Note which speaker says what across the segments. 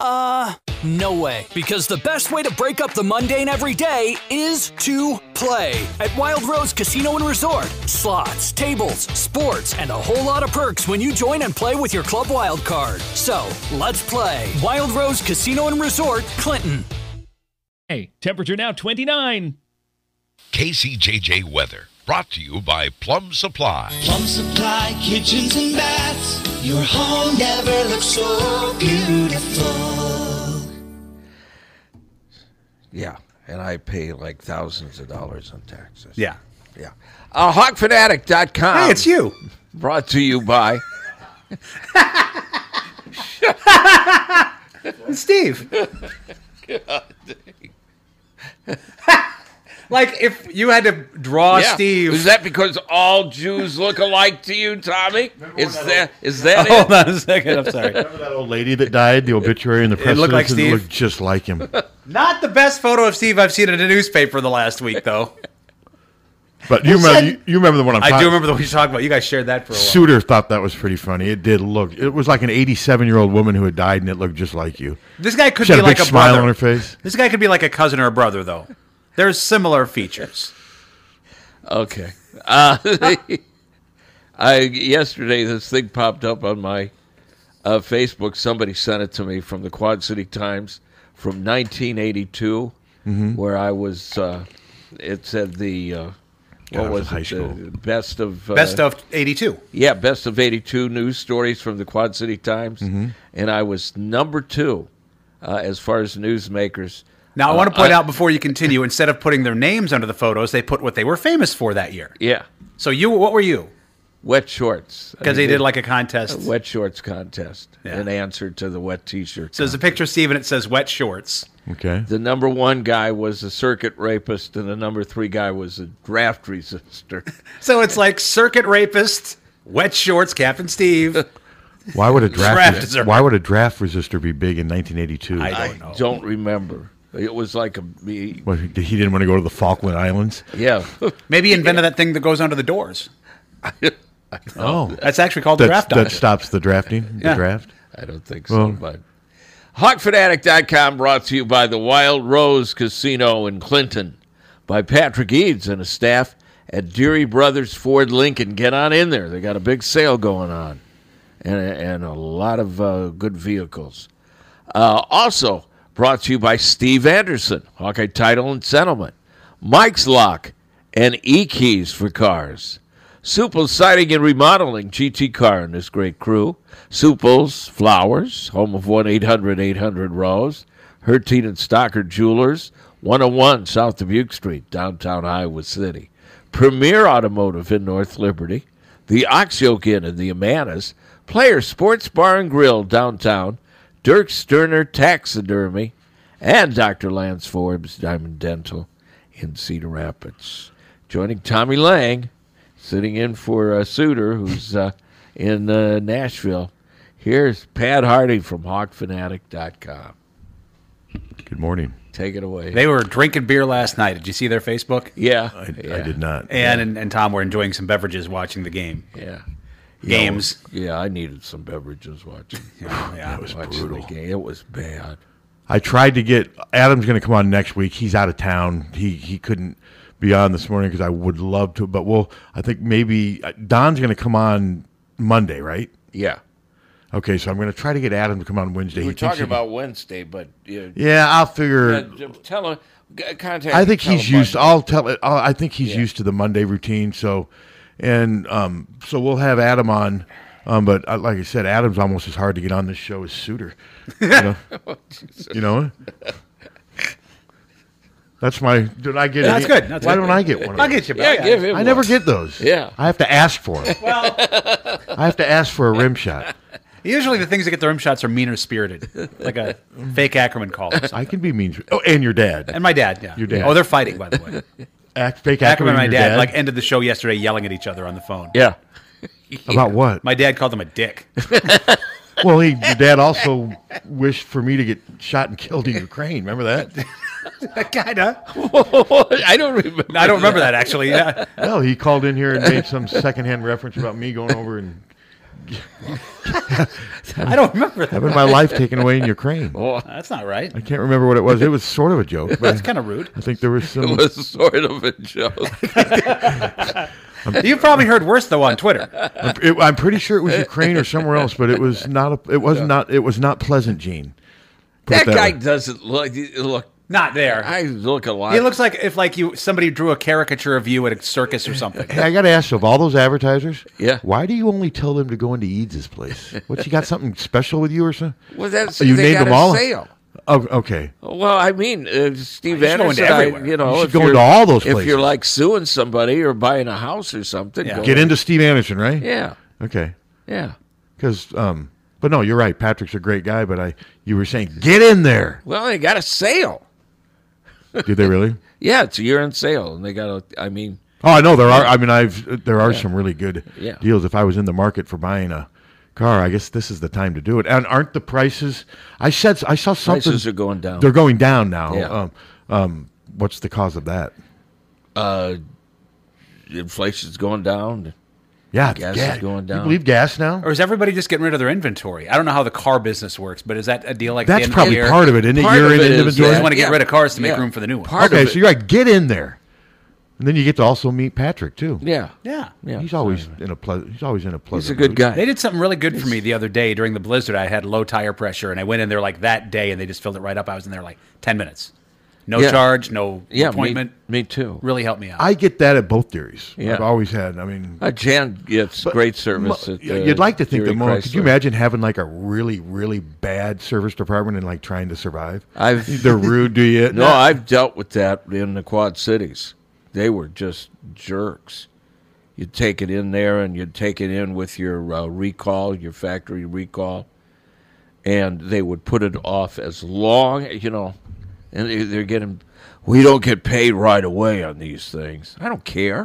Speaker 1: Uh, no way. Because the best way to break up the mundane every day is to play at Wild Rose Casino and Resort. Slots, tables, sports, and a whole lot of perks when you join and play with your Club Wild card. So, let's play Wild Rose Casino and Resort, Clinton.
Speaker 2: Hey, temperature now 29.
Speaker 3: KCJJ Weather, brought to you by Plum Supply.
Speaker 4: Plum Supply Kitchens and Baths. Your home never looked so beautiful.
Speaker 5: Yeah, and I pay like thousands of dollars on taxes.
Speaker 6: Yeah.
Speaker 5: Yeah. Uh, HawkFanatic.com.
Speaker 6: Hey, it's you.
Speaker 5: Brought to you by.
Speaker 6: It's Steve. like if you had to draw
Speaker 5: Yeah.
Speaker 6: Steve.
Speaker 5: Is that because all Jews look alike to you, Tommy? Is that is that
Speaker 6: Hold
Speaker 5: it?
Speaker 6: on a second. I'm sorry.
Speaker 7: Remember that old lady that died, the obituary in the press
Speaker 6: looked like
Speaker 7: citizen? It
Speaker 6: Steve.
Speaker 7: looked just like him.
Speaker 6: Not the best photo of Steve I've seen in a newspaper the last week, though.
Speaker 7: But you remember, you, you remember the one I'm
Speaker 6: I
Speaker 7: talking
Speaker 6: do remember what you're talking about. You guys shared that for a while.
Speaker 7: Suter thought that was pretty funny. It did look. It was like an 87 year old woman who had died, and it looked just like you.
Speaker 6: This guy could
Speaker 7: She had
Speaker 6: be
Speaker 7: a big
Speaker 6: like a
Speaker 7: smile
Speaker 6: brother.
Speaker 7: on her face.
Speaker 6: This guy could be like a cousin or a brother, though. There's similar features.
Speaker 5: Okay. Uh, I yesterday this thing popped up on my uh, Facebook. Somebody sent it to me from the Quad City Times from 1982,
Speaker 7: Mm-hmm.
Speaker 5: where I was. Uh, it said the uh,
Speaker 7: I
Speaker 5: what
Speaker 7: was
Speaker 5: was
Speaker 7: in
Speaker 5: it?
Speaker 7: high
Speaker 5: The best of uh,
Speaker 6: Best of '82.
Speaker 5: Yeah, best of 82 news stories from the Quad City Times.
Speaker 7: Mm-hmm.
Speaker 5: And I was number two uh, as far as newsmakers.
Speaker 6: Now, I want
Speaker 5: Uh,
Speaker 6: to point out before you continue. Instead of putting their names under the photos, they put what they were famous for that year.
Speaker 5: Yeah,
Speaker 6: So you, what were you?
Speaker 5: wet shorts. I
Speaker 6: Because they
Speaker 5: mean,
Speaker 6: did like a contest.
Speaker 5: the wet shorts contest
Speaker 6: Yeah.
Speaker 5: in answer to the wet t shirt.
Speaker 6: So there's a picture of Steve and it says wet shorts.
Speaker 7: Okay.
Speaker 5: the number one guy was a circuit rapist, and the number three guy was a draft resistor.
Speaker 6: So it's like circuit rapist, wet shorts, Captain Steve.
Speaker 7: Why would a draft?
Speaker 6: Draft deserve-
Speaker 7: why would a draft resistor be big in 1982?
Speaker 6: I
Speaker 5: I don't remember. It was like a me-
Speaker 7: What, he didn't want to go to the Falkland Islands.
Speaker 5: yeah.
Speaker 6: Maybe he invented that thing that goes under the doors.
Speaker 7: Oh,
Speaker 6: That's actually called
Speaker 7: that,
Speaker 6: draft
Speaker 7: that
Speaker 6: dodger.
Speaker 7: stops the drafting. The
Speaker 6: Yeah.
Speaker 7: draft.
Speaker 5: I don't think so, but. HawkFanatic.com brought to you by the Wild Rose Casino in Clinton, by Patrick Eads and his staff at Deary Brothers Ford Lincoln. Get on in there. They got a big sale going on and, and a lot of uh, good vehicles. Uh, also brought to you by Steve Anderson, Hawkeye Title and Settlement, Mike's Lock, and E Keys for Cars. Suples Siding and Remodeling, GT Car and his great crew. Suples Flowers, home of 1 800 800 Rose. Hertine and Stockard Jewelers, 101 South Dubuque Street, downtown Iowa City. Premier Automotive in North Liberty. The Oxyoke Inn in the Amanas. Player Sports Bar and Grill, downtown. Dirk Sterner Taxidermy, and Dr. Lance Forbes Diamond Dental in Cedar Rapids. Joining Tommy Lang, sitting in for uh, Suter, who's uh, in uh, Nashville. Here's Pat Hardy from HawkFanatic.com.
Speaker 7: Good morning.
Speaker 5: Take it away.
Speaker 6: They were drinking beer last night. Did you see their Facebook?
Speaker 5: yeah,
Speaker 7: I,
Speaker 5: yeah,
Speaker 7: I did not.
Speaker 6: Ann and, and Tom were enjoying some beverages watching the game.
Speaker 5: Yeah,
Speaker 6: Games.
Speaker 5: yeah. I needed some beverages watching,
Speaker 6: Yeah.
Speaker 5: watching the game. It was bad.
Speaker 7: I tried to get Adam's going to come on next week. He's out of town. He he couldn't. Beyond this morning because I would love to, but we'll. I think maybe uh, Don's going to come on Monday, right?
Speaker 5: Yeah.
Speaker 7: Okay, so I'm going to try to get Adam to come on Wednesday. He
Speaker 5: We're
Speaker 7: thinks
Speaker 5: talking
Speaker 7: he can-
Speaker 5: about Wednesday, but yeah,
Speaker 7: Yeah, I'll figure.
Speaker 5: Uh, j- tell him. g- Contact.
Speaker 7: I think
Speaker 5: tell
Speaker 7: he's
Speaker 5: him
Speaker 7: used.
Speaker 5: Monday.
Speaker 7: I'll tell it. I'll, I think he's used to the Monday routine. So, and um, so we'll have Adam on. Um, but uh, like I said, Adam's almost as hard to get on this show as Suter. You know,
Speaker 5: Oh,
Speaker 7: You know? that's my. Did I get?
Speaker 6: That's
Speaker 7: any-
Speaker 6: good. That's
Speaker 7: why
Speaker 6: good.
Speaker 7: don't I get one? Of
Speaker 6: I'll
Speaker 7: those?
Speaker 6: get you
Speaker 5: Yeah,
Speaker 6: back.
Speaker 5: give him.
Speaker 7: I never
Speaker 5: one.
Speaker 7: get those.
Speaker 5: Yeah.
Speaker 7: I have to ask for them. I have to ask for a rim shot.
Speaker 6: Usually the things that get the rim shots are meaner spirited, like a fake Ackerman call. Or something.
Speaker 7: I can be mean. Oh, and your dad.
Speaker 6: And my dad, yeah.
Speaker 7: Your dad.
Speaker 6: Oh, they're fighting, by the way.
Speaker 7: Act, fake
Speaker 6: Ackerman and my
Speaker 7: your
Speaker 6: dad, like ended the show yesterday yelling at each other on the phone.
Speaker 5: Yeah.
Speaker 7: about what?
Speaker 6: My dad called him a dick.
Speaker 7: Well, he, your dad also wished for me to get shot and killed in Ukraine. Remember that?
Speaker 6: Kinda.
Speaker 5: I don't remember.
Speaker 6: I don't remember that actually. Yeah.
Speaker 7: No, he called in here and made some secondhand reference about me going over and
Speaker 6: I don't remember that. Oh,
Speaker 7: having my life taken away in Ukraine.
Speaker 6: That's not right.
Speaker 7: I can't remember what it was. It was sort of a joke,
Speaker 6: That's
Speaker 7: but
Speaker 6: kind of rude.
Speaker 7: Oh, I think there was some.
Speaker 5: It was sort of a joke.
Speaker 6: You've probably heard worse though on Twitter.
Speaker 7: I'm, it, I'm pretty sure it was Ukraine or somewhere else, but it was not. A, it was not. It was not pleasant, Gene. Put
Speaker 5: that
Speaker 7: it that
Speaker 5: guy
Speaker 7: way.
Speaker 5: doesn't look. Look,
Speaker 6: Not there.
Speaker 5: I look a lot.
Speaker 6: He looks like if like you somebody drew a caricature of you at a circus or something.
Speaker 7: Hey, I got to ask you, of all those advertisers,
Speaker 5: Yeah.
Speaker 7: why do you only tell them to go into Eads' place? What you got something special with you or something? Oh,
Speaker 5: Well, that's
Speaker 7: you
Speaker 5: they
Speaker 7: named
Speaker 5: got
Speaker 7: them
Speaker 5: a
Speaker 7: all.
Speaker 5: Sale.
Speaker 7: Oh, okay.
Speaker 5: Well, I mean, uh, Steve
Speaker 6: You should go
Speaker 5: Anderson.
Speaker 6: into
Speaker 5: I,
Speaker 6: everywhere.
Speaker 5: you know,
Speaker 7: You should
Speaker 5: if
Speaker 7: go
Speaker 5: you're-
Speaker 7: into all those
Speaker 5: If
Speaker 7: places.
Speaker 5: you're like suing somebody or buying a house or something,
Speaker 6: Yeah.
Speaker 5: go
Speaker 7: Get into Steve Anderson, right?
Speaker 5: Yeah,
Speaker 7: Okay.
Speaker 5: yeah.
Speaker 7: Because, um, but no, you're right. Patrick's a great guy, but I, you were saying, get in there.
Speaker 5: Well, they got a sale.
Speaker 7: Did they really?
Speaker 5: Yeah, it's a year-end sale, and they got a. I mean,
Speaker 7: Oh, I know there are. I mean, I've there are some really good
Speaker 5: Yeah.
Speaker 7: deals. If I was in the market for buying a car, I guess this is the time to do it. And aren't the prices? I said I saw something.
Speaker 5: Prices are going down.
Speaker 7: They're going down now.
Speaker 5: Yeah.
Speaker 7: Um, um, what's the cause of that?
Speaker 5: Uh, inflation's going down.
Speaker 7: Yeah,
Speaker 5: Gas is going down.
Speaker 7: You believe gas now?
Speaker 6: Or is everybody just getting rid of their inventory? I don't know how the car business works, but is that a deal like
Speaker 7: That's probably part of it, isn't
Speaker 5: Part
Speaker 7: it? You're
Speaker 5: of
Speaker 7: in
Speaker 5: it is
Speaker 7: inventory.
Speaker 6: You
Speaker 5: that-
Speaker 6: just want to get
Speaker 5: Yeah.
Speaker 6: rid of cars to make
Speaker 5: Yeah.
Speaker 6: room for the new one.
Speaker 5: Part of
Speaker 7: okay,
Speaker 5: it.
Speaker 7: so you're like, get in there, and then you get to also meet Patrick too.
Speaker 5: yeah,
Speaker 6: Yeah.
Speaker 5: yeah.
Speaker 7: he's always in a pleasant. He's always in a pleasant.
Speaker 5: he's a good
Speaker 7: mood.
Speaker 5: guy.
Speaker 6: They did something really good for me the other day during the blizzard. I had low tire pressure, and I went in there like that day, and they just filled it right up. I was in there like ten minutes, no
Speaker 5: Yeah.
Speaker 6: charge, no
Speaker 5: yeah, me-
Speaker 6: appointment.
Speaker 5: Me, too.
Speaker 6: really helped me out.
Speaker 7: I get that at both theories.
Speaker 5: Yeah.
Speaker 7: I've always had. I mean,
Speaker 5: Uh, Jan gets great service.
Speaker 7: mo-
Speaker 5: at, uh,
Speaker 7: you'd like to think
Speaker 5: Fury
Speaker 7: that more. Could you
Speaker 5: Chrysler.
Speaker 7: imagine having like a really, really bad service department and like trying to survive?
Speaker 5: I've-
Speaker 7: they're rude to you.
Speaker 5: No, I've dealt with that in the Quad Cities. They were just jerks. You'd take it in there, and you'd take it in with your uh, recall, your factory recall, and they would put it off as long, you know, and they- they're getting. We don't get paid right away on these things. I don't care.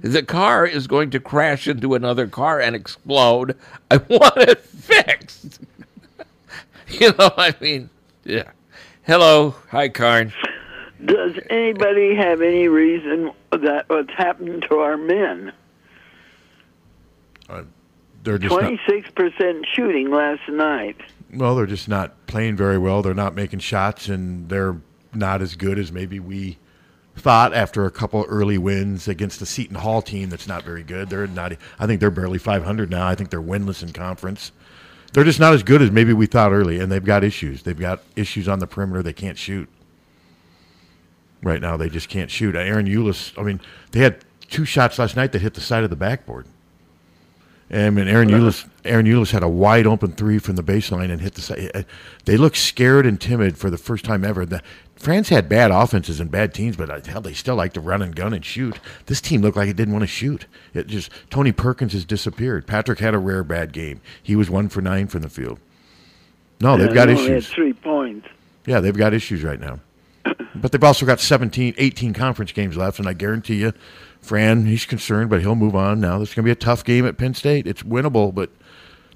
Speaker 5: the car is going to crash into another car and explode. I want it fixed. you know, I mean, yeah. Hello, hi, Karn.
Speaker 8: Does anybody have any reason that what's happened to our men?
Speaker 7: they're just not,
Speaker 8: Twenty-six percent shooting last night.
Speaker 7: well, they're just not playing very well. They're not making shots, and they're not as good as maybe we thought after a couple early wins against the Seton Hall team. That's not very good. They're not. I think they're barely 500 now. I think they're winless in conference. They're just not as good as maybe we thought early, and they've got issues. They've got issues on the perimeter. They can't shoot. right now. They just can't shoot. Aaron Eulis, I mean, they had two shots last night that hit the side of the backboard. And I mean, Aaron Eulis, Aaron Eulis had a wide open three from the baseline and hit the side. They looked scared and timid for the first time ever. The, France had bad offenses and bad teams, but uh, hell, they still like to run and gun and shoot. This team looked like it didn't want to shoot. It just Tony Perkins has disappeared. Patrick had a rare bad game. He was one for nine from the field. No, they've
Speaker 8: Yeah,
Speaker 7: got
Speaker 8: they only
Speaker 7: issues.
Speaker 8: Had three points.
Speaker 7: Yeah, they've got issues right now. But they've also got 17, 18 conference games left, and I guarantee you, Fran, he's concerned, but he'll move on now. This is going to be a tough game at Penn State. It's winnable, but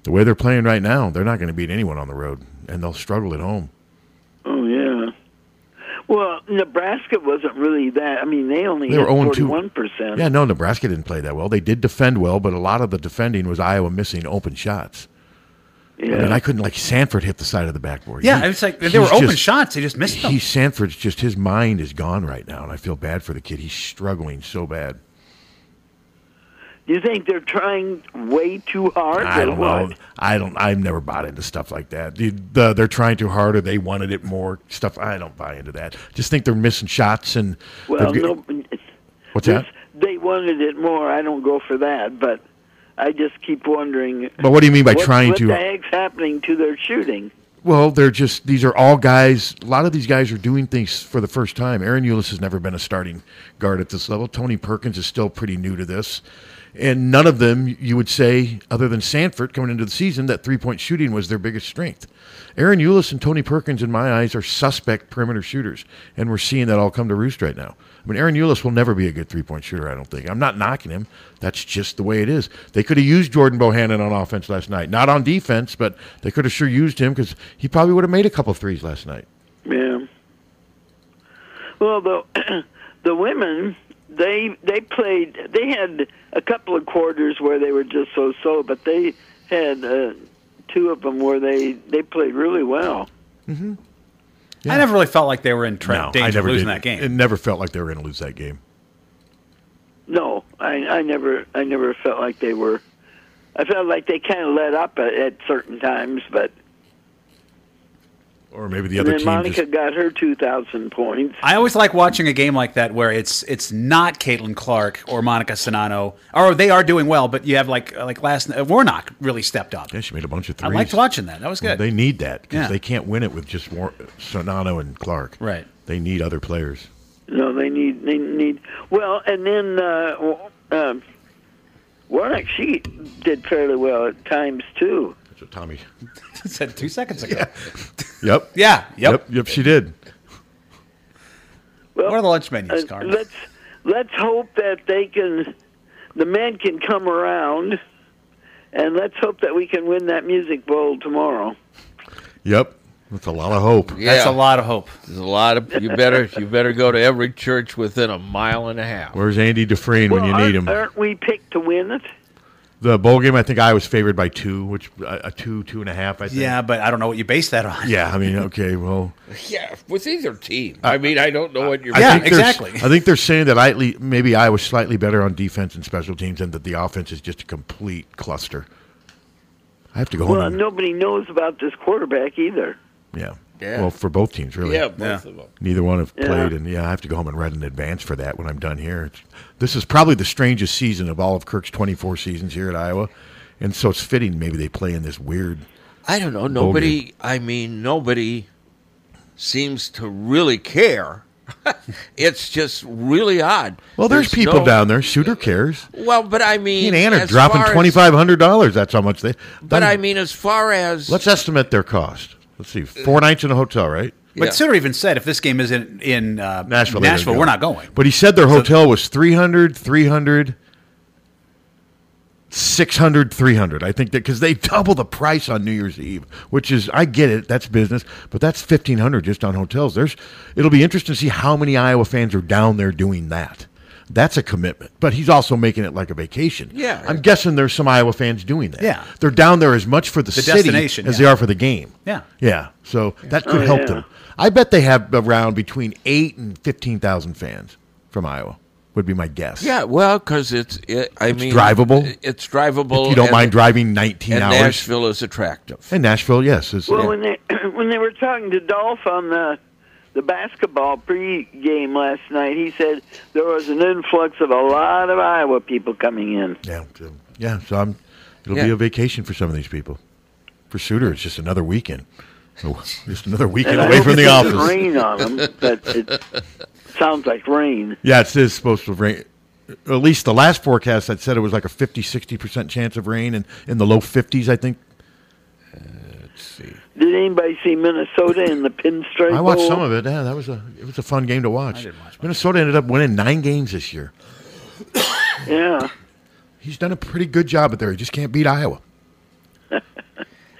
Speaker 7: the way they're playing right now, they're not going to beat anyone on the road, and they'll struggle at home.
Speaker 8: Oh yeah. Well, Nebraska wasn't really that. I mean, they only
Speaker 7: They were
Speaker 8: had
Speaker 7: 0
Speaker 8: forty-one
Speaker 7: 2.
Speaker 8: percent.
Speaker 7: Yeah, no, Nebraska didn't play that well. They did defend well, but a lot of the defending was Iowa missing open shots. I mean, I couldn't like Sanford hit the side of the backboard.
Speaker 6: Yeah, it's like, they were
Speaker 7: he's
Speaker 6: open shots, he just missed them.
Speaker 7: He Sanford's just his mind is gone right now, and I feel bad for the kid. He's struggling so bad.
Speaker 8: You think they're trying way too hard?
Speaker 7: I
Speaker 8: or
Speaker 7: don't
Speaker 8: what?
Speaker 7: know. I don't. I've never bought into stuff like that. The, the, they're trying too hard, or they wanted it more. Stuff. I don't buy into that. Just think they're missing shots and.
Speaker 8: Well,
Speaker 7: they've got-
Speaker 8: no,
Speaker 7: What's that?
Speaker 8: they wanted it more. I don't go for that, but I just keep wondering.
Speaker 7: But what do you mean by
Speaker 8: what-
Speaker 7: trying to-
Speaker 8: What the heck's happening to their shooting?
Speaker 7: Well, they're just these are all guys. A lot of these guys are doing things for the first time. Aaron Eulis has never been a starting guard at this level. Tony Perkins is still pretty new to this, and none of them you would say, other than Sanford coming into the season, that three point shooting was their biggest strength. Aaron Eulis and Tony Perkins, in my eyes, are suspect perimeter shooters, and we're seeing that all come to roost right now. I mean, Aaron Eulis will never be a good three point shooter, I don't think. I'm not knocking him. That's just the way it is. They could have used Jordan Bohannon on offense last night. Not on defense, but they could have sure used him because he probably would have made a couple threes last night.
Speaker 8: Yeah. Well, the the women they they played. They had a couple of quarters where they were just so so, but they had uh, two of them where they they played really well.
Speaker 7: Mm-hmm.
Speaker 6: I never really felt like they were in tra- danger
Speaker 7: I never
Speaker 6: of losing
Speaker 7: did.
Speaker 6: that game.
Speaker 7: It never felt like they were going to lose that game.
Speaker 8: No, I I never I never felt like they were. I felt like they kind of let up at, at certain times, but
Speaker 7: Or maybe the
Speaker 8: and
Speaker 7: other
Speaker 8: then
Speaker 7: team.
Speaker 8: Monica
Speaker 7: just,
Speaker 8: got her two thousand points.
Speaker 6: I always like watching a game like that where it's it's not Caitlin Clark or Monica Sonano, or they are doing well, but you have like like last uh, Warnock really stepped up.
Speaker 7: yeah, she made a bunch of
Speaker 6: I
Speaker 7: threes.
Speaker 6: liked watching that. That was good.
Speaker 7: They need that because
Speaker 6: Yeah.
Speaker 7: they can't win it with just War- Sonano and Clark.
Speaker 6: Right.
Speaker 7: They need other players.
Speaker 8: No, they need they need well, and then uh, w- um, Warnock she did fairly well at times too.
Speaker 7: That's what Tommy.
Speaker 6: said two seconds ago.
Speaker 7: Yep.
Speaker 6: Yeah, yep.
Speaker 7: Yep. Yep. She did.
Speaker 8: Well,
Speaker 6: what are the lunch menus,
Speaker 8: Uh,
Speaker 6: Carl?
Speaker 8: let's let's hope that they can, the men can come around, and let's hope that we can win that music bowl tomorrow.
Speaker 7: Yep. That's a lot of hope.
Speaker 5: That's a
Speaker 6: lot of hope.
Speaker 5: There's a lot of you better you better go to every church within a mile and a half.
Speaker 7: Where's Andy Dufresne when you
Speaker 8: aren't,
Speaker 7: need him?
Speaker 8: aren't we picked to win it?
Speaker 7: The bowl game, I think I was favored by two, which uh, a two, two and a half. I think.
Speaker 6: Yeah, but I don't know what you base that on.
Speaker 7: Yeah, I mean, okay, well,
Speaker 5: Yeah, with either team. I mean, I don't know what you're.
Speaker 7: I think they're- I think they're saying that I maybe I was slightly better on defense and special teams, and that the offense is just a complete cluster. I have to go
Speaker 8: well,
Speaker 7: home.
Speaker 8: nobody knows about this quarterback either.
Speaker 7: And, yeah.
Speaker 8: Yeah.
Speaker 7: Well, for both teams, really.
Speaker 8: Yeah, both Yeah. of them.
Speaker 7: Neither one have
Speaker 8: Yeah.
Speaker 7: played, and yeah, I have to go home and write an advance for that when I'm done here. It's, this is probably the strangest season of all of Kirk's 24 seasons here at Iowa, and so it's fitting maybe they play in this weird.
Speaker 5: I don't know.
Speaker 7: bowl game.
Speaker 5: Nobody. I mean, nobody seems to really care. it's just really odd.
Speaker 7: Well, there's, people
Speaker 5: no-
Speaker 7: down there. Shooter cares.
Speaker 5: Well, but I
Speaker 7: He
Speaker 5: mean,
Speaker 7: and Ann are
Speaker 5: as
Speaker 7: dropping
Speaker 5: far as-
Speaker 7: twenty five hundred dollars. That's how much they.
Speaker 5: But I mean, as far as
Speaker 7: let's estimate their cost. Let's see, four nights in a hotel, right?
Speaker 6: But Suter even said if this game isn't in uh, Nashville,
Speaker 7: they didn't
Speaker 6: Nashville,
Speaker 7: go.
Speaker 6: we're not going.
Speaker 7: But he said their hotel was 300, 300, 600, 300. I think that because they double the price on New Year's Eve, which is I get it, that's business, but that's fifteen hundred just on hotels. There's, it'll be interesting to see how many Iowa fans are down there doing that. That's a commitment, but he's also making it like a vacation.
Speaker 6: Yeah.
Speaker 7: I'm guessing there's some Iowa fans doing that.
Speaker 6: Yeah.
Speaker 7: they're down there as much for the,
Speaker 6: The
Speaker 7: city as
Speaker 6: destination,
Speaker 7: they
Speaker 6: yeah.
Speaker 7: are for the game.
Speaker 6: Yeah.
Speaker 7: Yeah, so that could
Speaker 6: Oh,
Speaker 7: help
Speaker 6: yeah.
Speaker 7: them. I bet they have around between eight and fifteen thousand fans from Iowa. Would be my guess.
Speaker 5: Yeah, well, because it's. It, I mean,
Speaker 7: drivable.
Speaker 5: It's drivable.
Speaker 7: If you don't
Speaker 5: and-
Speaker 7: mind driving 19
Speaker 5: and
Speaker 7: hours.
Speaker 5: Nashville is attractive.
Speaker 7: And Nashville, yes, is
Speaker 8: Well, when they when they were talking to Dolph on the the basketball pregame last night, he said there was an influx of a lot of Iowa people coming in.
Speaker 7: Yeah, yeah. So I'm. It'll be
Speaker 8: Yeah.
Speaker 7: a vacation for some of these people. For Suter, it's just another weekend. Oh, Just another weekend
Speaker 8: And I
Speaker 7: away
Speaker 8: hope
Speaker 7: from
Speaker 8: it
Speaker 7: the
Speaker 8: doesn't
Speaker 7: office.
Speaker 8: Rain on 'em, but it sounds like rain.
Speaker 7: Yeah, it is supposed to rain. At least the last forecast that said it was like a 50, 60% chance of rain and in the low 50s, I think.
Speaker 5: Uh,
Speaker 8: Did anybody see Minnesota in the pinstripe?
Speaker 7: I watched
Speaker 8: bowl?
Speaker 7: some of it. Yeah, that was a it was a fun game to watch. Minnesota ended up winning nine games this year.
Speaker 8: Yeah.
Speaker 7: He's done a pretty good job at there. He just can't beat Iowa.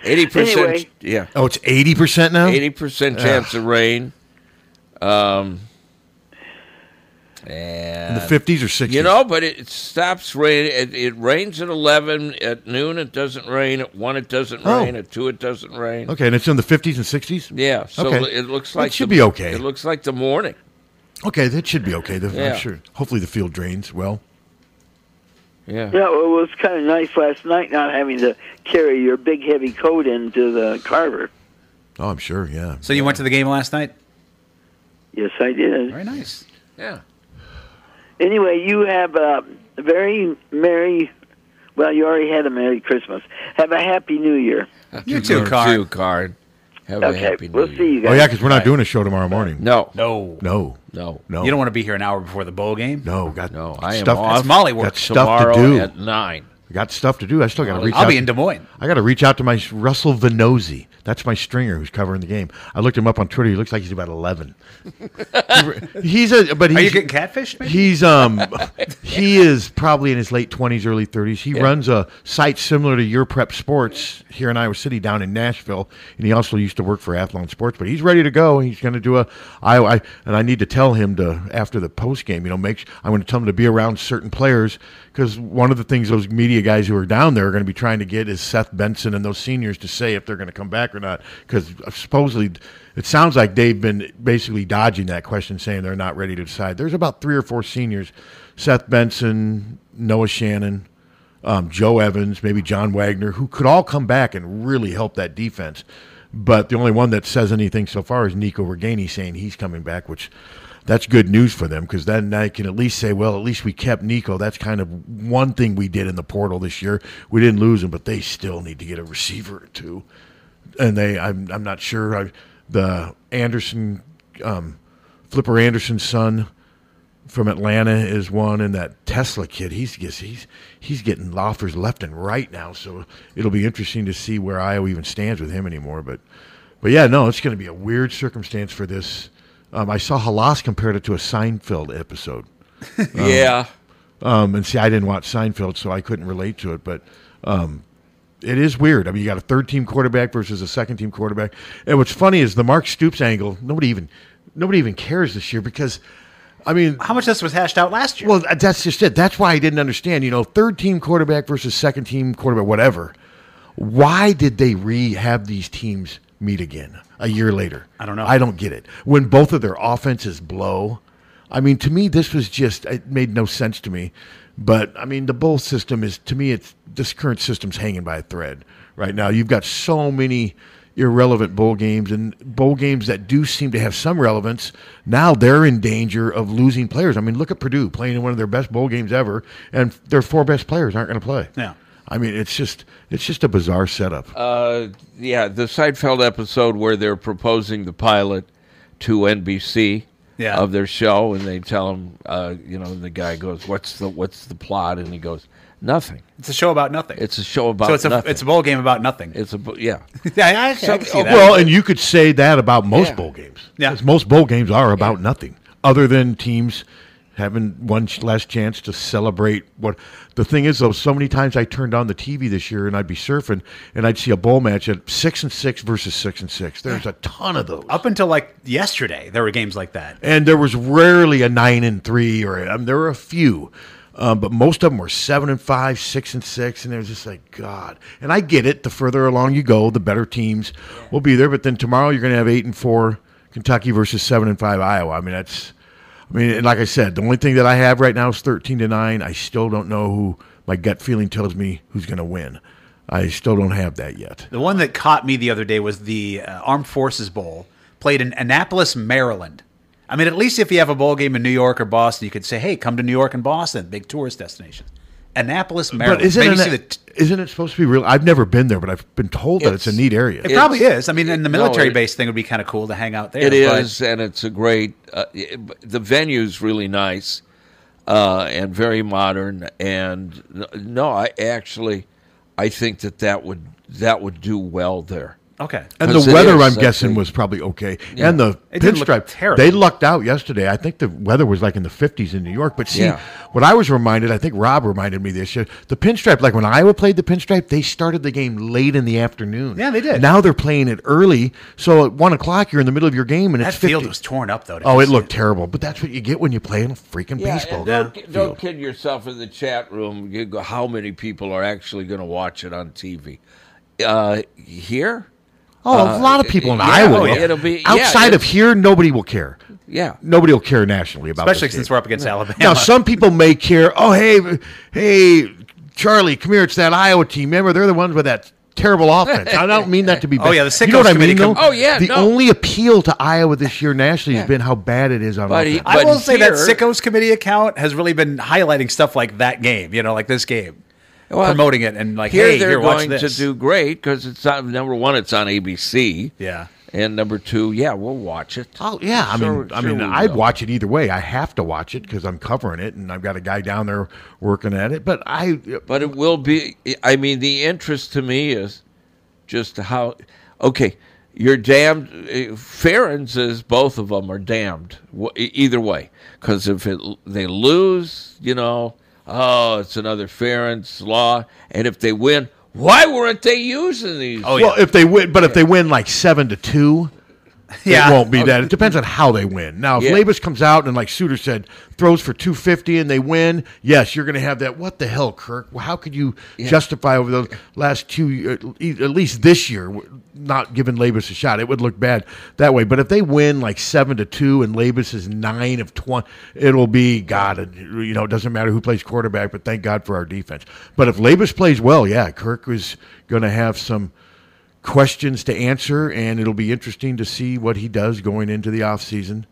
Speaker 5: Eighty percent.
Speaker 7: Anyway.
Speaker 5: Yeah.
Speaker 7: Oh, it's 80% now?
Speaker 5: Eighty percent
Speaker 7: Ugh.
Speaker 5: chance of rain. Um, In
Speaker 7: the 50s or 60s.
Speaker 5: You know, but it, it stops raining. It, it rains at 11. At noon, it doesn't rain. At 1, it doesn't
Speaker 7: Oh.
Speaker 5: rain. At 2, it doesn't rain.
Speaker 7: Okay, and it's in the 50s and 60s?
Speaker 5: Yeah, so
Speaker 7: okay.
Speaker 5: it looks like
Speaker 7: It should
Speaker 5: the-
Speaker 7: be okay.
Speaker 5: It looks like the morning.
Speaker 7: Okay, that should be okay. The-
Speaker 5: Yeah.
Speaker 7: I'm sure. Hopefully the field drains well.
Speaker 5: Yeah.
Speaker 8: Yeah, well, it was kind of nice last night not having to carry your big heavy coat into the Carver.
Speaker 7: Oh, I'm sure, yeah.
Speaker 6: So you went to the game last night?
Speaker 8: Yes, I did.
Speaker 6: Very nice.
Speaker 5: Yeah.
Speaker 8: Anyway, you have a very merry. Well, you already had a merry Christmas. Have a happy New Year.
Speaker 6: You too,
Speaker 5: You
Speaker 6: Carl.
Speaker 5: too, Card. Have
Speaker 8: okay,
Speaker 5: a happy
Speaker 8: we'll
Speaker 5: New Year.
Speaker 8: see you guys.
Speaker 7: Oh, yeah, because we're not doing a show tomorrow morning.
Speaker 5: No,
Speaker 6: No.
Speaker 7: No.
Speaker 5: no,
Speaker 7: No.
Speaker 6: You don't want to be here an hour before the bowl game.
Speaker 7: No, got
Speaker 5: no. I am
Speaker 7: stuff,
Speaker 5: off
Speaker 6: That's Molly work.
Speaker 7: got stuff
Speaker 5: tomorrow
Speaker 7: to do.
Speaker 5: at 9.
Speaker 7: got stuff to do. I still got to reach
Speaker 6: I'll
Speaker 7: out.
Speaker 6: be in Des Moines.
Speaker 7: I got to reach out to my Russell Venosi. That's my stringer who's covering the game. I looked him up on Twitter. He looks like he's about 11. he's a but he's,
Speaker 6: Are you getting catfished? Maybe?
Speaker 7: He's um he is probably in his late twenties, early thirties. He runs a site similar to Your Prep Sports here in Iowa City, down in Nashville, and he also used to work for Athlon Sports. But he's ready to go. He's going to do a I, I and I need to tell him to after the post game. You know, make I'm going to tell him to be around certain players because one of the things those media guys who are down there are going to be trying to get is Seth Benson and those seniors to say if they're going to come back or not because supposedly. It sounds like they've been basically dodging that question, saying they're not ready to decide. There's about three or four seniors Seth Benson, Noah Shannon, um, Joe Evans, maybe John Wagner, who could all come back and really help that defense. But the only one that says anything so far is Nico Reganey saying he's coming back, which that's good news for them because then I can at least say, well, at least we kept Nico. That's kind of one thing we did in the portal this year. We didn't lose him, but they still need to get a receiver or two and they I'm I'm not sure I, the Anderson um, Flipper Anderson's son from Atlanta is one, and that Tesla kid he's just, he's he's getting offers left and right now. So it'll be interesting to see where Iowa even stands with him anymore. But but yeah, no, it's going to be a weird circumstance for this. Um, I saw Halas compared it to a Seinfeld episode.
Speaker 5: yeah.
Speaker 7: Um, and see, I didn't watch Seinfeld, so I couldn't relate to it. But um, it is weird. I mean, you got a third team quarterback versus a second team quarterback. And what's funny is the Mark Stoops angle. Nobody even nobody even cares this year because, I mean,
Speaker 6: How much of this was hashed out last year?
Speaker 7: well, that's just it. That's why I didn't understand. You know, third team quarterback versus second team quarterback, whatever. Why did they re have these teams meet again a year later?
Speaker 6: I don't know.
Speaker 7: I don't get it. When both of their offenses blow, I mean, to me, this was just it made no sense to me. But I mean, the bowl system is to me, it's this current system's hanging by a thread right now. You've got so many irrelevant bowl games and bowl games that do seem to have some relevance now they're in danger of losing players i mean look at purdue playing in one of their best bowl games ever and their four best players aren't going to play
Speaker 6: Yeah.
Speaker 7: i mean it's just it's just a bizarre setup
Speaker 5: Uh, yeah, the Seinfeld episode where they're proposing the pilot to NBC
Speaker 6: Yeah.
Speaker 5: of their show, and they tell him, uh, you know, the guy goes, "What's the what's the plot?" And he goes, "Nothing.
Speaker 6: it's a show about nothing.
Speaker 5: It's a show about
Speaker 6: so it's a
Speaker 5: nothing.
Speaker 6: it's a bowl game about nothing.
Speaker 5: it's a bu- yeah,
Speaker 6: yeah, I, I can- I can see that.
Speaker 7: Well, and you could say that about most
Speaker 5: Yeah.
Speaker 7: bowl games.
Speaker 6: Yeah.
Speaker 7: 'Cause most bowl games are about nothing other than teams having one ch- last chance to celebrate what the thing is though so many times i turned on the tv this year and i'd be surfing and i'd see a bowl match at six and six versus six and six there's a ton of those
Speaker 6: up until like yesterday, there were games like that.
Speaker 7: and there was rarely a nine and three or I mean, there were a few um, but most of them were seven and five six and six and it was just like god and i get it the further along you go the better teams will be there but then tomorrow you're going to have eight and four kentucky versus seven and five iowa i mean that's i mean and like i said the only thing that i have right now is 13 to 9 i still don't know who my gut feeling tells me who's going to win i still don't have that yet
Speaker 6: The one that caught me the other day was the uh, Armed Forces Bowl, played in Annapolis, Maryland. I mean, at least if you have a bowl game in New York or Boston, you could say, "Hey, come to New York and Boston, big tourist destinations." Annapolis, Maryland.
Speaker 7: but isn't
Speaker 6: Maybe
Speaker 7: it,
Speaker 6: see the t-
Speaker 7: isn't it supposed to be real i've never been there but i've been told that it's,
Speaker 5: It's-
Speaker 7: a neat area
Speaker 6: it probably is. I mean, in the
Speaker 5: no,
Speaker 6: military
Speaker 5: it-
Speaker 6: base thing would be kind of cool to hang out there.
Speaker 5: It
Speaker 6: but-
Speaker 5: is, and it's a great. Uh, it- the venue's really nice, uh, and very modern. And n- no, I actually, I think that that would that would do well there.
Speaker 6: Okay.
Speaker 7: And
Speaker 5: Because
Speaker 7: the
Speaker 5: it
Speaker 7: weather,
Speaker 5: is,
Speaker 7: I'm
Speaker 5: I
Speaker 7: guessing,
Speaker 5: think.
Speaker 7: was probably okay.
Speaker 5: Yeah.
Speaker 7: And the
Speaker 6: It didn't look
Speaker 7: pinstripe,
Speaker 6: terrible.
Speaker 7: they lucked out yesterday. I think the weather was like in the 50s in New York. But see,
Speaker 5: Yeah.
Speaker 7: what I was reminded, I think Rob reminded me this year, the pinstripe, like when Iowa played the pinstripe, they started the game late in the afternoon.
Speaker 6: Yeah, they did.
Speaker 7: Now they're playing it early. So at 1 o'clock, you're in the middle of your game, and
Speaker 6: That
Speaker 7: it's 50.
Speaker 6: field was torn up though. to
Speaker 7: Oh, it
Speaker 6: pieces.
Speaker 7: looked terrible. But that's what you get when you play in a freaking
Speaker 5: Yeah,
Speaker 7: baseball
Speaker 5: and
Speaker 7: game.
Speaker 5: don't, don't kid yourself in the chat room. You go, how many people are actually going to watch it on TV? Uh, here,
Speaker 7: Oh, a lot of people in
Speaker 5: Uh, yeah,
Speaker 7: Iowa.
Speaker 5: oh,
Speaker 7: will.
Speaker 5: it'll be- yeah,
Speaker 7: Outside
Speaker 5: it-
Speaker 7: of here, nobody will care.
Speaker 5: yeah,
Speaker 7: Nobody will care nationally about
Speaker 6: especially
Speaker 7: this
Speaker 6: since
Speaker 7: game.
Speaker 6: we're up against Alabama.
Speaker 7: Now, some people may care. Oh, hey, hey, Charlie, come here. It's that Iowa team. Remember, they're the ones with that terrible offense. I don't mean that to be bad.
Speaker 6: Oh, yeah, the
Speaker 7: you know what
Speaker 6: sickos
Speaker 7: I mean,
Speaker 6: committee come-
Speaker 7: though?
Speaker 5: Oh, yeah,
Speaker 7: The
Speaker 5: no.
Speaker 7: only appeal to Iowa this year nationally has been how bad it is on
Speaker 5: But he-
Speaker 7: offense.
Speaker 6: I will
Speaker 5: But
Speaker 6: say that
Speaker 5: here-
Speaker 6: Sickos Committee account has really been highlighting stuff like that game, you know, like this game,
Speaker 5: Well,
Speaker 6: promoting it and like,
Speaker 5: here
Speaker 6: hey,
Speaker 5: they're
Speaker 6: here, watch
Speaker 5: going to
Speaker 6: this.
Speaker 5: do great because it's on number one. It's on ABC,
Speaker 6: yeah,
Speaker 5: and number two, yeah, we'll watch it.
Speaker 7: Oh yeah, I mean,
Speaker 5: Sure-
Speaker 7: I
Speaker 5: sure
Speaker 7: mean,
Speaker 5: we
Speaker 7: I'd
Speaker 5: will.
Speaker 7: watch it either way. I have to watch it because I'm covering it, and I've got a guy down there working at it. But I,
Speaker 5: But it will be. I mean, the interest to me is just how. Okay, you're damned. eh, Farron says both of them are damned wh- e- either way. Because if it, they lose, you know, oh, it's another Farron's law. And if they win, why weren't they using these?
Speaker 6: Oh,
Speaker 7: well, if they win, but if they win like seven to two,
Speaker 6: yeah,
Speaker 7: It won't be that. It depends on how they win. Now, if
Speaker 5: Yeah.
Speaker 7: Labus comes out and, like Suter said, throws for 250 and they win, yes, you're going to have that. What the hell, Kirk? Well, How could you justify over the last two, uh, e- at least this year, w- not giving Labus a shot? It would look bad that way. But if they win like seven to two and Labus is nine of 20, it'll be, God, it- you know, it doesn't matter who plays quarterback, but thank God for our defense. But if Labus plays well, yeah, Kirk is going to have some questions to answer, and it'll be interesting to see what he does going into the offseason.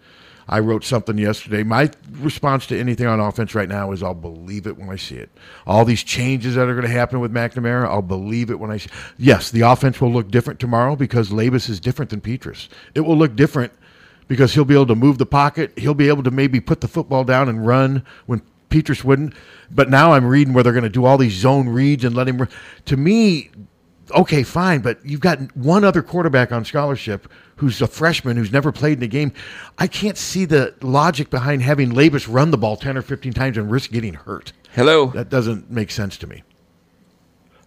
Speaker 7: I wrote something yesterday. My response to anything on offense right now is I'll believe it when I see it. All these changes that are going to happen with McNamara, I'll believe it when I see. Yes, the offense will look different tomorrow because Labus is different than Petrus. It will look different because he'll be able to move the pocket. He'll be able to maybe put the football down and run when Petrus wouldn't. But now I'm reading where they're going to do all these zone reads and let him. Run. To me, okay, fine, but you've got one other quarterback on scholarship who's a freshman who's never played in a game. I can't see the logic behind having Labus run the ball 10 or 15 times and risk getting hurt.
Speaker 5: Hello.
Speaker 7: That doesn't make sense to me.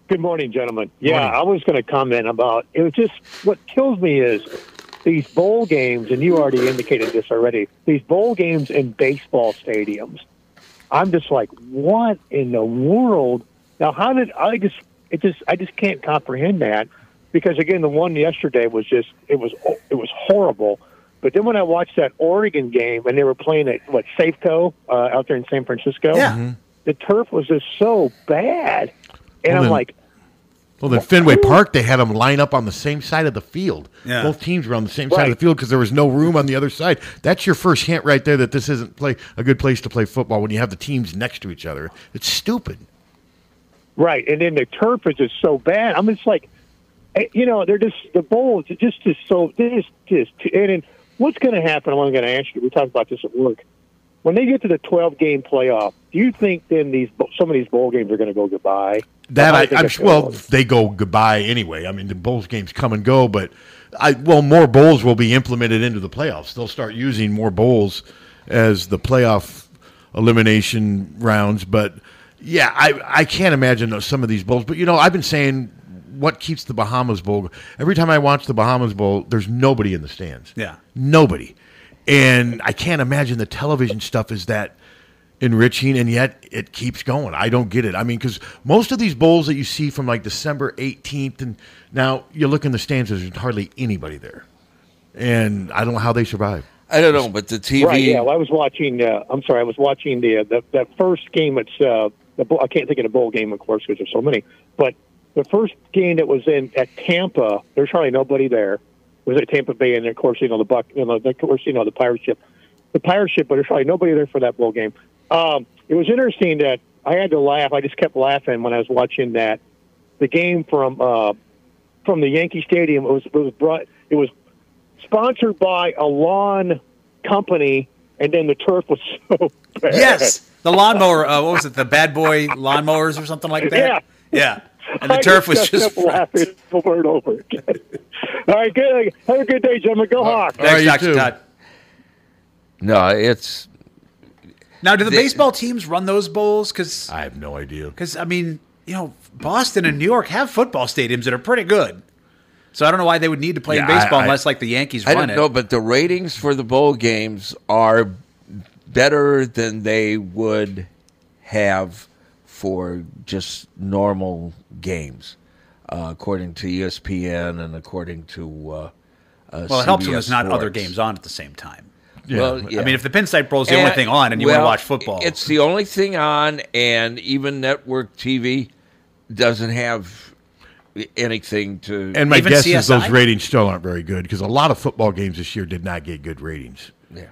Speaker 9: Good morning, gentlemen. Yeah, I was going to comment about it. Was just what kills me is these bowl games, and you already indicated this already. These bowl games in baseball stadiums. I'm just like, what in the world? Now, how did I just? It just I just can't comprehend that because again, the one yesterday was just it was it was horrible. But then when I watched that Oregon game and they were playing at what Safeco uh, out there in San Francisco,
Speaker 6: Yeah. Mhm.
Speaker 9: the turf was just so bad, and
Speaker 7: Well,
Speaker 9: I'm
Speaker 7: then-
Speaker 9: like,
Speaker 7: Well, then Fenway Park, they had them line up on the same side of the field.
Speaker 6: Yeah.
Speaker 7: Both teams were on the same side of
Speaker 9: Right.
Speaker 7: the field because there was no room on the other side. That's your first hint right there that this isn't play a good place to play football when you have the teams next to each other. It's stupid.
Speaker 9: Right, and then the turf is just so bad. I'm just like, eh, you know, they're just the bowls are just just so this just and then what's going to happen? I'm going to ask you. We talked about this at work. When they get to the 12 game playoff, do you think then these bo- some of these bowl games are going to go goodbye?
Speaker 7: That I,
Speaker 9: think
Speaker 7: I'm
Speaker 9: it's
Speaker 7: sure. Well,
Speaker 9: gonna go.
Speaker 7: they go goodbye anyway. I mean, the bowls games come and go, but I well, more bowls will be implemented into the playoffs. They'll start using more bowls as the playoff elimination rounds. But yeah, I I can't imagine those- some of these bowls. But you know, I've been saying what keeps the Bahamas Bowl. Every time I watch the Bahamas Bowl, there's nobody in the stands.
Speaker 6: Yeah.
Speaker 7: nobody, and I can't imagine the television stuff is that enriching and yet it keeps going i don't get it i mean because most of these bowls that you see from like december 18th and now you look in the stands there's hardly anybody there and i don't know how they survive
Speaker 5: I don't know, but the TV.
Speaker 9: Right, yeah. Well, I was watching. Uh, I'm sorry, I was watching the, uh, the that first game. It's uh, the bo- I can't think of the bowl game, of course, because there's so many. But the first game that was in at Tampa, there's hardly nobody there. It was at Tampa Bay, and of course, you know the buck, you know, the, of course, you know the pirate ship, the pirate ship. But there's probably nobody there for that bowl game. Um, it was interesting that I had to laugh. I just kept laughing when I was watching that the game from uh, from the Yankee Stadium. It was it was brought. It was sponsored by a lawn company, and then the turf was so bad.
Speaker 6: yes, the lawnmower. Uh, what was it? The Bad Boy lawnmowers or something like that. Yeah, And the
Speaker 9: I
Speaker 6: turf was just
Speaker 9: kept laughing over and over again. All right, good. Have a good day, gentlemen. Go Hawks.
Speaker 6: Thanks, Dr. Todd.
Speaker 5: No, it's
Speaker 6: Now, do the baseball teams run those bowls? Because
Speaker 7: I have no idea.
Speaker 6: Because I mean, you know, Boston and New York have football stadiums that are pretty good. So I don't know why they would need to play in
Speaker 5: Yeah, I-
Speaker 6: baseball
Speaker 5: I-
Speaker 6: unless, like, the Yankees
Speaker 5: I
Speaker 6: run
Speaker 5: don't
Speaker 6: it.
Speaker 5: know, but the ratings for the bowl games are better than they would have for just normal games, uh, according to ESPN and according to. Uh, uh,
Speaker 6: well, it helps when
Speaker 5: CBS
Speaker 6: there's not other
Speaker 5: Sports.
Speaker 6: games on at the same time.
Speaker 5: Well, yeah.
Speaker 6: I mean, if the Penn State Bowl is the only
Speaker 5: And-
Speaker 6: thing on and you want to
Speaker 5: well,
Speaker 6: watch football,
Speaker 5: It's the only thing on, and even network TV doesn't have anything to.
Speaker 7: And my guess is those ratings still aren't very good because a lot of football games this year did not get good ratings.
Speaker 5: Yeah.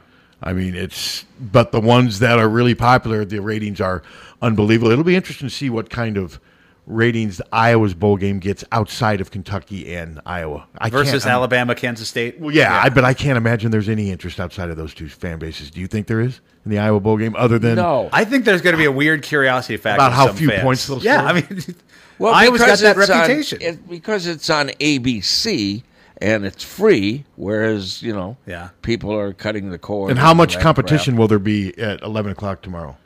Speaker 7: I mean, it's but the ones that are really popular, the ratings are unbelievable. It'll be interesting to see what kind of ratings the Iowa's bowl game gets outside of Kentucky and Iowa I
Speaker 6: versus
Speaker 7: can't- I'm-
Speaker 6: Alabama, Kansas State.
Speaker 7: Well, yeah, I, but I can't imagine there's any interest outside of those two fan bases. Do you think there is in the Iowa bowl game other than
Speaker 6: I think there's going to be a weird curiosity factor
Speaker 7: About
Speaker 6: with
Speaker 7: how
Speaker 6: some
Speaker 7: few
Speaker 6: fans.
Speaker 7: points they'll
Speaker 6: Yeah,
Speaker 7: score?
Speaker 6: I mean,
Speaker 5: Well,
Speaker 6: Iowa's got
Speaker 5: because
Speaker 6: that
Speaker 5: it's on-
Speaker 6: reputation.
Speaker 5: it- because it's on ABC and it's free, whereas you know, yeah. people are cutting the cord.
Speaker 7: and how
Speaker 5: all
Speaker 7: much
Speaker 5: that
Speaker 7: competition will there be at eleven o'clock tomorrow?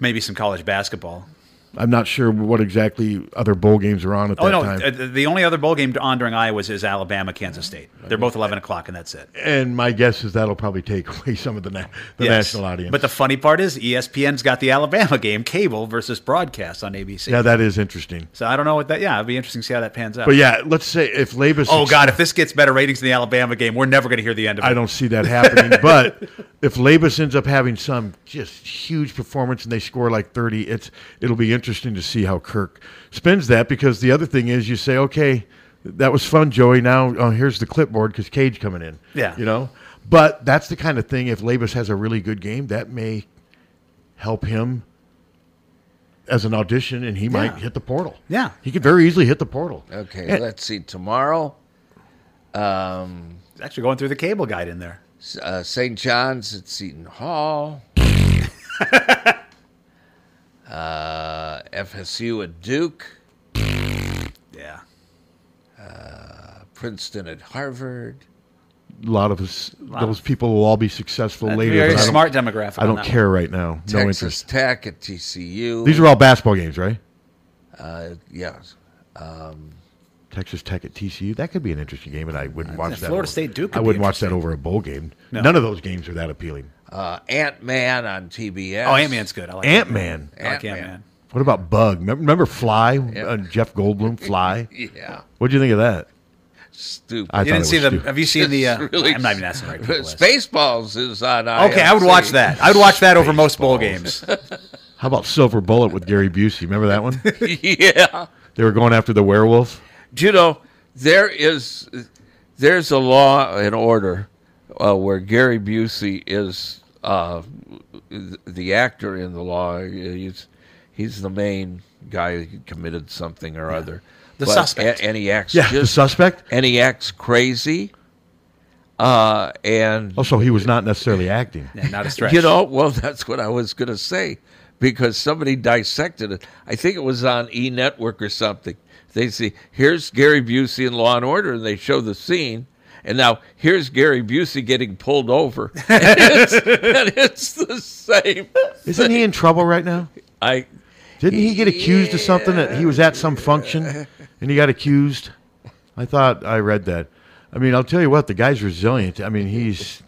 Speaker 6: Maybe some college basketball.
Speaker 7: I'm not sure what exactly other bowl games are on at
Speaker 6: Oh
Speaker 7: that
Speaker 6: no,
Speaker 7: time.
Speaker 6: uh, the the only other bowl game on during Iowa's is Alabama, Kansas State. They're both eleven o'clock, and that's it.
Speaker 7: and my guess is that'll probably take away some of the na- the
Speaker 6: Yes.
Speaker 7: national audience.
Speaker 6: But the funny part is E ESPN's got the Alabama game cable versus broadcast on ABC.
Speaker 7: yeah, that is interesting.
Speaker 6: So I don't know what that. Yeah, it'd be interesting to see how that pans out.
Speaker 7: But yeah, let's say if Labus,
Speaker 6: Oh God! If this gets better ratings than the Alabama game, we're never going to hear the end of it.
Speaker 7: I don't see that happening. but if Labus ends up having some just huge performance and they score like thirty, it's it'll be interesting to see how Kirk spends that because the other thing is you say, okay, that was fun, Joey. Now oh, here's the clipboard because Cage coming in.
Speaker 6: Yeah.
Speaker 7: you know. But that's the kind of thing. If Labus has a really good game, that may help him as an audition, and he might
Speaker 5: Yeah.
Speaker 7: hit the portal.
Speaker 6: Yeah,
Speaker 7: he could very easily hit the portal.
Speaker 5: crap. Okay,
Speaker 7: And-
Speaker 5: let's see tomorrow. Um,
Speaker 6: it's actually going through the cable guide in there.
Speaker 5: Uh, St. John's at Seton Hall. uh, FSU at Duke.
Speaker 6: Yeah.
Speaker 5: Uh, Princeton at Harvard.
Speaker 7: a lot of us,
Speaker 5: Lot
Speaker 7: those
Speaker 5: of-
Speaker 7: people will all be successful
Speaker 5: That'd be
Speaker 7: later. but
Speaker 5: very
Speaker 7: I don't-
Speaker 5: smart demographic
Speaker 7: I
Speaker 5: on
Speaker 7: don't
Speaker 5: that
Speaker 7: care
Speaker 5: one.
Speaker 7: right now. No interest.
Speaker 5: Texas Tech at TCU.
Speaker 7: These are all basketball games, right?
Speaker 5: Uh, yes. Um,
Speaker 7: Texas Tech at TCU. That could be an interesting game, and I wouldn't watch that.
Speaker 5: Florida
Speaker 7: over-
Speaker 5: State Duke could
Speaker 7: I
Speaker 5: be
Speaker 7: wouldn't watch that over a bowl game.
Speaker 5: No.
Speaker 7: None of those games are that appealing.
Speaker 5: uh, Ant Man on TBS.
Speaker 6: Oh, Ant-Man's good. I like
Speaker 7: Ant-Man.
Speaker 6: I like Ant-Man.
Speaker 7: What about Bug? Mem- Remember Fly? Uh, Jeff Goldblum, Fly.
Speaker 5: Yeah.
Speaker 7: What do you think of that?
Speaker 5: Stupid.
Speaker 7: I You thought didn't it see was the- stupid.
Speaker 6: have you seen the, uh,
Speaker 5: It's really
Speaker 6: I'm not even asking the right people list.
Speaker 5: Spaceballs is on.
Speaker 6: Okay, I would
Speaker 5: IFC.
Speaker 6: watch that. I would watch that over most bowl games.
Speaker 7: How about Silver Bullet with Gary Busey? Remember that one?
Speaker 5: yeah.
Speaker 7: they were going after the werewolf.
Speaker 5: Do you know there is there's a law and order uh, where Gary Busey is uh, the actor in the law. He's he's the main guy who committed something or other.
Speaker 7: The suspect.
Speaker 5: a- And, he acts.
Speaker 7: Yeah, the suspect.
Speaker 5: And he acts crazy. Uh, and
Speaker 7: Also, Oh, he was not necessarily acting.
Speaker 5: you know, well, that's what I was going to say because somebody dissected it. I think it was on E Network or something. They see here's Gary Busey in Law and Order, and they show the scene. And now here's Gary Busey getting pulled over. And it's, and it's the same.
Speaker 7: Isn't he in trouble right now?
Speaker 5: I
Speaker 7: Didn't he get accused of something that he was at some function and he got accused? I thought I read that. I mean, I'll tell you what, the guy's resilient. I mean, he's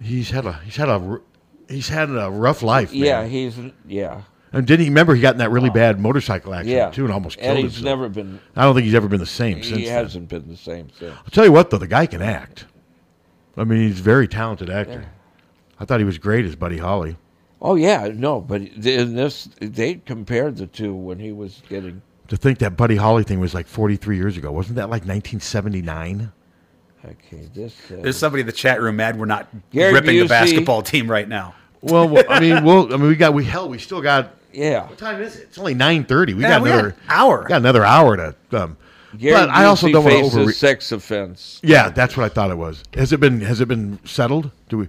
Speaker 7: he's had a he's had a r- he's had a rough life. man.
Speaker 5: yeah, he's yeah.
Speaker 7: And didn't he remember he got in that really bad motorcycle accident
Speaker 5: Yeah.
Speaker 7: too and almost
Speaker 5: And
Speaker 7: killed
Speaker 5: he's
Speaker 7: himself?
Speaker 5: never been-
Speaker 7: I don't think he's ever been the same
Speaker 5: He
Speaker 7: since. then.
Speaker 5: hasn't been the same since.
Speaker 7: I'll tell you what, though, the guy can act. I mean, he's a very talented actor. I thought he was great as Buddy Holly.
Speaker 5: Oh yeah, no, but in this they compared the two when he was getting.
Speaker 7: To think that Buddy Holly thing was like 43 years ago. Wasn't that like 1979?
Speaker 5: Okay, this. Uh,
Speaker 6: There's somebody in the chat room mad we're not
Speaker 7: Gary
Speaker 6: ripping
Speaker 7: Busey.
Speaker 6: the basketball team right now.
Speaker 7: Well, well, I mean, well, I mean, we got we hell, we still got.
Speaker 5: Yeah.
Speaker 7: What time is it? It's only nine thirty. We
Speaker 5: Yeah,
Speaker 7: got
Speaker 5: we got
Speaker 7: another
Speaker 5: an hour.
Speaker 7: we Got another hour to. Um,
Speaker 5: Gary
Speaker 7: but I also
Speaker 5: Busey
Speaker 7: don't want
Speaker 5: faces
Speaker 7: to over.
Speaker 5: sex offense.
Speaker 7: Yeah, that's what I thought it was. Has it been? Has it been settled? Do we?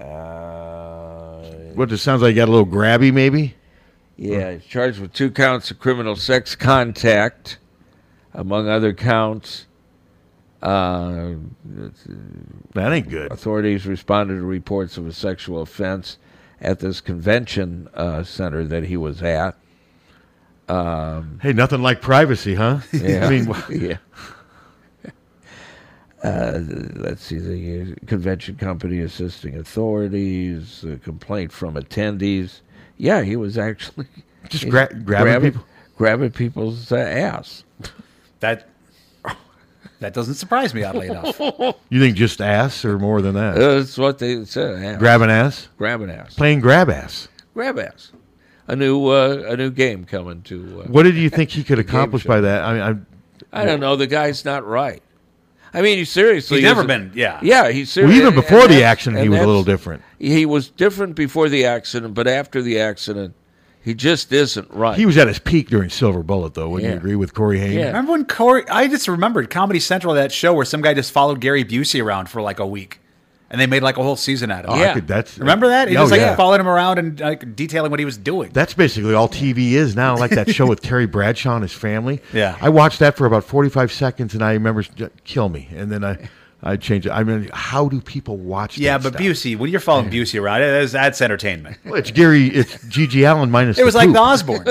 Speaker 5: Uh,
Speaker 7: What it sounds like? You got a little grabby, maybe.
Speaker 5: Yeah, he's charged with two counts of criminal sex contact, among other counts. Uh,
Speaker 7: that ain't good.
Speaker 5: Authorities responded to reports of a sexual offense at this convention uh, center that he was at. Um,
Speaker 7: Hey, nothing like privacy, huh?
Speaker 5: yeah.
Speaker 7: I mean,
Speaker 5: yeah. Uh, let's see, the uh, convention company assisting authorities, a complaint from attendees. Yeah, he was actually
Speaker 7: Just gra- grabbing people?
Speaker 5: grabbing people's uh, ass.
Speaker 6: That that doesn't surprise me oddly enough.
Speaker 7: you think just ass or more than that?
Speaker 5: That's what they said. ass.
Speaker 7: Grabbing ass?
Speaker 5: Grabbing ass.
Speaker 7: Playing grab ass.
Speaker 5: Grab ass. A new uh, a new game coming to. Uh,
Speaker 7: What did you think he could
Speaker 5: the game
Speaker 7: accomplish
Speaker 5: show.
Speaker 7: by that? I mean, I'm,
Speaker 5: I don't know. The guy's not right. I mean, he seriously.
Speaker 6: He's never
Speaker 5: is a-
Speaker 6: been- yeah.
Speaker 5: Yeah, he's
Speaker 7: Well,
Speaker 5: seriously.
Speaker 7: even before the accident, he was a little different.
Speaker 5: He was different before the accident, but after the accident, he just isn't right.
Speaker 7: He was at his peak during Silver Bullet, though. Wouldn't
Speaker 5: Yeah.
Speaker 7: you agree with Corey Haim?
Speaker 6: Remember when Corey? I just remembered Comedy Central that show where some guy just followed Gary Busey around for like a week, and they made like a whole season out of
Speaker 7: Oh,
Speaker 6: it.
Speaker 7: I Yeah. could- that's-
Speaker 6: remember that? He
Speaker 7: Oh,
Speaker 6: just like
Speaker 7: yeah.
Speaker 6: followed him around and like detailing what he was doing.
Speaker 7: That's basically all TV is now, like that show with Terry Bradshaw and his family.
Speaker 6: Yeah.
Speaker 7: I watched that for about 45 seconds, and I remember, j- kill me. And then I, I changed it. I mean, how do people watch
Speaker 6: Yeah,
Speaker 7: that
Speaker 6: but
Speaker 7: stuff?
Speaker 6: Busey, when you're following Busey around, it is- that's entertainment.
Speaker 7: Well, it's Gary, it's Gigi Allen minus
Speaker 6: It was
Speaker 7: the
Speaker 6: like
Speaker 7: poop.
Speaker 6: the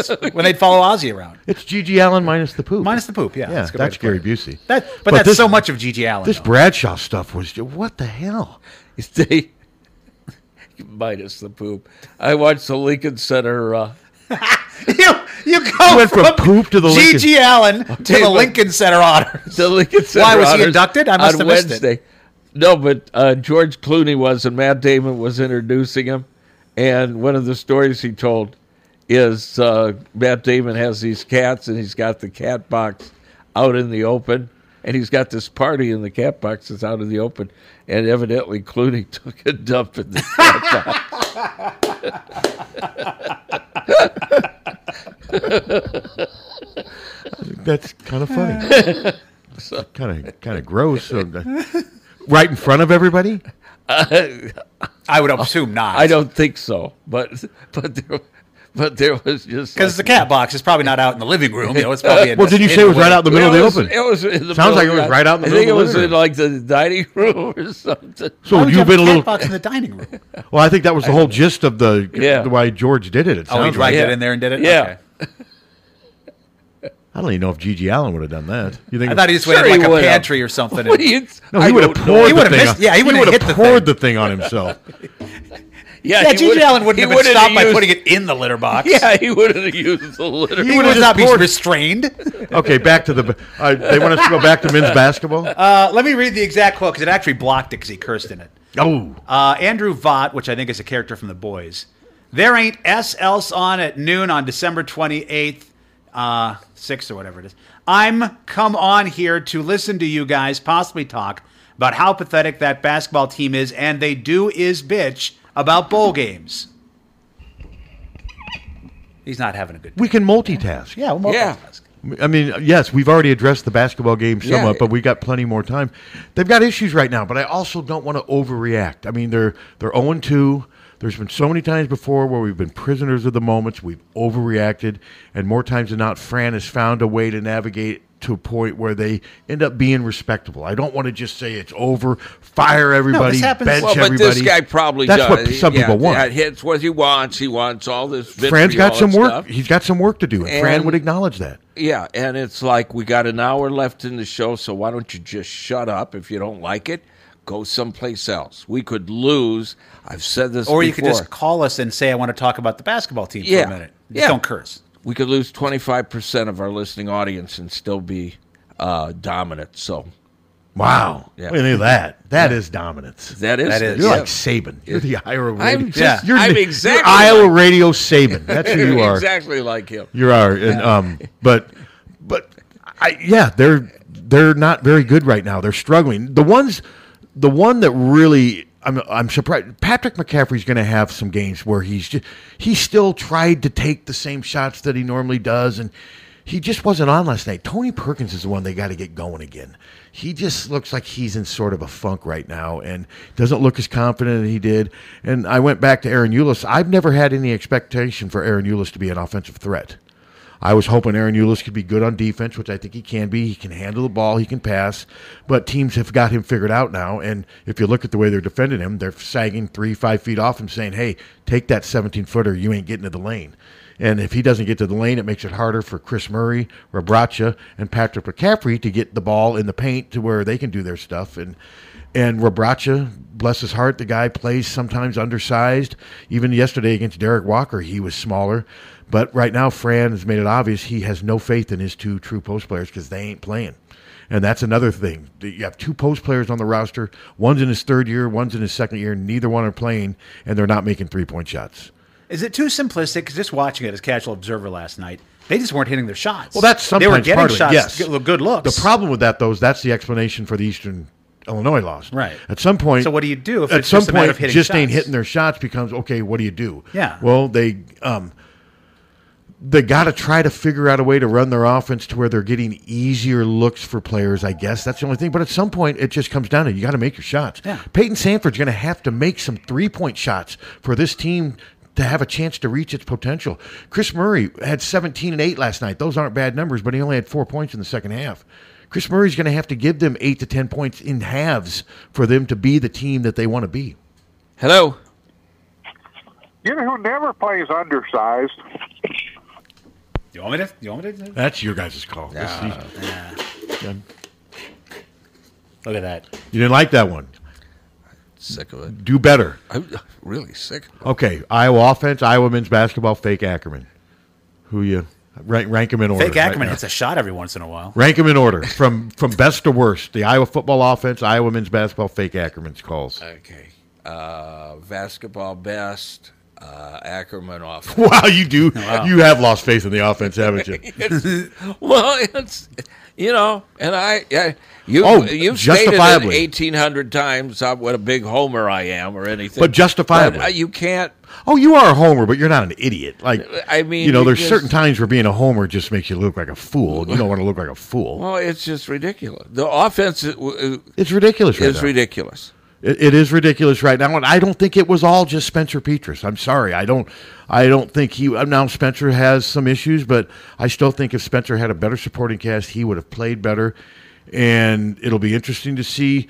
Speaker 6: Osbournes when they'd follow Ozzy around.
Speaker 7: It's Gigi Allen minus the poop.
Speaker 6: Minus the poop, yeah.
Speaker 7: Yeah,
Speaker 6: that's a
Speaker 7: that's,
Speaker 6: good way to put
Speaker 7: Gary
Speaker 6: it.
Speaker 7: Busey.
Speaker 6: That, but, that's so much of Gigi Allen.
Speaker 7: This
Speaker 6: though.
Speaker 7: Bradshaw stuff was ju- what the hell?
Speaker 5: They- minus the poop. I watched the Lincoln Center. Uh,
Speaker 6: you you go
Speaker 7: went
Speaker 6: Oh, from,
Speaker 7: from poop to the
Speaker 6: Gigi
Speaker 7: Lincoln-
Speaker 6: Allen to
Speaker 5: tell you
Speaker 6: the
Speaker 5: what.
Speaker 6: Lincoln Center honors.
Speaker 5: the Lincoln Center
Speaker 6: Why was he
Speaker 5: Honors
Speaker 6: inducted? I must
Speaker 5: on
Speaker 6: have missed it.
Speaker 5: Wednesday. No, but uh, George Clooney was, and Matt Damon was introducing him. And one of the stories he told is uh, Matt Damon has these cats, and he's got the cat box out in the open, and he's got this party, and the cat box is out in the open, and evidently Clooney took a dump in the cat box.
Speaker 7: That's kind of funny. Kind of kind of gross. So, right in front of everybody.
Speaker 6: I would assume not.
Speaker 5: I don't think so, but but there, but there was just
Speaker 6: Because the cat box is probably not out in the living room. You know, it's probably. in-
Speaker 7: Well, did you
Speaker 6: in
Speaker 7: say it was
Speaker 6: the
Speaker 7: right out in the middle
Speaker 5: It
Speaker 7: of
Speaker 5: was-
Speaker 7: the open?
Speaker 5: It was in the
Speaker 7: Sounds like it
Speaker 5: middle
Speaker 7: was
Speaker 5: of
Speaker 7: right out in the
Speaker 5: I
Speaker 7: middle
Speaker 5: think it
Speaker 7: of
Speaker 5: was
Speaker 7: the
Speaker 5: in like the dining room or something.
Speaker 6: Why
Speaker 7: So
Speaker 6: would you
Speaker 7: you've
Speaker 6: have
Speaker 7: been
Speaker 6: a
Speaker 7: a
Speaker 6: cat
Speaker 7: little.
Speaker 6: box in the dining room.
Speaker 7: Well, I think that was the whole gist of the
Speaker 5: Yeah.
Speaker 7: the why George did it. It
Speaker 6: Oh, he
Speaker 7: sounds like.
Speaker 6: dragged
Speaker 5: Yeah.
Speaker 6: it in there and did it.
Speaker 5: Yeah.
Speaker 6: Okay.
Speaker 7: I don't even know if Gigi Allen would have done that. You think?
Speaker 6: I thought he just
Speaker 5: Sure
Speaker 6: went in
Speaker 5: he
Speaker 6: like a
Speaker 5: would have.
Speaker 6: pantry or something.
Speaker 5: What
Speaker 6: and-
Speaker 5: do you-
Speaker 7: no, he
Speaker 5: I
Speaker 7: would have
Speaker 5: don't know.
Speaker 7: poured
Speaker 6: He
Speaker 7: the
Speaker 6: would've
Speaker 7: thing.
Speaker 6: missed-
Speaker 7: on-
Speaker 6: yeah, he would've
Speaker 7: would've
Speaker 6: hit the
Speaker 7: poured
Speaker 6: thing.
Speaker 7: the thing on himself.
Speaker 5: Yeah,
Speaker 6: yeah,
Speaker 5: he
Speaker 6: Gigi
Speaker 5: would-
Speaker 6: Allen wouldn't
Speaker 5: he
Speaker 6: have been
Speaker 5: wouldn't
Speaker 6: stopped by
Speaker 5: used-
Speaker 6: putting it in the litter box.
Speaker 5: Yeah, he would have used the litter.
Speaker 6: He, would
Speaker 7: would've
Speaker 6: have
Speaker 7: just
Speaker 6: not been
Speaker 7: poured-
Speaker 6: restrained.
Speaker 7: Okay, back to the. Uh, they want us to go back to men's basketball.
Speaker 6: Uh, let me read the exact quote because it actually blocked it because he cursed in it.
Speaker 7: oh,
Speaker 6: Uh, Andrew Vaught, which I think is a character from The Boys. There ain't S else on at noon on December 28th, uh, 6th or whatever it is. I'm come on here to listen to you guys possibly talk about how pathetic that basketball team is, and they do is bitch about bowl games. He's not having a good
Speaker 7: we can multitask.
Speaker 6: Yeah, we'll
Speaker 5: Yeah.
Speaker 6: multitask.
Speaker 7: I mean, yes, we've already addressed the basketball game somewhat,
Speaker 5: Yeah.
Speaker 7: but we got plenty more time. They've got issues right now, but I also don't want to overreact. I mean, they're they're 0 2. There's been so many times before where we've been prisoners of the moments. We've overreacted, and more times than not, Fran has found a way to navigate to a point where they end up being respectable. I don't want to just say it's over, fire everybody,
Speaker 6: happens-
Speaker 7: bench
Speaker 5: Well, but
Speaker 7: everybody.
Speaker 5: this guy probably
Speaker 7: that's
Speaker 5: does.
Speaker 7: what some
Speaker 5: Yeah,
Speaker 7: people want.
Speaker 5: That hits what he wants. He wants all this.
Speaker 7: Fran's
Speaker 5: vitriol
Speaker 7: got some
Speaker 5: and
Speaker 7: work.
Speaker 5: stuff.
Speaker 7: He's got some work to do, and, Fran
Speaker 5: And-
Speaker 7: would acknowledge that.
Speaker 5: Yeah, and it's like we got an hour left in the show, so why don't you just shut up if you don't like it? Go someplace else. We could lose. I've said this
Speaker 6: Or
Speaker 5: before.
Speaker 6: you could just call us and say, I want to talk about the basketball team
Speaker 5: Yeah.
Speaker 6: for a minute. Just
Speaker 5: Yeah.
Speaker 6: don't curse.
Speaker 5: we could lose 25% of our listening audience and still be uh, dominant. So
Speaker 7: Wow.
Speaker 5: Yeah.
Speaker 7: Look at that. That is dominance.
Speaker 5: that is
Speaker 6: That is-
Speaker 5: it.
Speaker 7: You're
Speaker 5: Yeah.
Speaker 7: like Saban. You're the Iowa radio.
Speaker 5: I'm just-
Speaker 7: you're
Speaker 5: I'm
Speaker 7: the-
Speaker 5: exactly
Speaker 7: you're Iowa
Speaker 5: like-
Speaker 7: radio Saban. That's who you are.
Speaker 5: exactly like him.
Speaker 7: You are. And um, but but I yeah, they're they're not very good right now. They're struggling. The ones the one that really I'm I'm surprised Patrick McCaffrey's going to have some games where he's just he still tried to take the same shots that he normally does and He just wasn't on last night. Tony Perkins is the one they got to get going again. He just looks like he's in sort of a funk right now and doesn't look as confident as he did. And I went back to Aaron Eulis. I've never had any expectation for Aaron Eulis to be an offensive threat. I was hoping Aaron Eulis could be good on defense, which I think he can be. He can handle the ball, he can pass, but teams have got him figured out now. And if you look at the way they're defending him, they're sagging three, five feet off him, saying, "Hey, take that 17 footer. You ain't getting to the lane." And if he doesn't get to the lane, it makes it harder for Chris Murray, Rabracha, and Patrick McCaffrey to get the ball in the paint to where they can do their stuff. And and Rabracha, bless his heart, the guy plays sometimes undersized. Even yesterday against Derek Walker, he was smaller. But right now, Fran has made it obvious he has no faith in his two true post players because they ain't playing. And that's another thing. You have two post players on the roster. One's in his third year, one's in his second year. Neither one are playing, and they're not making three point shots.
Speaker 6: Is it too simplistic? 'Cause just watching it as casual observer last night, they just weren't hitting their shots.
Speaker 7: Well, that's sometimes
Speaker 6: they were getting
Speaker 7: part of it,
Speaker 6: shots.
Speaker 7: Yes,
Speaker 6: good- good looks.
Speaker 7: The problem with that, though, is that's the explanation for the Eastern Illinois loss.
Speaker 6: Right.
Speaker 7: At some point,
Speaker 6: So what do you do if
Speaker 7: at
Speaker 6: it's
Speaker 7: some
Speaker 6: just a
Speaker 7: point
Speaker 6: matter of hitting
Speaker 7: just ain't
Speaker 6: shots?
Speaker 7: hitting their shots becomes okay? What do you do?
Speaker 6: Yeah.
Speaker 7: Well, they um, they got to try to figure out a way to run their offense to where they're getting easier looks for players. I guess that's the only thing. But at some point, it just comes down to you got to make your shots.
Speaker 6: Yeah.
Speaker 7: Peyton Sanford's going to have to make some three point shots for this team to have a chance to reach its potential. Chris Murray had 17 and 8 last night. Those aren't bad numbers, but he only had four points in the second half. Chris Murray's going to have to give them eight to 10 points in halves for them to be the team that they want to be.
Speaker 5: Hello.
Speaker 10: You know who never plays undersized?
Speaker 6: You want me to? You want me to?
Speaker 7: That's your guys' call. This-
Speaker 6: Yeah.
Speaker 7: Yeah.
Speaker 6: Look at that.
Speaker 7: You didn't like that one.
Speaker 5: Sick of it.
Speaker 7: Do better.
Speaker 5: I'm really sick.
Speaker 7: Okay, Iowa offense, Iowa men's basketball, fake Ackerman. Who you rank, rank them in order?
Speaker 6: Fake
Speaker 7: right
Speaker 6: Ackerman
Speaker 7: now.
Speaker 6: hits a shot every once in a while.
Speaker 7: Rank them in order from from best to worst. The Iowa football offense, Iowa men's basketball, fake Ackerman's calls.
Speaker 5: Okay. Uh, basketball best. Uh, Ackerman off.
Speaker 7: Wow, you do. You have lost faith in the offense, haven't you?
Speaker 5: It's- well, it's you know, and I, I you
Speaker 7: Oh,
Speaker 5: you've stated it
Speaker 7: justifiably.
Speaker 5: eighteen hundred times how what a big homer I am or anything,
Speaker 7: But justifiably.
Speaker 5: But, uh, you can't.
Speaker 7: Oh, you are a homer, but you're not an idiot. Like
Speaker 5: I mean,
Speaker 7: you know,
Speaker 5: you
Speaker 7: there's
Speaker 5: just-
Speaker 7: certain times where being a homer just makes you look like a fool. and You don't want to look like a fool.
Speaker 5: Well, it's just ridiculous. The offense is,
Speaker 7: It's ridiculous. Right
Speaker 5: is
Speaker 7: now.
Speaker 5: ridiculous.
Speaker 7: It, it is ridiculous right now, and I don't think it was all just Spencer Petras. I'm sorry, I don't, I don't think he. uh, Now Spencer has some issues, but I still think if Spencer had a better supporting cast, he would have played better. And it'll be interesting to see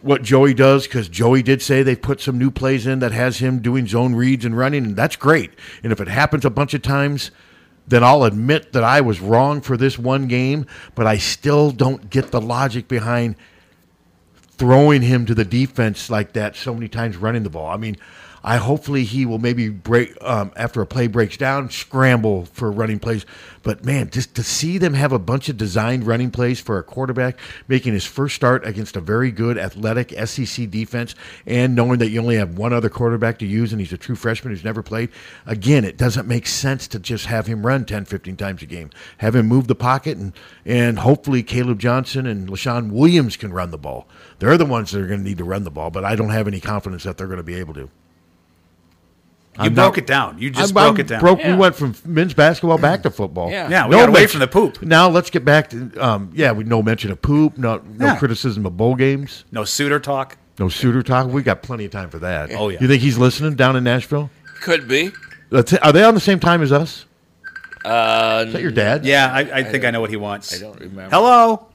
Speaker 7: what Joey does because Joey did say they put some new plays in that has him doing zone reads and running, and that's great. And if it happens a bunch of times, then I'll admit that I was wrong for this one game, but I still don't get the logic behind throwing him to the defense like that so many times running the ball. I mean, I hopefully he will maybe break um, after a play breaks down, scramble for running plays. But man, just to see them have a bunch of designed running plays for a quarterback making his first start against a very good athletic SEC defense, and knowing that you only have one other quarterback to use and he's a true freshman who's never played, again, it doesn't make sense to just have him run 10, 15 times a game. Have him move the pocket, and, and hopefully Caleb Johnson and LaShawn Williams can run the ball. They're the ones that are going to need to run the ball, but I don't have any confidence that they're going to be able to. You
Speaker 6: You broke it down. You just broke it down.
Speaker 7: Broke,
Speaker 6: Yeah.
Speaker 7: We went from men's basketball back to football.
Speaker 6: Yeah. Yeah, we got away from the poop.
Speaker 7: Now let's get back to, um, yeah, we no mention of poop, no, no
Speaker 6: Yeah.
Speaker 7: criticism of bowl games.
Speaker 6: No suitor talk.
Speaker 7: No suitor talk. We got plenty of time for that.
Speaker 6: Oh, yeah.
Speaker 7: You think he's listening down in Nashville?
Speaker 5: Could be.
Speaker 7: Let's- Are they on the same time as us?
Speaker 5: Uh,
Speaker 7: Is that your dad?
Speaker 6: Yeah, I, I think I, know what he wants. I don't
Speaker 5: remember.
Speaker 6: Hello.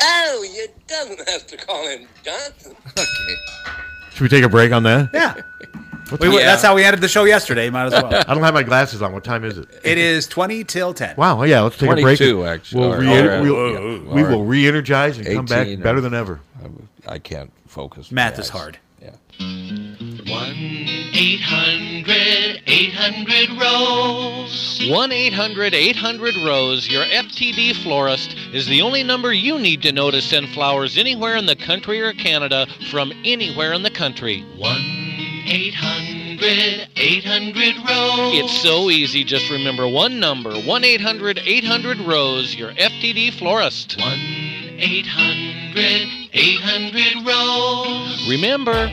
Speaker 11: Oh, you doesn't have to call him Johnson. Okay.
Speaker 7: Should we take a break on that?
Speaker 6: Yeah.
Speaker 7: What
Speaker 6: We,
Speaker 7: time-
Speaker 6: were- That's how we ended the show yesterday. Might as well.
Speaker 7: I don't have my glasses on. What time is it?
Speaker 6: it is twenty till ten.
Speaker 7: Wow. oh, Yeah. Let's take a
Speaker 5: 22,
Speaker 7: break.
Speaker 5: actually.
Speaker 7: We'll
Speaker 5: All
Speaker 7: re-
Speaker 5: right.
Speaker 7: we'll-
Speaker 5: All
Speaker 7: we
Speaker 5: right.
Speaker 7: will re-energize and come back
Speaker 5: 18 or-
Speaker 7: better than ever.
Speaker 5: I can't focus.
Speaker 6: Math is hard.
Speaker 5: Yeah.
Speaker 4: 800 800 Rose.
Speaker 12: 1 800 800 Rose, your FTD florist, is the only number you need to know to send flowers anywhere in the country or Canada from anywhere in the country. 1
Speaker 4: 800 800 Rose.
Speaker 12: It's so easy, just remember one number 1 800 800 Rose, your FTD florist. 1
Speaker 4: 800 800 Rose.
Speaker 12: Remember,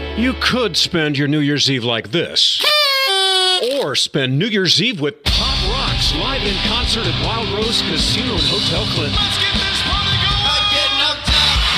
Speaker 13: You could spend your New Year's Eve like this. Or spend New Year's Eve with Pop Rocks live in concert at Wild Rose Casino and Hotel Clinton.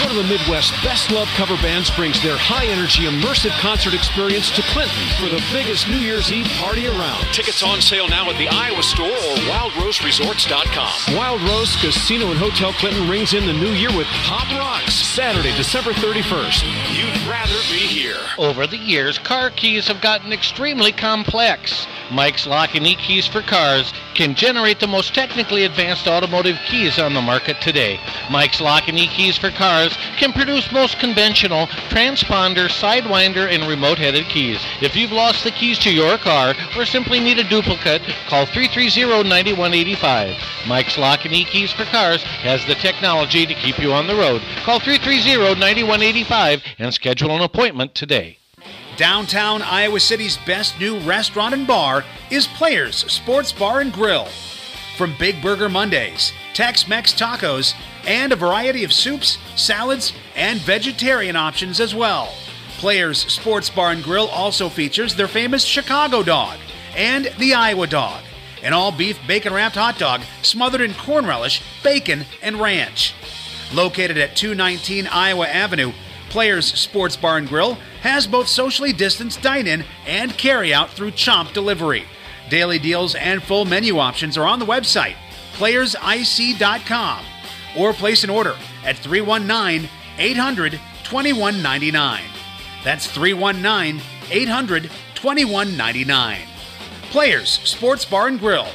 Speaker 13: One of the Midwest's best loved cover bands brings their high energy, immersive concert experience to Clinton for the biggest New Year's Eve party around. Tickets on sale now at the Iowa store or wildroseresorts.com. Wild Rose Casino and Hotel Clinton rings in the new year with Pop Rocks, Saturday, December 31st. You'd rather be here.
Speaker 12: Over the years, car keys have gotten extremely complex. Mike's Lock and E-Keys for Cars can generate the most technically advanced automotive keys on the market today. Mike's Lock and E-Keys for Cars can produce most conventional transponder, sidewinder, and remote-headed keys. If you've lost the keys to your car or simply need a duplicate, call 330-9185. Mike's Lock and E-Keys for Cars has the technology to keep you on the road. Call 330-9185 and schedule an appointment today.
Speaker 6: Downtown Iowa City's best new restaurant and bar is Players Sports Bar and Grill. From Big Burger Mondays, Tex Mex tacos, and a variety of soups, salads, and vegetarian options as well. Players Sports Bar and Grill also features their famous Chicago dog and the Iowa dog, an all beef bacon wrapped hot dog smothered in corn relish, bacon, and ranch. Located at 219 Iowa Avenue, Players Sports Bar and Grill has both socially distanced dine in and carry out through Chomp delivery. Daily deals and full menu options are on the website, playersic.com, or place an order at 319 800 2199. That's 319 800 2199. Players Sports Bar and Grill.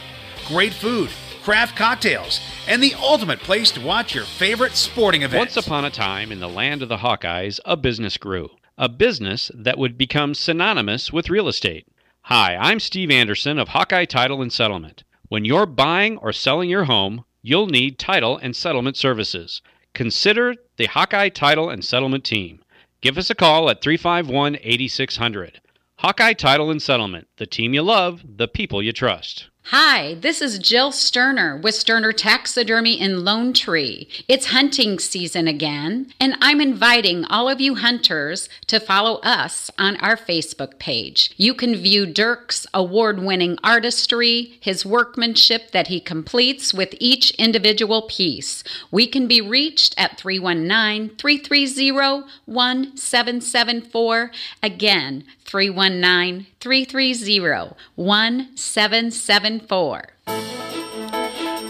Speaker 6: Great food, craft cocktails, and the ultimate place to watch your favorite sporting event.
Speaker 14: Once upon a time in the land of the Hawkeyes, a business grew, a business that would become synonymous with real estate. Hi, I'm Steve Anderson of Hawkeye Title and Settlement. When you're buying or selling your home, you'll need title and settlement services. Consider the Hawkeye Title and Settlement team. Give us a call at 351 8600. Hawkeye Title and Settlement, the team you love, the people you trust.
Speaker 15: Hi, this is Jill Sterner with Sterner Taxidermy in Lone Tree. It's hunting season again, and I'm inviting all of you hunters to follow us on our Facebook page. You can view Dirk's award winning artistry, his workmanship that he completes with each individual piece. We can be reached at 319 330 1774. Again, 319 330 1774.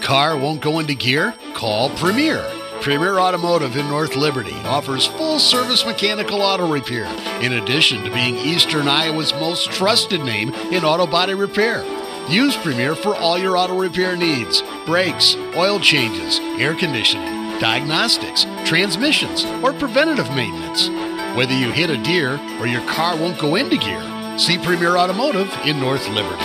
Speaker 16: Car won't go into gear? Call Premier. Premier Automotive in North Liberty offers full service mechanical auto repair, in addition to being Eastern Iowa's most trusted name in auto body repair. Use Premier for all your auto repair needs brakes, oil changes, air conditioning, diagnostics, transmissions, or preventative maintenance. Whether you hit a deer or your car won't go into gear, see Premier Automotive in North Liberty.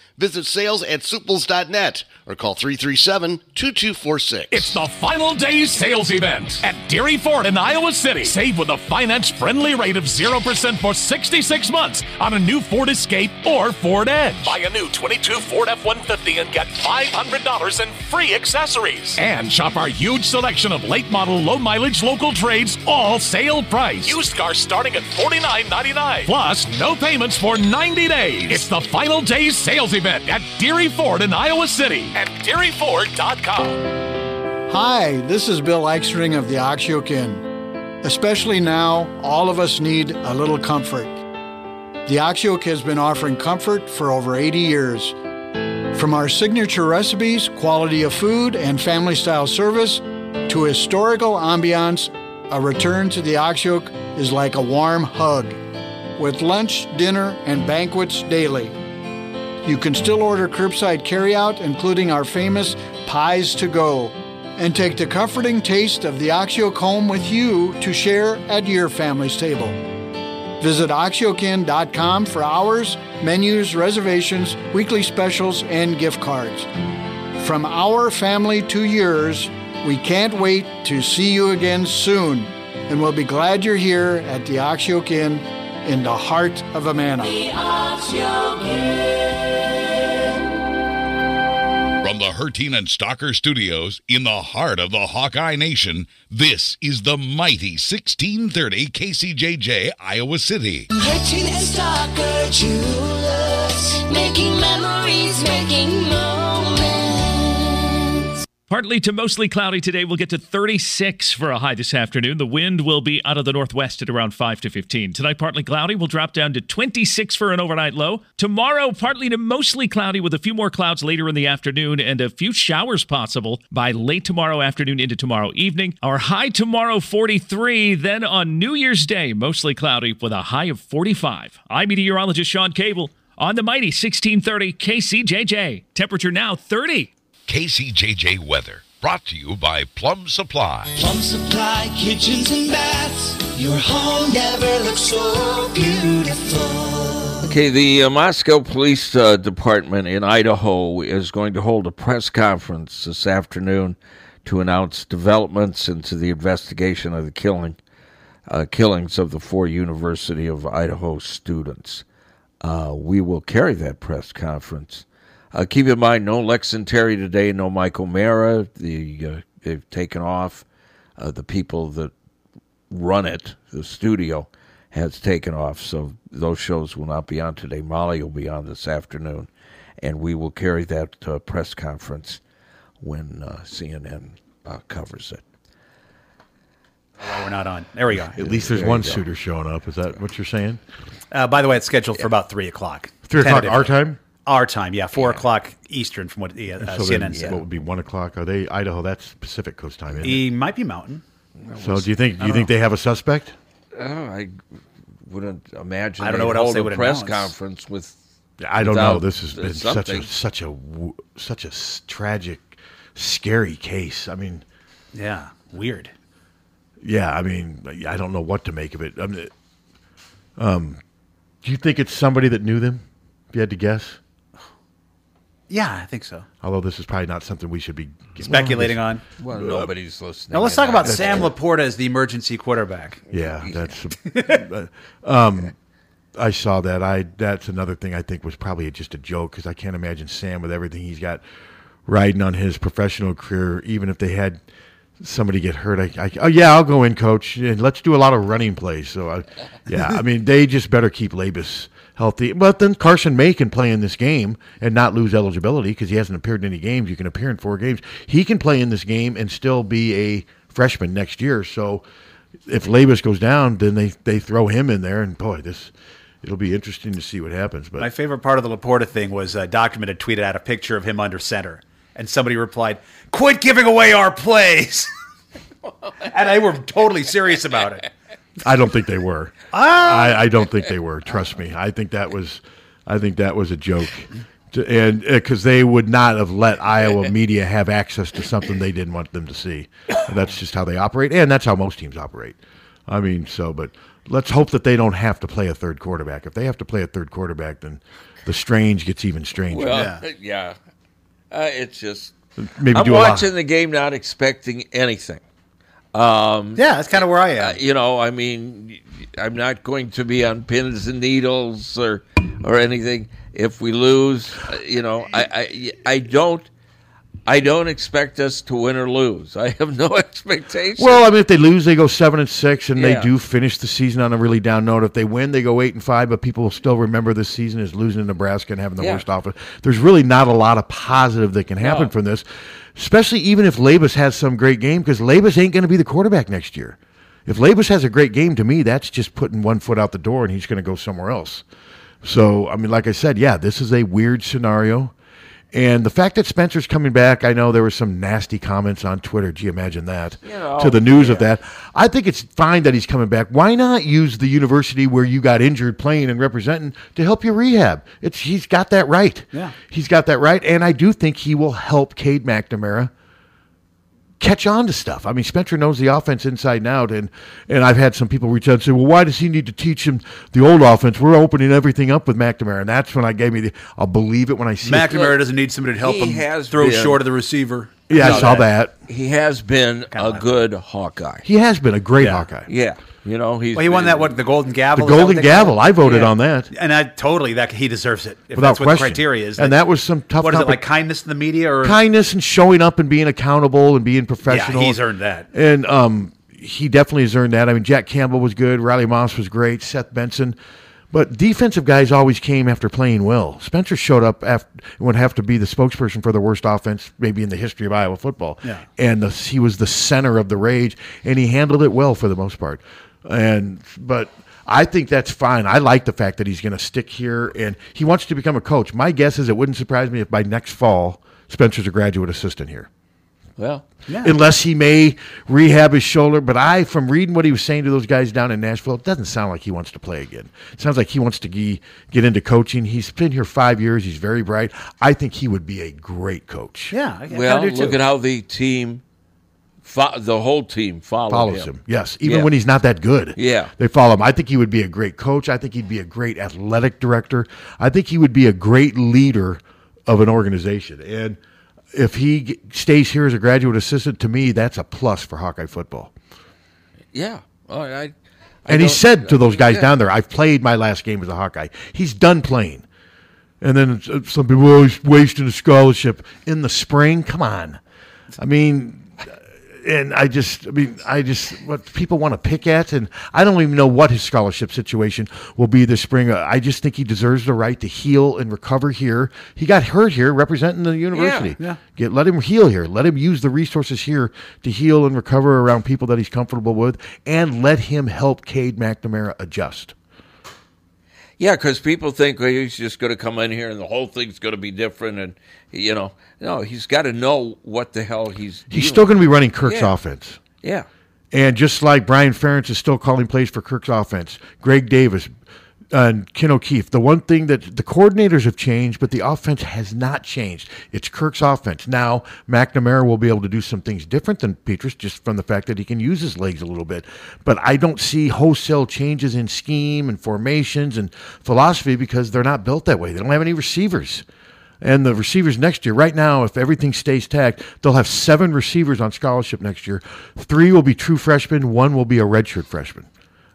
Speaker 17: Visit sales at suples.net or call 337 2246.
Speaker 18: It's the final day sales event at Deary Ford in Iowa City. Save with a finance friendly rate of 0% for 66 months on a new Ford Escape or Ford Edge.
Speaker 19: Buy a new 22 Ford F 150 and get $500 in free accessories.
Speaker 18: And shop our huge selection of late model, low mileage local trades, all sale price.
Speaker 19: Used cars starting at $49.99.
Speaker 18: Plus, no payments for 90 days. It's the final day sales event at Deary Ford in Iowa City.
Speaker 19: At DearyFord.com.
Speaker 20: Hi, this is Bill Eichstring of the Oxyokin. Especially now, all of us need a little comfort. The Oxyoke has been offering comfort for over 80 years. From our signature recipes, quality of food, and family style service to historical ambiance, a return to the Oxyoke is like a warm hug. With lunch, dinner, and banquets daily. You can still order curbside carryout, including our famous Pies to Go, and take the comforting taste of the Oxyoke home with you to share at your family's table. Visit oxyokin.com for hours, menus, reservations, weekly specials, and gift cards. From our family to yours, we can't wait to see you again soon, and we'll be glad you're here at the Oxyoke Inn in the heart of Amana.
Speaker 3: From the Hertin and Stalker Studios in the heart of the Hawkeye Nation, this is the mighty 1630 KCJJ Iowa City.
Speaker 4: Hitching and Stalker Jewelers. Making memories, making moments.
Speaker 21: Partly to mostly cloudy today. We'll get to 36 for a high this afternoon. The wind will be out of the northwest at around 5 to 15. Tonight, partly cloudy. We'll drop down to 26 for an overnight low. Tomorrow, partly to mostly cloudy with a few more clouds later in the afternoon and a few showers possible by late tomorrow afternoon into tomorrow evening. Our high tomorrow, 43. Then on New Year's Day, mostly cloudy with a high of 45. I'm meteorologist Sean Cable on the mighty 1630 KCJJ. Temperature now 30.
Speaker 3: KCJJ Weather, brought to you by Plum Supply.
Speaker 4: Plum Supply kitchens and baths. Your home never looks so beautiful.
Speaker 5: Okay, the uh, Moscow Police uh, Department in Idaho is going to hold a press conference this afternoon to announce developments into the investigation of the killing uh, killings of the four University of Idaho students. Uh, we will carry that press conference. Uh, keep in mind, no Lex and Terry today, no Michael Mara. The uh, they've taken off. Uh, the people that run it, the studio, has taken off. So those shows will not be on today. Molly will be on this afternoon, and we will carry that uh, press conference when uh, CNN uh, covers it.
Speaker 6: Why Oh, we're not on. There we go.
Speaker 7: At least there's one suitor showing up. Is that what you're saying?
Speaker 6: Uh, by the way, it's scheduled for about three o'clock.
Speaker 7: Three o'clock
Speaker 6: Tentatively.
Speaker 7: our time?
Speaker 6: Our time, yeah, four o'clock Eastern, from what the, uh, uh,
Speaker 7: so then
Speaker 6: CNN said.
Speaker 7: what would be one o'clock? Are they Idaho? That's Pacific Coast time. Isn't it?
Speaker 6: He might be Mountain.
Speaker 7: So do you think
Speaker 6: I
Speaker 7: do you
Speaker 6: don't
Speaker 7: think
Speaker 6: know.
Speaker 7: they have a suspect?
Speaker 5: Oh, I wouldn't imagine.
Speaker 6: I
Speaker 5: they'd
Speaker 6: don't know what else
Speaker 5: hold
Speaker 6: they
Speaker 5: a
Speaker 6: would
Speaker 5: press
Speaker 6: announce.
Speaker 5: conference with.
Speaker 7: I don't know.
Speaker 5: without,
Speaker 7: This has
Speaker 5: uh,
Speaker 7: been such
Speaker 5: something.
Speaker 7: a such a w- such a s- tragic, scary case. I mean,
Speaker 6: Yeah, weird.
Speaker 7: yeah. I mean, I don't know what to make of it. I mean, um, do you think it's somebody that knew them? If you had to guess,
Speaker 6: Yeah, I think so.
Speaker 7: although this is probably not something we should be getting-
Speaker 6: Speculating
Speaker 7: Well,
Speaker 6: on.
Speaker 7: this-
Speaker 5: Well,
Speaker 7: uh,
Speaker 5: nobody's listening.
Speaker 6: Now let's
Speaker 5: in
Speaker 6: talk about
Speaker 5: Idaho.
Speaker 6: Sam Laporta as the emergency quarterback.
Speaker 7: Yeah, that's. uh, um, I saw that. I that's another thing I think was probably just a joke because I can't imagine Sam with everything he's got riding on his professional career. Even if they had somebody get hurt, I, I oh yeah, I'll go in, coach, and let's do a lot of running plays. So I, yeah, I mean they just better keep Labus healthy. But then Carson May can play in this game and not lose eligibility because he hasn't appeared in any games. You can appear in four games. He can play in this game and still be a freshman next year. So if Labus goes down, then they they throw him in there, and boy, this it'll be interesting to see what happens. But
Speaker 6: My favorite part of the Laporta thing was uh, Document had tweeted out a picture of him under center, and somebody replied, "Quit giving away our plays," and they were totally serious about it.
Speaker 7: I don't think they were.
Speaker 6: Ah!
Speaker 7: I, I don't think they were. Trust me. I think that was, I think that was a joke, To- and because they would not have let Iowa media have access to something they didn't want them to see. That's just how they operate, and that's how most teams operate. I mean, so but let's hope that they don't have to play a third quarterback. If they have to play a third quarterback, then the strange gets even stranger.
Speaker 5: Well, yeah, Uh, it's just
Speaker 7: Maybe
Speaker 5: I'm
Speaker 7: do a lot-
Speaker 5: watching the game, not expecting anything. Um,
Speaker 6: yeah, that's kind of where I am.
Speaker 5: you know, I mean, I'm not going to be on pins and needles or or anything. If we lose, uh, you know, I I, I don't. I don't expect us to win or lose. I have no expectations.
Speaker 7: Well, I mean, if they lose, they go seven and six, and
Speaker 5: Yeah.
Speaker 7: they do finish the season on a really down note. If they win, they go eight and five, but people will still remember this season as losing to Nebraska and having the
Speaker 5: Yeah.
Speaker 7: worst offense. There's really not a lot of positive that can happen
Speaker 5: No.
Speaker 7: from this, especially even if Labus has some great game, because Labus ain't going to be the quarterback next year. If Labus has a great game, to me, that's just putting one foot out the door, and he's going to go somewhere else. So, I mean, like I said, yeah, this is a weird scenario. And the fact that Spencer's coming back, I know there were some nasty comments on Twitter. Gee, imagine that.
Speaker 5: Yeah,
Speaker 7: to the news of that. I think it's fine that he's coming back. Why not use the university where you got injured playing and representing to help you rehab? It's he's got that right.
Speaker 6: Yeah.
Speaker 7: He's got that right. And I do think he will help Cade McNamara catch on to stuff. I mean, Spencer knows the offense inside and out, and and I've had some people reach out and say, "Well, why does he need to teach him the old offense? We're opening everything up with McNamara." And that's when I gave me the, I'll believe it when I see it.
Speaker 6: McNamara doesn't need somebody to help
Speaker 5: He
Speaker 6: him
Speaker 5: has
Speaker 6: throw
Speaker 5: been-
Speaker 6: short of the receiver.
Speaker 7: Yeah, I saw that.
Speaker 5: He has been a good Hawkeye.
Speaker 7: He has been a great Hawkeye.
Speaker 5: Yeah, you know he's.
Speaker 6: Well, he won
Speaker 5: been-
Speaker 6: that what the Golden Gavel.
Speaker 7: The
Speaker 6: is that what
Speaker 7: Golden
Speaker 6: they call
Speaker 7: Gavel.
Speaker 6: it?
Speaker 7: I voted on that.
Speaker 6: and I totally that he deserves it. If
Speaker 7: Without
Speaker 6: that's what
Speaker 7: question.
Speaker 6: the criteria is,
Speaker 7: And that was some tough
Speaker 6: What is it
Speaker 7: company.
Speaker 6: like? Kindness in the media or
Speaker 7: Kindness and showing up and being accountable and being professional.
Speaker 6: he's earned that.
Speaker 7: And um, he definitely has earned that. I mean, Jack Campbell was good. Riley Moss was great. Seth Benson. But defensive guys always came after playing well. Spencer showed up after would have to be the spokesperson for the worst offense maybe in the history of Iowa football.
Speaker 1: Yeah.
Speaker 7: And the, he was the center of the rage, and he handled it well for the most part. And but I think that's fine. I like the fact that he's going to stick here, and he wants to become a coach. My guess is it wouldn't surprise me if by next fall Spencer's a graduate assistant here
Speaker 5: Well,
Speaker 7: unless he may rehab his shoulder. But I, from reading what he was saying to those guys down in Nashville, it doesn't sound like he wants to play again. It sounds like he wants to ge- get into coaching. He's been here five years. He's very bright. I think he would be a great coach.
Speaker 6: Yeah, I- I
Speaker 5: Well,
Speaker 6: kinda do
Speaker 5: look
Speaker 6: too.
Speaker 5: at how the team, fo- the whole team followed
Speaker 7: Follows
Speaker 5: him.
Speaker 7: him. Yes, even
Speaker 5: Yeah.
Speaker 7: when he's not that good.
Speaker 5: Yeah.
Speaker 7: They follow him. I think he would be a great coach. I think he'd be a great athletic director. I think he would be a great leader of an organization. And if he g- stays here as a graduate assistant, to me, that's a plus for Hawkeye football.
Speaker 5: Yeah. Oh, I, I
Speaker 7: And he
Speaker 5: don't-
Speaker 7: said to those guys
Speaker 5: Yeah.
Speaker 7: down there, I've played my last game as a Hawkeye. He's done playing. And then it's- uh, some people, oh, he's wasting a scholarship in the spring. Come on. I mean, uh, and I just, I mean, I just, what people want to pick at, and I don't even know what his scholarship situation will be this spring. Uh, I just think he deserves the right to heal and recover here. He got hurt here representing the university.
Speaker 6: yeah.
Speaker 7: Get, let him heal here. Let him use the resources here to heal and recover around people that he's comfortable with, and let him help Cade McNamara adjust.
Speaker 5: Yeah, because people think well, he's just going to come in here and the whole thing's going to be different, and you know, no, he's got to know what the hell he's.
Speaker 7: He's
Speaker 5: dealing
Speaker 7: still going to be
Speaker 5: with.
Speaker 7: running Kirk's
Speaker 5: Yeah.
Speaker 7: offense.
Speaker 5: Yeah.
Speaker 7: And just like Brian Ferentz is still calling plays for Kirk's offense, Greg Davis uh, and Ken O'Keefe, the one thing that the coordinators have changed, but the offense has not changed. It's Kirk's offense. Now, McNamara will be able to do some things different than Petrus just from the fact that he can use his legs a little bit. But I don't see wholesale changes in scheme and formations and philosophy because they're not built that way. They don't have any receivers. And the receivers next year, right now, if everything stays tagged, they'll have seven receivers on scholarship next year. Three will be true freshmen, one will be a redshirt freshman.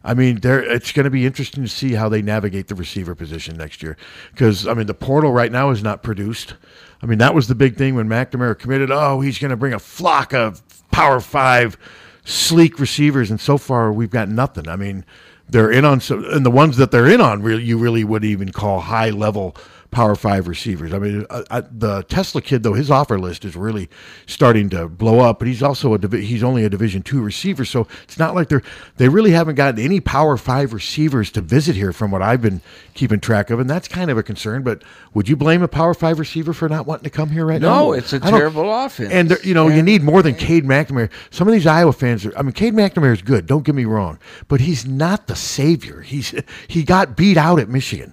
Speaker 7: I mean, there it's going to be interesting to see how they navigate the receiver position next year because I mean, the portal right now is not produced. I mean, that was the big thing when McNamara committed. Oh, he's going to bring a flock of Power Five sleek receivers, and so far we've got nothing. I mean, they're in on some, and the ones that they're in on, really, you really would even call high level Power Five receivers. I mean, uh uh the Tesla kid though, his offer list is really starting to blow up, but he's also a divi- he's only a Division two receiver, so it's not like they're they really haven't gotten any Power Five receivers to visit here from what I've been keeping track of, and that's kind of a concern. But would you blame a Power Five receiver for not wanting to come here right now?
Speaker 5: No, it's a
Speaker 7: I don't-
Speaker 5: terrible offense.
Speaker 7: and there- you know you need more than Cade McNamara. Some of these Iowa fans are. I mean, Cade McNamara is good. Don't get me wrong, but he's not the savior. He's he got beat out at Michigan.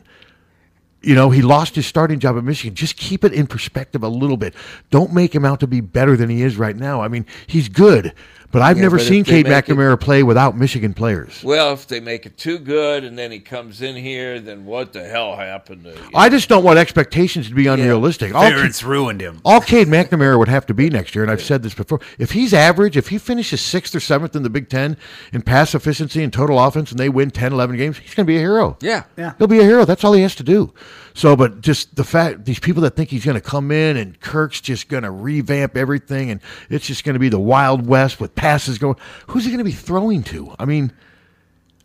Speaker 7: You know, he lost his starting job at Michigan. Just keep it in perspective a little bit. Don't make him out to be better than he is right now. I mean, he's good, but I've
Speaker 5: Yeah,
Speaker 7: never
Speaker 5: but if
Speaker 7: seen
Speaker 5: they
Speaker 7: Cade
Speaker 5: make it-
Speaker 7: McNamara play without Michigan players.
Speaker 5: Well, if they make it too good and then he comes in here, then what the hell happened? To
Speaker 7: I just don't want expectations to be unrealistic. All
Speaker 6: Ferentz
Speaker 7: Cade-
Speaker 6: ruined him.
Speaker 7: All Cade McNamara would have to be next year, and I've said this before. If he's average, if he finishes sixth or seventh in the Big Ten in pass efficiency and total offense, and they win 10, 11 games, he's going to be a hero.
Speaker 5: Yeah. Yeah.
Speaker 7: He'll be a hero. That's all he has to do. So, but just the fact these people that think he's going to come in and Kirk's just going to revamp everything, and it's just going to be the Wild West with passes going. Who's he going to be throwing to? I mean,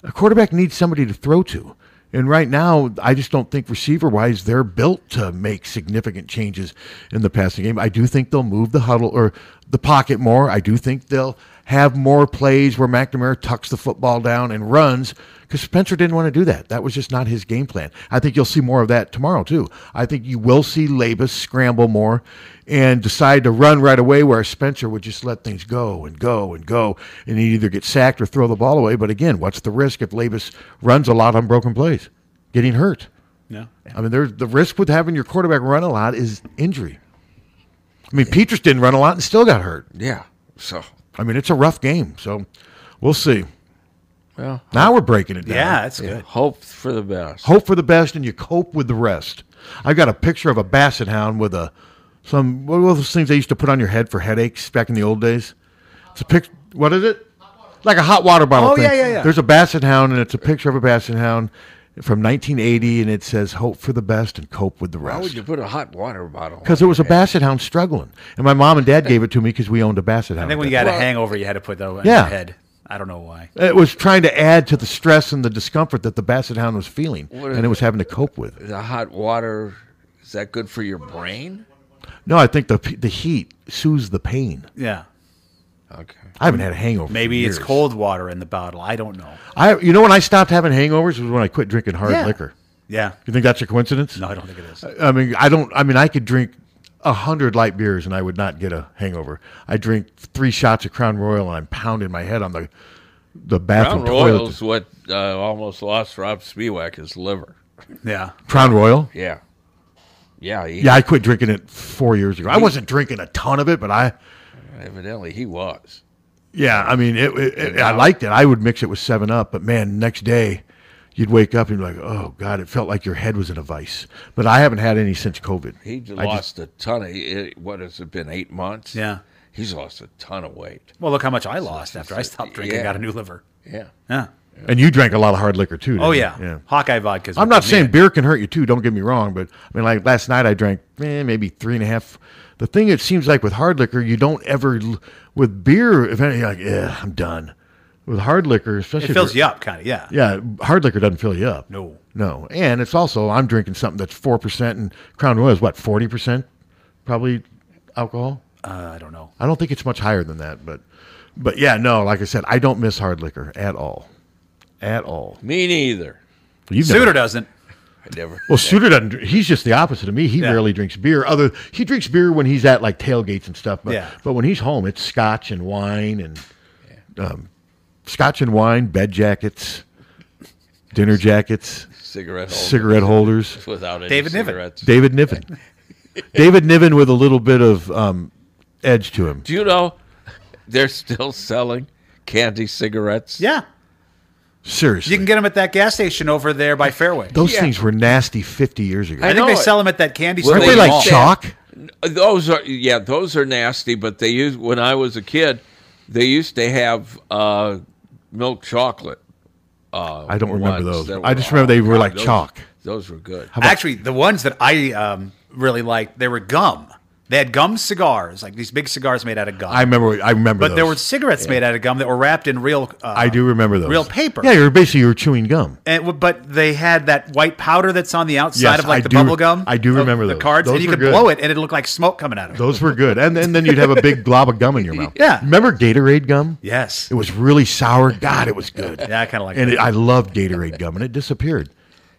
Speaker 7: a quarterback needs somebody to throw to. And right now, I just don't think receiver wise they're built to make significant changes in the passing game. I do think they'll move the huddle or the pocket more. I do think they'll have more plays where McNamara tucks the football down and runs because Spencer didn't want to do that. That was just not his game plan. I think you'll see more of that tomorrow, too. I think you will see Labus scramble more and decide to run right away where Spencer would just let things go and go and go and he'd either get sacked or throw the ball away. But again, what's the risk if Labus runs a lot on broken plays? Getting hurt.
Speaker 6: Yeah.
Speaker 7: I mean, there's the risk with having your quarterback run a lot is injury. I mean, Petrus didn't run a lot and still got hurt.
Speaker 5: Yeah. So
Speaker 7: I mean, it's a rough game. So we'll see.
Speaker 5: Well,
Speaker 7: now we're breaking it down.
Speaker 5: Hope for the best.
Speaker 7: Hope for the best, and you cope with the rest. I got a picture of a basset hound with a some what were those things they used to put on your head for headaches back in the old days? It's a pic. What is it? Like a hot water bottle.
Speaker 6: Oh,
Speaker 7: thing.
Speaker 6: yeah, yeah, yeah.
Speaker 7: There's a basset hound, and it's a picture of a basset hound from 1980, and it says "Hope for the best and cope with the
Speaker 5: Why would
Speaker 7: rest."
Speaker 5: you put a hot water bottle?
Speaker 7: Because it was a basset hound struggling, and my mom and dad gave it to me because we owned a basset hound.
Speaker 6: I think when you got a hangover, you had to put that on
Speaker 7: Yeah.
Speaker 6: your head. I don't know why.
Speaker 7: It was trying to add to the stress and the discomfort that the Basset Hound was feeling,
Speaker 5: What
Speaker 7: and
Speaker 5: is
Speaker 7: it was
Speaker 5: it?
Speaker 7: having to cope with.
Speaker 5: The hot water is that good for your brain?
Speaker 7: No, I think the the heat soothes the pain.
Speaker 6: Yeah.
Speaker 5: Okay.
Speaker 7: I haven't had a hangover. for
Speaker 6: Maybe it's
Speaker 7: years.
Speaker 6: cold water in the bottle. I don't know.
Speaker 7: I, you know, when I stopped having hangovers was when I quit drinking hard
Speaker 6: Yeah.
Speaker 7: liquor.
Speaker 6: Yeah.
Speaker 7: You think that's a coincidence?
Speaker 6: No, I don't think it is.
Speaker 7: I mean, I don't. I mean, I could drink a hundred light beers and I would not get a hangover. I drink three shots of Crown Royal and I'm pounding my head on the the bathroom
Speaker 5: Crown
Speaker 7: toilet.
Speaker 5: Royal's what uh, almost lost Rob Spiewak his liver.
Speaker 6: Yeah.
Speaker 7: Crown Royal?
Speaker 5: Yeah. Yeah. He,
Speaker 7: Yeah, I quit drinking it four years ago. I
Speaker 5: He-
Speaker 7: wasn't drinking a ton of it, but I
Speaker 5: Evidently, he was.
Speaker 7: Yeah, I mean, it, it, it- I liked it. I would mix it with Seven Up, but man, next day you'd wake up and be like, "Oh God, it felt like your head was in a vice." But I haven't had any since COVID.
Speaker 5: He
Speaker 7: I just-
Speaker 5: lost a ton of. It, what has it been? Eight months.
Speaker 6: Yeah.
Speaker 5: He's lost a ton of weight.
Speaker 6: Well, look how much I lost after I stopped drinking.
Speaker 5: Yeah.
Speaker 6: Got a new liver.
Speaker 5: Yeah.
Speaker 6: Yeah.
Speaker 7: and you drank a lot of hard liquor too.
Speaker 6: Oh
Speaker 7: didn't you?
Speaker 6: yeah. Hawkeye vodka.
Speaker 7: I'm not saying beer can hurt you too. Don't get me wrong, but I mean, like last night I drank eh, maybe three and a half. The thing it seems like with hard liquor, you don't ever l- with beer. If anything, you're like, yeah, I'm done. With hard liquor, especially
Speaker 6: It fills
Speaker 7: if
Speaker 6: you
Speaker 7: you're-
Speaker 6: up, kind of. Yeah.
Speaker 7: Yeah, hard liquor doesn't fill you up.
Speaker 6: No.
Speaker 7: No. And it's also I'm drinking something that's four percent and Crown Royal is what, forty percent probably alcohol?
Speaker 6: Uh, I don't know.
Speaker 7: I don't think it's much higher than that, but but yeah, no, like I said, I don't miss hard liquor at all. At all.
Speaker 5: Me neither.
Speaker 7: You've
Speaker 6: Suter
Speaker 7: never-
Speaker 6: doesn't.
Speaker 5: I never.
Speaker 7: Well, Suter doesn't. dr- He's just the opposite of me. He
Speaker 6: Yeah.
Speaker 7: rarely drinks beer. Other he drinks beer when he's at like tailgates and stuff. But
Speaker 6: Yeah.
Speaker 7: but when he's home, it's scotch and wine and um, scotch and wine, bed jackets, dinner jackets,
Speaker 5: Cigarette holders.
Speaker 7: cigarette holders.
Speaker 5: Without any David Niven. cigarettes.
Speaker 7: David Niven. David Niven with a little bit of um, edge to him.
Speaker 5: Do you know they're still selling candy cigarettes?
Speaker 6: Yeah.
Speaker 7: Seriously,
Speaker 6: You can get them at that gas station over there by Fairway.
Speaker 7: those things were nasty fifty years ago.
Speaker 6: I, think they sell them at that candy store.
Speaker 7: Aren't they like chalk?
Speaker 5: Those are yeah, those are nasty. But they used when I was a kid, they used to have uh, milk chocolate. Uh,
Speaker 7: I don't remember
Speaker 5: ones
Speaker 7: those.
Speaker 5: that
Speaker 7: I
Speaker 5: were-
Speaker 7: just remember they were
Speaker 5: God,
Speaker 7: like
Speaker 5: those-
Speaker 7: chalk.
Speaker 5: Those were good.
Speaker 6: Actually, the ones that I um, really liked, they were gum. They had gum cigars, like these big cigars made out of gum.
Speaker 7: I remember. I remember.
Speaker 6: but there
Speaker 7: those.
Speaker 6: were cigarettes made out of gum that were wrapped in real. Uh,
Speaker 7: I do remember those.
Speaker 6: real paper.
Speaker 7: Yeah, you were basically you were chewing gum.
Speaker 6: and, it w- but they had that white powder that's on the outside
Speaker 7: Yes,
Speaker 6: of like
Speaker 7: I
Speaker 6: the
Speaker 7: do-
Speaker 6: bubble gum.
Speaker 7: I do
Speaker 6: of
Speaker 7: remember
Speaker 6: the
Speaker 7: those.
Speaker 6: cards,
Speaker 7: Those
Speaker 6: and you
Speaker 7: were
Speaker 6: could
Speaker 7: good.
Speaker 6: blow it, and it looked like smoke coming out of it.
Speaker 7: Those were good, and, and then you'd have a big glob of gum in your mouth.
Speaker 6: Yeah.
Speaker 7: remember Gatorade gum?
Speaker 6: Yes,
Speaker 7: it was really sour. God, it was good.
Speaker 6: Yeah, I kinda like
Speaker 7: And
Speaker 6: that.
Speaker 7: it, I loved Gatorade gum, and it disappeared.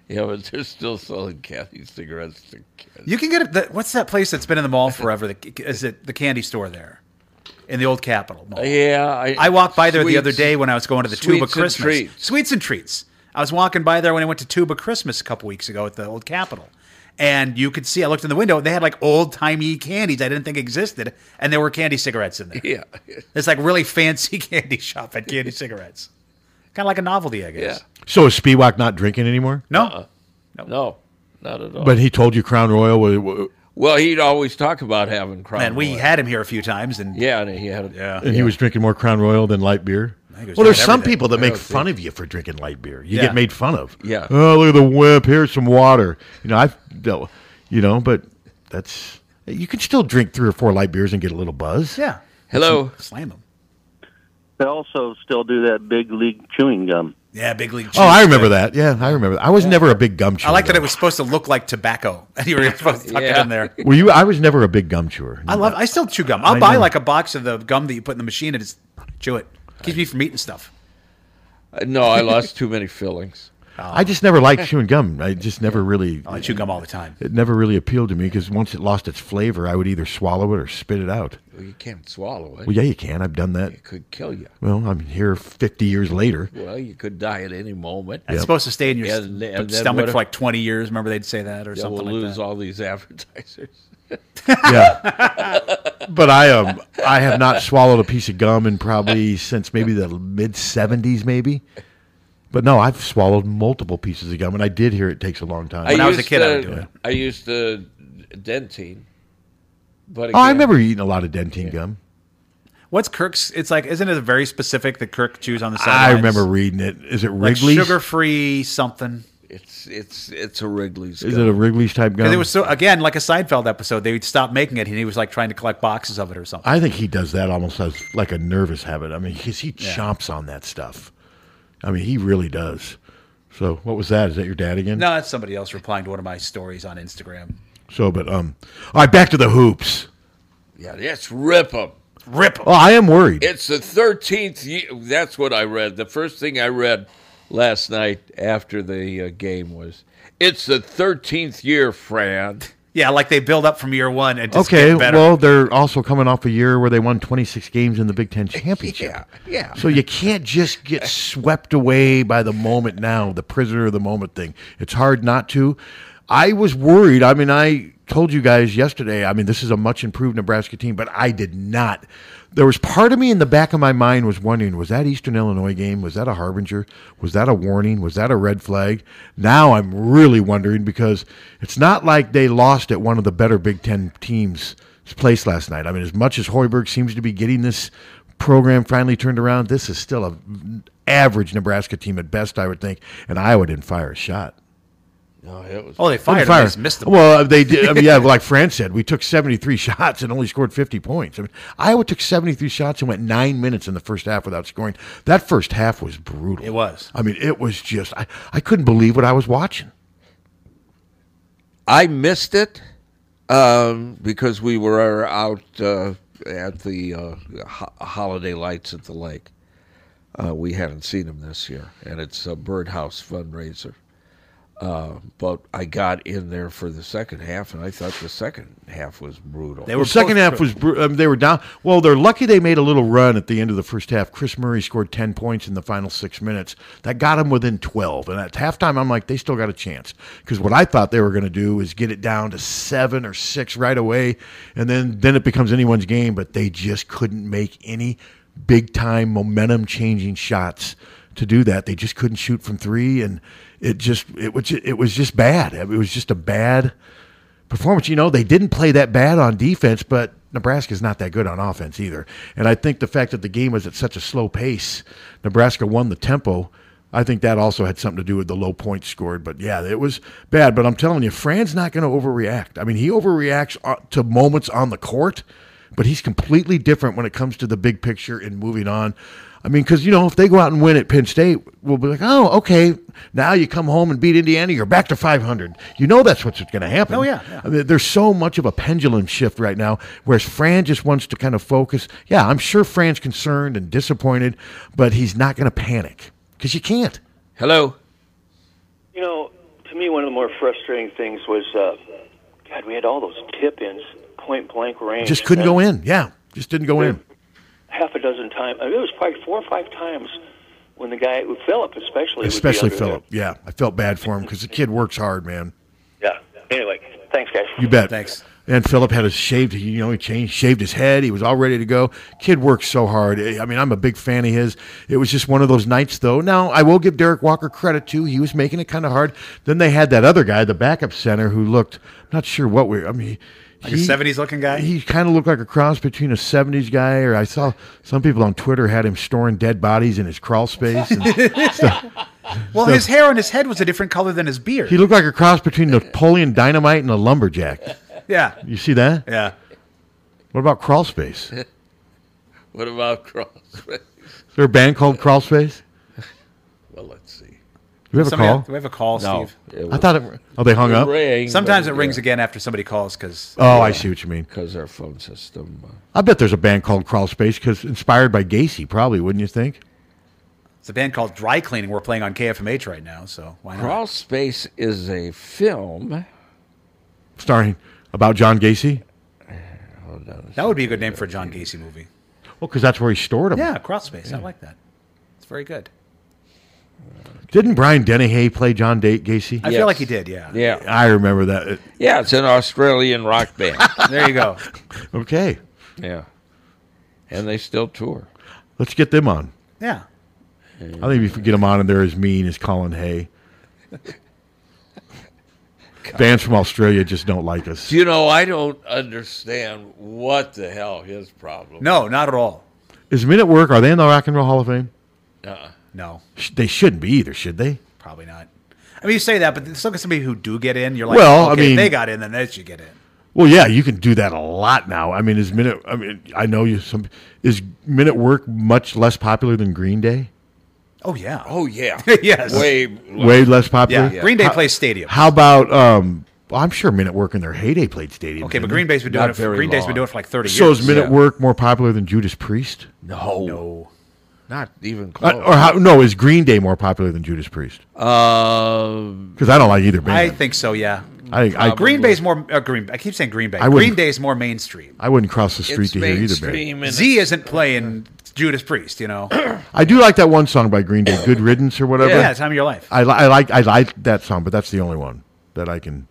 Speaker 5: Yeah, but they're still selling candy cigarettes. To kids.
Speaker 6: You can get it. the- What's that place that's been in the mall forever? The, is it the candy store there in the old Capitol Mall?
Speaker 5: Yeah, I,
Speaker 6: I walked by there the other
Speaker 5: Sweets-
Speaker 6: day when I was going to the Tuba
Speaker 5: sweets and
Speaker 6: Christmas.
Speaker 5: treats.
Speaker 6: Sweets and treats. I was walking by there when I went to Tuba Christmas a couple weeks ago at the old Capitol. And you could see, I looked in the window, they had like old timey candies I didn't think existed. And there were candy cigarettes in there.
Speaker 5: Yeah.
Speaker 6: It's like really fancy candy shop had candy cigarettes. Kind of like a novelty, I guess.
Speaker 7: So is Spiewak not drinking anymore?
Speaker 6: No.
Speaker 5: No. Uh-uh. no, Oh, not at all.
Speaker 7: But he told you Crown Royal was.
Speaker 6: Uh,
Speaker 7: was-
Speaker 5: well, he'd always talk about having crime.
Speaker 6: And we had him here a few times. and
Speaker 5: Yeah, and he had
Speaker 6: yeah.
Speaker 7: and he was drinking more Crown Royal than light beer.
Speaker 6: think he was
Speaker 7: Well, there's
Speaker 6: drinking
Speaker 7: some
Speaker 6: everything.
Speaker 7: people that
Speaker 6: I
Speaker 7: make
Speaker 6: don't
Speaker 7: fun
Speaker 6: think-
Speaker 7: of you for drinking light beer. You
Speaker 6: Yeah.
Speaker 7: get made fun of.
Speaker 6: Yeah.
Speaker 7: Oh, look at the whip. Here's some water. You know, I've dealt, with- you know, but that's you can still drink three or four light beers and get a little buzz.
Speaker 6: Yeah.
Speaker 5: Hello.
Speaker 6: Slam him.
Speaker 1: They also still do that big league chewing gum.
Speaker 6: Yeah, big league.
Speaker 7: Oh, I remember that. Yeah, I remember. That. I was never a big gum chewer.
Speaker 6: I like that it was supposed to look like tobacco. And you were supposed to tuck it in there.
Speaker 7: Were you? I was never a big gum chewer.
Speaker 6: I love. I still chew gum. I'll
Speaker 7: I
Speaker 6: buy
Speaker 7: know.
Speaker 6: like a box of the gum that you put in the machine, and it's Chew it. Keeps me from eating stuff.
Speaker 5: Uh, No, I lost too many fillings.
Speaker 7: I just never liked chewing gum. I just never really.
Speaker 6: I chew gum all the time.
Speaker 7: It never really appealed to me because once it lost its flavor, I would either swallow it or spit it out.
Speaker 5: Well, you can't swallow it.
Speaker 7: Well, yeah, you can. I've done that.
Speaker 5: It could kill you.
Speaker 7: Well, I'm here 50 years later.
Speaker 5: Well, you could die at any moment.
Speaker 6: It's supposed to stay in your s-
Speaker 5: And- and then
Speaker 6: stomach
Speaker 5: what
Speaker 6: for like 20 years. Remember they'd say that or
Speaker 5: if- yeah,
Speaker 6: something
Speaker 5: we'll
Speaker 6: like
Speaker 5: lose
Speaker 6: that.
Speaker 5: all these advertisers.
Speaker 7: Yeah. but I um I have not swallowed a piece of gum in probably since maybe the mid 70s, maybe. But no, I've swallowed multiple pieces of gum, and I did hear it takes a long
Speaker 6: Uh,
Speaker 7: time.
Speaker 5: used to- I used the dentine, but
Speaker 7: Oh, I
Speaker 5: again-
Speaker 7: remember eating a lot of dentine gum.
Speaker 6: What's Kirk's? It's like, isn't it very specific that Kirk chews on the side?
Speaker 7: I remember reading it. Is it
Speaker 6: Like
Speaker 7: Wrigley's?
Speaker 6: sugar free something.
Speaker 5: It's it's it's a Wrigley's.
Speaker 7: Is it a Wrigley's type
Speaker 6: Because
Speaker 7: gum?
Speaker 6: it was so again like a Seinfeld episode. They would stop making it, and he was like trying to collect boxes of it or something.
Speaker 7: I think he does that almost as like a nervous habit. I mean, because he
Speaker 6: Yeah.
Speaker 7: chomps on that stuff. I mean, he really does. So, what was that? Is that your dad again?
Speaker 6: No, that's somebody else replying to one of my stories on Instagram.
Speaker 7: So, but um, all right, back to the hoops.
Speaker 5: Yeah, let's rip them.
Speaker 6: Rip them.
Speaker 7: Oh, I am worried.
Speaker 5: It's the 13th year. That's what I read. The first thing I read last night after the uh, game was, it's the 13th year, Fran.
Speaker 6: Yeah, like they build up from year one and just
Speaker 7: Okay,
Speaker 6: get better.
Speaker 7: well, they're also coming off a year where they won 26 games in the Big Ten championship.
Speaker 6: yeah, yeah.
Speaker 7: So you can't just get swept away by the moment now, the prisoner of the moment thing. It's hard not to. I was worried. I mean, I told you guys yesterday, I mean, this is a much improved Nebraska team, but I did not. There was part of me in the back of my mind was wondering, was that Eastern Illinois game? Was that a harbinger? Was that a warning? Was that a red flag? Now I'm really wondering because it's not like they lost at one of the better Big Ten teams' place last night. I mean, as much as Hoiberg seems to be getting this program finally turned around. This is still a average Nebraska team at best, I would think, and Iowa didn't fire a shot.
Speaker 5: No, it was.
Speaker 6: Oh, they fired him. They just missed him.
Speaker 7: Well, uh, they did. I mean, yeah, like Fran said, we took seventy-three shots and only scored fifty points. I mean, Iowa took seventy-three shots and went nine minutes in the first half without scoring. That first half was brutal. It
Speaker 6: was.
Speaker 7: I mean, it was just I, I couldn't believe what I was watching.
Speaker 5: I missed it um, because we were out uh, at the uh, ho- holiday lights at the lake. Uh, we haven't seen them this year, and it's a birdhouse fundraiser. Uh, but I got in there for the second half, and I thought the second half was brutal.
Speaker 7: the second half was bru- um, they were down. Well, they're lucky they made a little run at the end of the first half. Chris Murray scored ten points in the final six minutes. That got them within twelve. And at halftime, I'm like, they still got a chance because what I thought they were going to do is get it down to seven or six right away, and then then it becomes anyone's game. But they just couldn't make any big time momentum changing shots to do that. They just couldn't shoot from three, and it just it was it was just bad. It was just a bad performance. You know, they didn't play that bad on defense, but Nebraska's not that good on offense either. And I think the fact that the game was at such a slow pace, Nebraska won the tempo. I think that also had something to do with the low points scored. But yeah, it was bad. But I'm telling you, Fran's not going to overreact. I mean, he overreacts uh, to moments on the court, but he's completely different when it comes to the big picture and moving on. I mean, because, you know, if they go out and win at Penn State, we'll be like, oh, okay. Now you come home and beat Indiana, you're back to 500. You know that's what's going to happen.
Speaker 6: Oh, yeah,
Speaker 7: I mean, there's so much of a pendulum shift right now, whereas Fran just wants to kind of focus. Yeah, I'm sure Fran's concerned and disappointed, but he's not going to panic because you can't.
Speaker 5: Hello.
Speaker 2: You know, to me, one of the more frustrating things was, uh, God, we had all those tip-ins, point blank range.
Speaker 7: Just couldn't go in. Yeah, just didn't go in.
Speaker 2: Half a dozen times. I mean, it was probably four or five times when the guy, Philip especially, would be
Speaker 7: Especially
Speaker 2: under there.
Speaker 7: Philip. Yeah, I felt bad for him because the kid works hard, man.
Speaker 2: Yeah. Anyway, thanks, guys.
Speaker 7: You bet. Thanks. And Philip had his shaved, you know, he changed, shaved his head. He was all ready to go. Kid worked so hard. Eh, I I mean, I'm a big fan of his. It was just one of those nights, though. Now, I will give Derek Walker credit too. He was making it kind of hard. Then they had that other guy, the backup center, who looked, I'm not sure what we, I mean,
Speaker 6: Like a 70s looking guy?
Speaker 7: He kind of looked like a cross between a 70s guy, or I saw some people on Twitter had him storing dead bodies in his crawl space. And
Speaker 6: Well,
Speaker 7: So-
Speaker 6: his hair on his head was a different color than his beard.
Speaker 7: he looked like a cross between Napoleon Dynamite and a lumberjack.
Speaker 6: Yeah.
Speaker 7: You see that?
Speaker 6: Yeah.
Speaker 7: What about crawl space?
Speaker 5: What about Cross?
Speaker 7: Is there a band called Crawl Space?
Speaker 5: well, let's see.
Speaker 7: Do we have a
Speaker 6: Somebody-
Speaker 7: call?
Speaker 6: Do we have a call,
Speaker 7: No.
Speaker 6: Steve?
Speaker 7: It I was- thought it- oh, they hung it up? rang,
Speaker 6: Sometimes
Speaker 5: but
Speaker 6: it rings again after somebody calls because.
Speaker 7: Oh, I see what you mean.
Speaker 5: Because our phone system. uh,
Speaker 7: I bet there's a band called Crawl Space because inspired by Gacy, probably, wouldn't you think?
Speaker 6: It's a band called Dry Cleaning. We're playing on KFMH right now, so why not?
Speaker 5: Crawl Space is a film.
Speaker 7: Starring about John Gacy?
Speaker 6: That would be a good name for a John Gacy movie.
Speaker 7: Well, because that's where he stored them.
Speaker 6: Yeah, Crawl Space. I like that. It's very good.
Speaker 7: Didn't Brian Dennehy play John Da- Gacy?
Speaker 6: I feel like he did. Yeah.
Speaker 5: Yeah.
Speaker 7: I remember that.
Speaker 5: Yeah, it's an Australian rock band.
Speaker 6: there you go.
Speaker 7: Okay.
Speaker 5: Yeah. And they still tour.
Speaker 7: Let's get them on.
Speaker 6: Yeah.
Speaker 7: I think if we get them on and they're as mean as Colin Hay. Bands from Australia just don't like us.
Speaker 5: Do you know, I don't understand what the hell his problem
Speaker 6: No, not at all.
Speaker 7: Is Men at Work, are they in the Rock and Roll Hall of Fame?
Speaker 5: Uh-uh.
Speaker 6: No,
Speaker 7: Sh- They shouldn't be either, should they?
Speaker 6: probably not. I mean, you say that, but let's look at somebody who do get in. You're like,
Speaker 7: Well, I
Speaker 6: okay, if
Speaker 7: mean-
Speaker 6: they got in, then they should get in.
Speaker 7: Well, yeah, you can do that a lot now. I mean, is Men at, I mean, I know you some is Men at Work much less popular than Green Day?
Speaker 6: Oh yeah.
Speaker 5: Oh yeah.
Speaker 6: yes.
Speaker 5: Way
Speaker 7: Way less popular.
Speaker 6: Yeah. Green Day
Speaker 7: How-
Speaker 6: plays stadium.
Speaker 7: How about um well, I'm sure Men at Work in their heyday played stadium.
Speaker 6: Okay, but Green Day's been doing it. For, Green Day's been doing it for like thirty
Speaker 7: So
Speaker 6: years.
Speaker 7: is Men at Work more popular than Judas Priest?
Speaker 5: No.
Speaker 6: No.
Speaker 5: Not even
Speaker 7: Uh,
Speaker 5: close.
Speaker 7: or how, no, is Green Day more popular than Judas Priest?
Speaker 5: uh,
Speaker 7: Because I don't like either
Speaker 6: I
Speaker 7: band.
Speaker 6: think so. Yeah.
Speaker 7: I- I-
Speaker 6: Green Bay's more uh, Green. I keep saying Green Bay.
Speaker 7: I wouldn't-
Speaker 6: Green Day's more mainstream.
Speaker 7: I, wouldn't cross the street to hear either band.
Speaker 6: Z isn't playing Judas Priest. You know.
Speaker 7: I do like that one song by Green Day, "Good Riddance" or whatever.
Speaker 6: Yeah, Time of Your Life.
Speaker 7: I, li- I like I like that song, but that's the only one that I can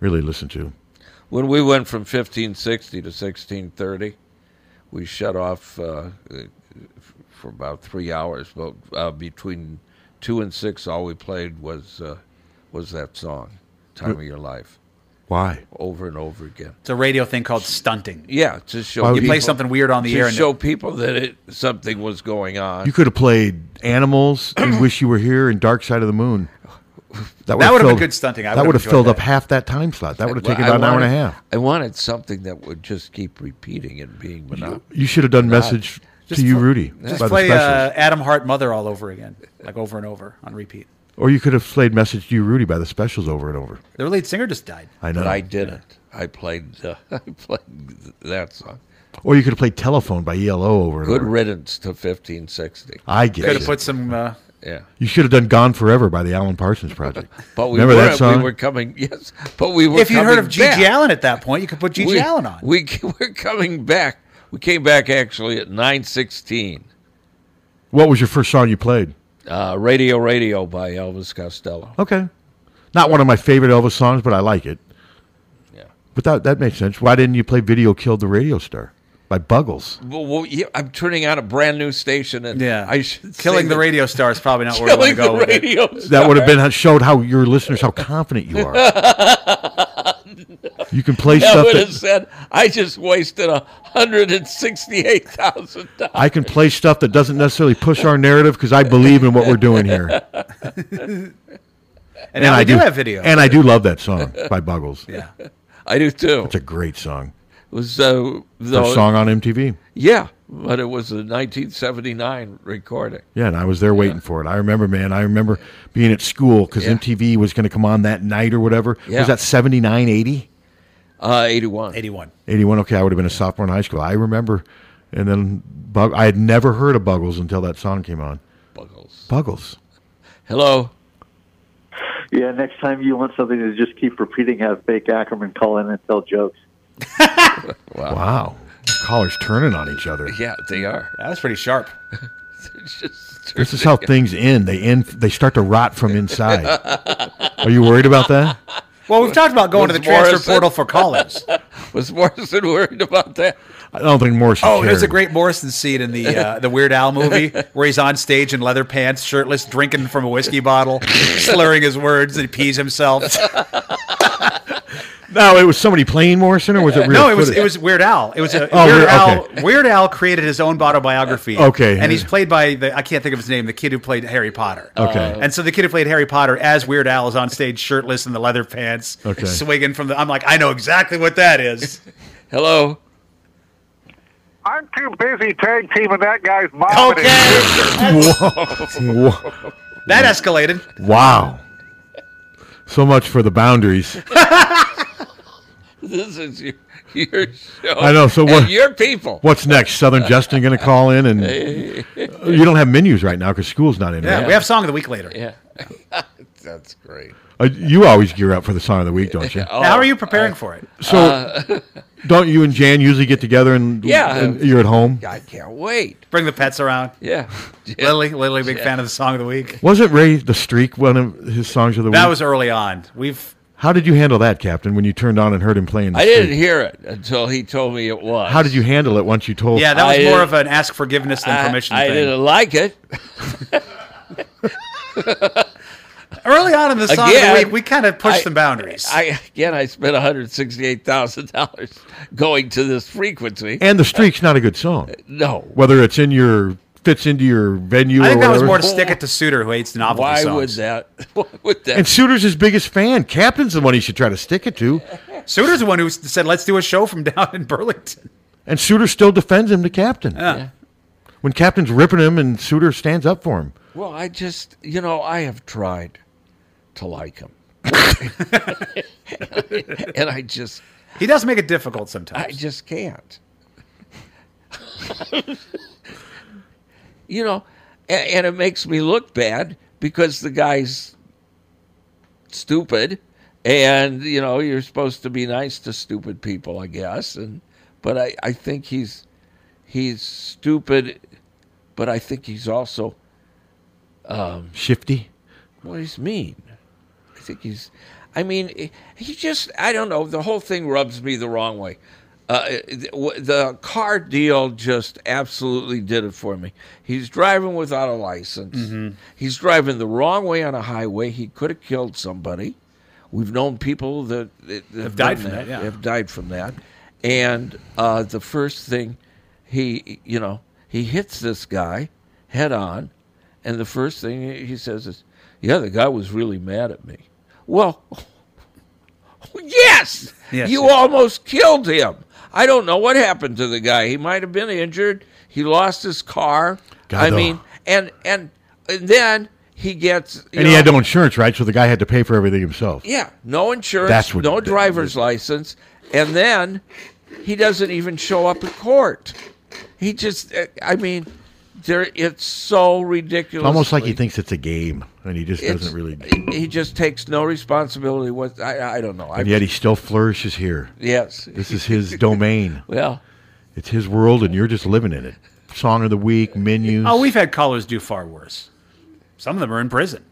Speaker 7: really listen to.
Speaker 5: When we went from 1560 to 1630, we shut off uh, for about three hours. But uh, between two and six, all we played was uh, was that song, "Time of Your Life,"
Speaker 7: Why?
Speaker 5: over and over again.
Speaker 6: It's a radio thing called stunting.
Speaker 5: Yeah, to show
Speaker 6: you play
Speaker 5: people-
Speaker 6: something weird on the
Speaker 5: to
Speaker 6: air. and-
Speaker 5: show people that it, something was going on.
Speaker 7: You could have played "Animals," "You Wish You Were Here," and "Dark Side of the Moon."
Speaker 5: That
Speaker 7: would've
Speaker 5: would've been
Speaker 7: filled-
Speaker 5: good stunting. I
Speaker 7: that
Speaker 5: would've
Speaker 7: would have
Speaker 5: enjoyed
Speaker 7: filled
Speaker 5: that.
Speaker 7: up half that time slot. That would have
Speaker 5: Well,
Speaker 7: taken
Speaker 5: I
Speaker 7: about an hour and a
Speaker 5: wanted-
Speaker 7: half.
Speaker 5: I wanted something that would just keep repeating and being monotonous.
Speaker 7: You should have done "Message to You, Rudy"
Speaker 6: Just
Speaker 7: by
Speaker 6: play
Speaker 7: the Specials,
Speaker 6: uh, Adam Hart Mother all over again, like over and over on repeat.
Speaker 7: or you could have played "Message to You, Rudy" by the Specials over and over.
Speaker 6: Their lead singer just died.
Speaker 7: I know.
Speaker 5: But I didn't. I played. Uh, I played that song.
Speaker 7: Or you could have played "Telephone" by ELO over and
Speaker 5: Good
Speaker 7: over.
Speaker 5: riddance to fifteen sixty.
Speaker 7: I get
Speaker 6: Could
Speaker 7: it.
Speaker 6: have put some. Uh,
Speaker 5: yeah.
Speaker 7: You should have done "Gone Forever" by the Alan Parsons Project.
Speaker 5: But we
Speaker 7: remember
Speaker 5: were,
Speaker 7: that song.
Speaker 5: We were coming. Yes, but we were.
Speaker 6: if you'd heard of G.G.
Speaker 5: coming back.
Speaker 6: Allen at that point, you could put G.G.
Speaker 5: We-
Speaker 6: Allen on.
Speaker 5: We were coming back. We came back actually at nine sixteen.
Speaker 7: What was your first song you played?
Speaker 5: Uh, radio, radio by Elvis Costello.
Speaker 7: Okay, not one of my favorite Elvis songs, but I like it. Yeah, but that that makes sense. Why didn't you play "Video Killed the Radio Star" by Buggles?
Speaker 5: Well, well, yeah, I'm turning on a brand new station, and
Speaker 6: Yeah,
Speaker 5: I should
Speaker 6: killing
Speaker 5: sing
Speaker 6: the
Speaker 5: it.
Speaker 6: radio star is probably not where we want
Speaker 5: Killing
Speaker 6: to go
Speaker 5: the
Speaker 6: with it.
Speaker 5: radio
Speaker 7: That would have been uh, showed how your listeners how confident you are. You can play
Speaker 5: that
Speaker 7: stuff
Speaker 5: would
Speaker 7: that-
Speaker 5: have said, "I just wasted a hundred and sixty-eight thousand dollars."
Speaker 7: I can play stuff that doesn't necessarily push our narrative because I believe in what we're doing here.
Speaker 5: and,
Speaker 6: now we do have video.
Speaker 7: and I do love that song by Buggles.
Speaker 6: Yeah,
Speaker 5: I do too.
Speaker 7: It's a great song.
Speaker 5: It was uh, the
Speaker 7: First song on MTV.
Speaker 5: Yeah, but it was a 1979 recording.
Speaker 7: Yeah, and I was there waiting for it. I remember, man. I remember being at school because MTV was going to come on that night or whatever.
Speaker 5: Yeah.
Speaker 7: Was that 79, 80?
Speaker 5: Uh, 81.
Speaker 6: 81.
Speaker 7: 81. Okay, I would have been a sophomore in high school. I remember. And then Bug- I had never heard of Buggles until that song came on.
Speaker 5: Buggles.
Speaker 7: Buggles.
Speaker 5: Hello.
Speaker 1: Yeah, next time you want something to just keep repeating, have Fake Ackerman call in and tell jokes.
Speaker 7: Wow. Callers turning on each other.
Speaker 5: Yeah, they are.
Speaker 6: That was pretty sharp.
Speaker 5: It's just
Speaker 7: This is how things end. They end. They start to rot from inside. Are you worried about that?
Speaker 6: Well, we've talked about going to the
Speaker 5: Was
Speaker 6: transfer
Speaker 5: Morrison-
Speaker 6: portal for callers.
Speaker 5: was Morrison worried about that?
Speaker 7: I don't think Morrison.
Speaker 6: Oh, there's a
Speaker 7: cared.
Speaker 6: great Morrison scene in the uh, the Weird Al movie where he's on stage in leather pants, shirtless, drinking from a whiskey bottle, slurring his words, and he pees himself.
Speaker 7: No, it was somebody playing Morrison, or was it real?
Speaker 6: Uh, no, it was
Speaker 7: footage?
Speaker 6: it was Weird Al. It was a
Speaker 7: Oh,
Speaker 6: Weird
Speaker 7: Weird-
Speaker 6: Al. Weird Al created his own autobiography.
Speaker 7: Okay.
Speaker 6: and he's played by the I can't think of his name, the kid who played Harry Potter.
Speaker 5: Oh.
Speaker 7: Okay.
Speaker 6: and so the kid who played Harry Potter as Weird Al is on stage shirtless in the leather pants,
Speaker 7: Okay.
Speaker 6: swinging from the. I'm like, I know exactly what that is.
Speaker 5: Hello.
Speaker 8: I'm too busy tag teaming that guy's mom.
Speaker 6: Okay.
Speaker 7: Whoa. Whoa.
Speaker 6: That escalated.
Speaker 7: Wow. So much for the boundaries.
Speaker 5: This is your, your show.
Speaker 7: I know. So what?
Speaker 5: and your people.
Speaker 7: What's next? Southern Justin going to call in, and you don't have menus right now because school's not in.
Speaker 6: Yeah,
Speaker 7: right?
Speaker 6: we have song of the week later.
Speaker 5: Yeah, that's great. Oh.
Speaker 7: Uh, you always gear up for the song of the week, don't you?
Speaker 6: now, how are you preparing for it?
Speaker 7: So,
Speaker 5: Uh,
Speaker 7: don't you and Jan usually get together and
Speaker 6: Yeah.
Speaker 7: and you're at home?
Speaker 5: I can't wait.
Speaker 6: Bring the pets around.
Speaker 5: Yeah.
Speaker 6: Lily, Lily, big
Speaker 5: Yeah.
Speaker 6: fan of the song of the week.
Speaker 7: Wasn't Ray the Streak one of his songs of the
Speaker 6: That
Speaker 7: week?
Speaker 6: was early on. We've
Speaker 7: How did you handle that, Captain? When you turned on and heard him playing, the
Speaker 5: I didn't
Speaker 7: Streak?
Speaker 5: hear it until he told me it was.
Speaker 7: How did you handle it once you told?
Speaker 6: yeah, that was
Speaker 5: I
Speaker 6: more
Speaker 5: did-
Speaker 6: of an ask forgiveness than
Speaker 5: I-
Speaker 6: permission
Speaker 5: I
Speaker 6: thing.
Speaker 5: didn't like it.
Speaker 6: Early on in the song of
Speaker 5: Again,
Speaker 6: the week, we kind of pushed
Speaker 5: I-
Speaker 6: some boundaries.
Speaker 5: I again, I spent one hundred sixty-eight thousand dollars going to this frequency,
Speaker 7: And the Streak's not a good song.
Speaker 5: No.
Speaker 7: Whether it's in your fits into your venue.
Speaker 6: I think
Speaker 7: or
Speaker 6: that was
Speaker 7: whatever.
Speaker 6: more to stick it to Suter, who hates novelty
Speaker 5: Why
Speaker 6: songs.
Speaker 5: would that? Why would that?
Speaker 7: And Suter's his biggest fan. Captain's the one he should try to stick it to.
Speaker 6: Suter's the one who said, "Let's do a show from down in Burlington."
Speaker 7: And Suter still defends him to Captain.
Speaker 6: Yeah. Yeah.
Speaker 7: When Captain's ripping him and Suter stands up for him.
Speaker 5: Well, I just, you know, I have tried to like him. and I just.
Speaker 6: He does make it difficult sometimes.
Speaker 5: I just can't. you know, and, and it makes me look bad because the guy's stupid and you know you're supposed to be nice to stupid people i guess and but i i think he's he's stupid but i think he's also um
Speaker 7: Shifty.
Speaker 5: what he's mean. I think he's. I mean, he just. I don't know. The whole thing rubs me the wrong way. Uh, the the car deal just absolutely did it for me. He's driving without a license.
Speaker 6: Mm-hmm.
Speaker 4: Mhm.
Speaker 5: He's driving the wrong way on a highway. He could have killed somebody. We've known people that, that that
Speaker 6: Have died
Speaker 5: done
Speaker 6: from that, yeah.
Speaker 5: Have died from that. And uh, the first thing he, you know, he hits this guy head on, and the first thing he says is, "Yeah, the guy was really mad at me." Well, yes,
Speaker 4: Yes,
Speaker 5: you
Speaker 4: yes.
Speaker 5: almost killed him. I don't know what happened to the guy. He might have been injured. He lost his car.
Speaker 7: God,
Speaker 5: I
Speaker 7: though.
Speaker 5: mean, and and and then he gets you
Speaker 7: and he
Speaker 5: know,
Speaker 7: had no insurance, right? So the guy had to pay for everything himself.
Speaker 5: yeah, no insurance,
Speaker 7: That's what-
Speaker 5: no driver's license, and then he doesn't even show up at court. He just, uh, I mean, there it's so
Speaker 7: It's
Speaker 5: ridiculous.
Speaker 7: almost like he thinks it's a game and he just
Speaker 5: It's-
Speaker 7: doesn't really.
Speaker 5: he just takes no responsibility. What I, I don't know.
Speaker 7: And yet he still flourishes here.
Speaker 5: Yes.
Speaker 7: This is his domain.
Speaker 5: Well.
Speaker 7: It's his world and you're just living in it. Song of the week, menus.
Speaker 6: Oh, we've had callers do far worse. Some of them are in prison.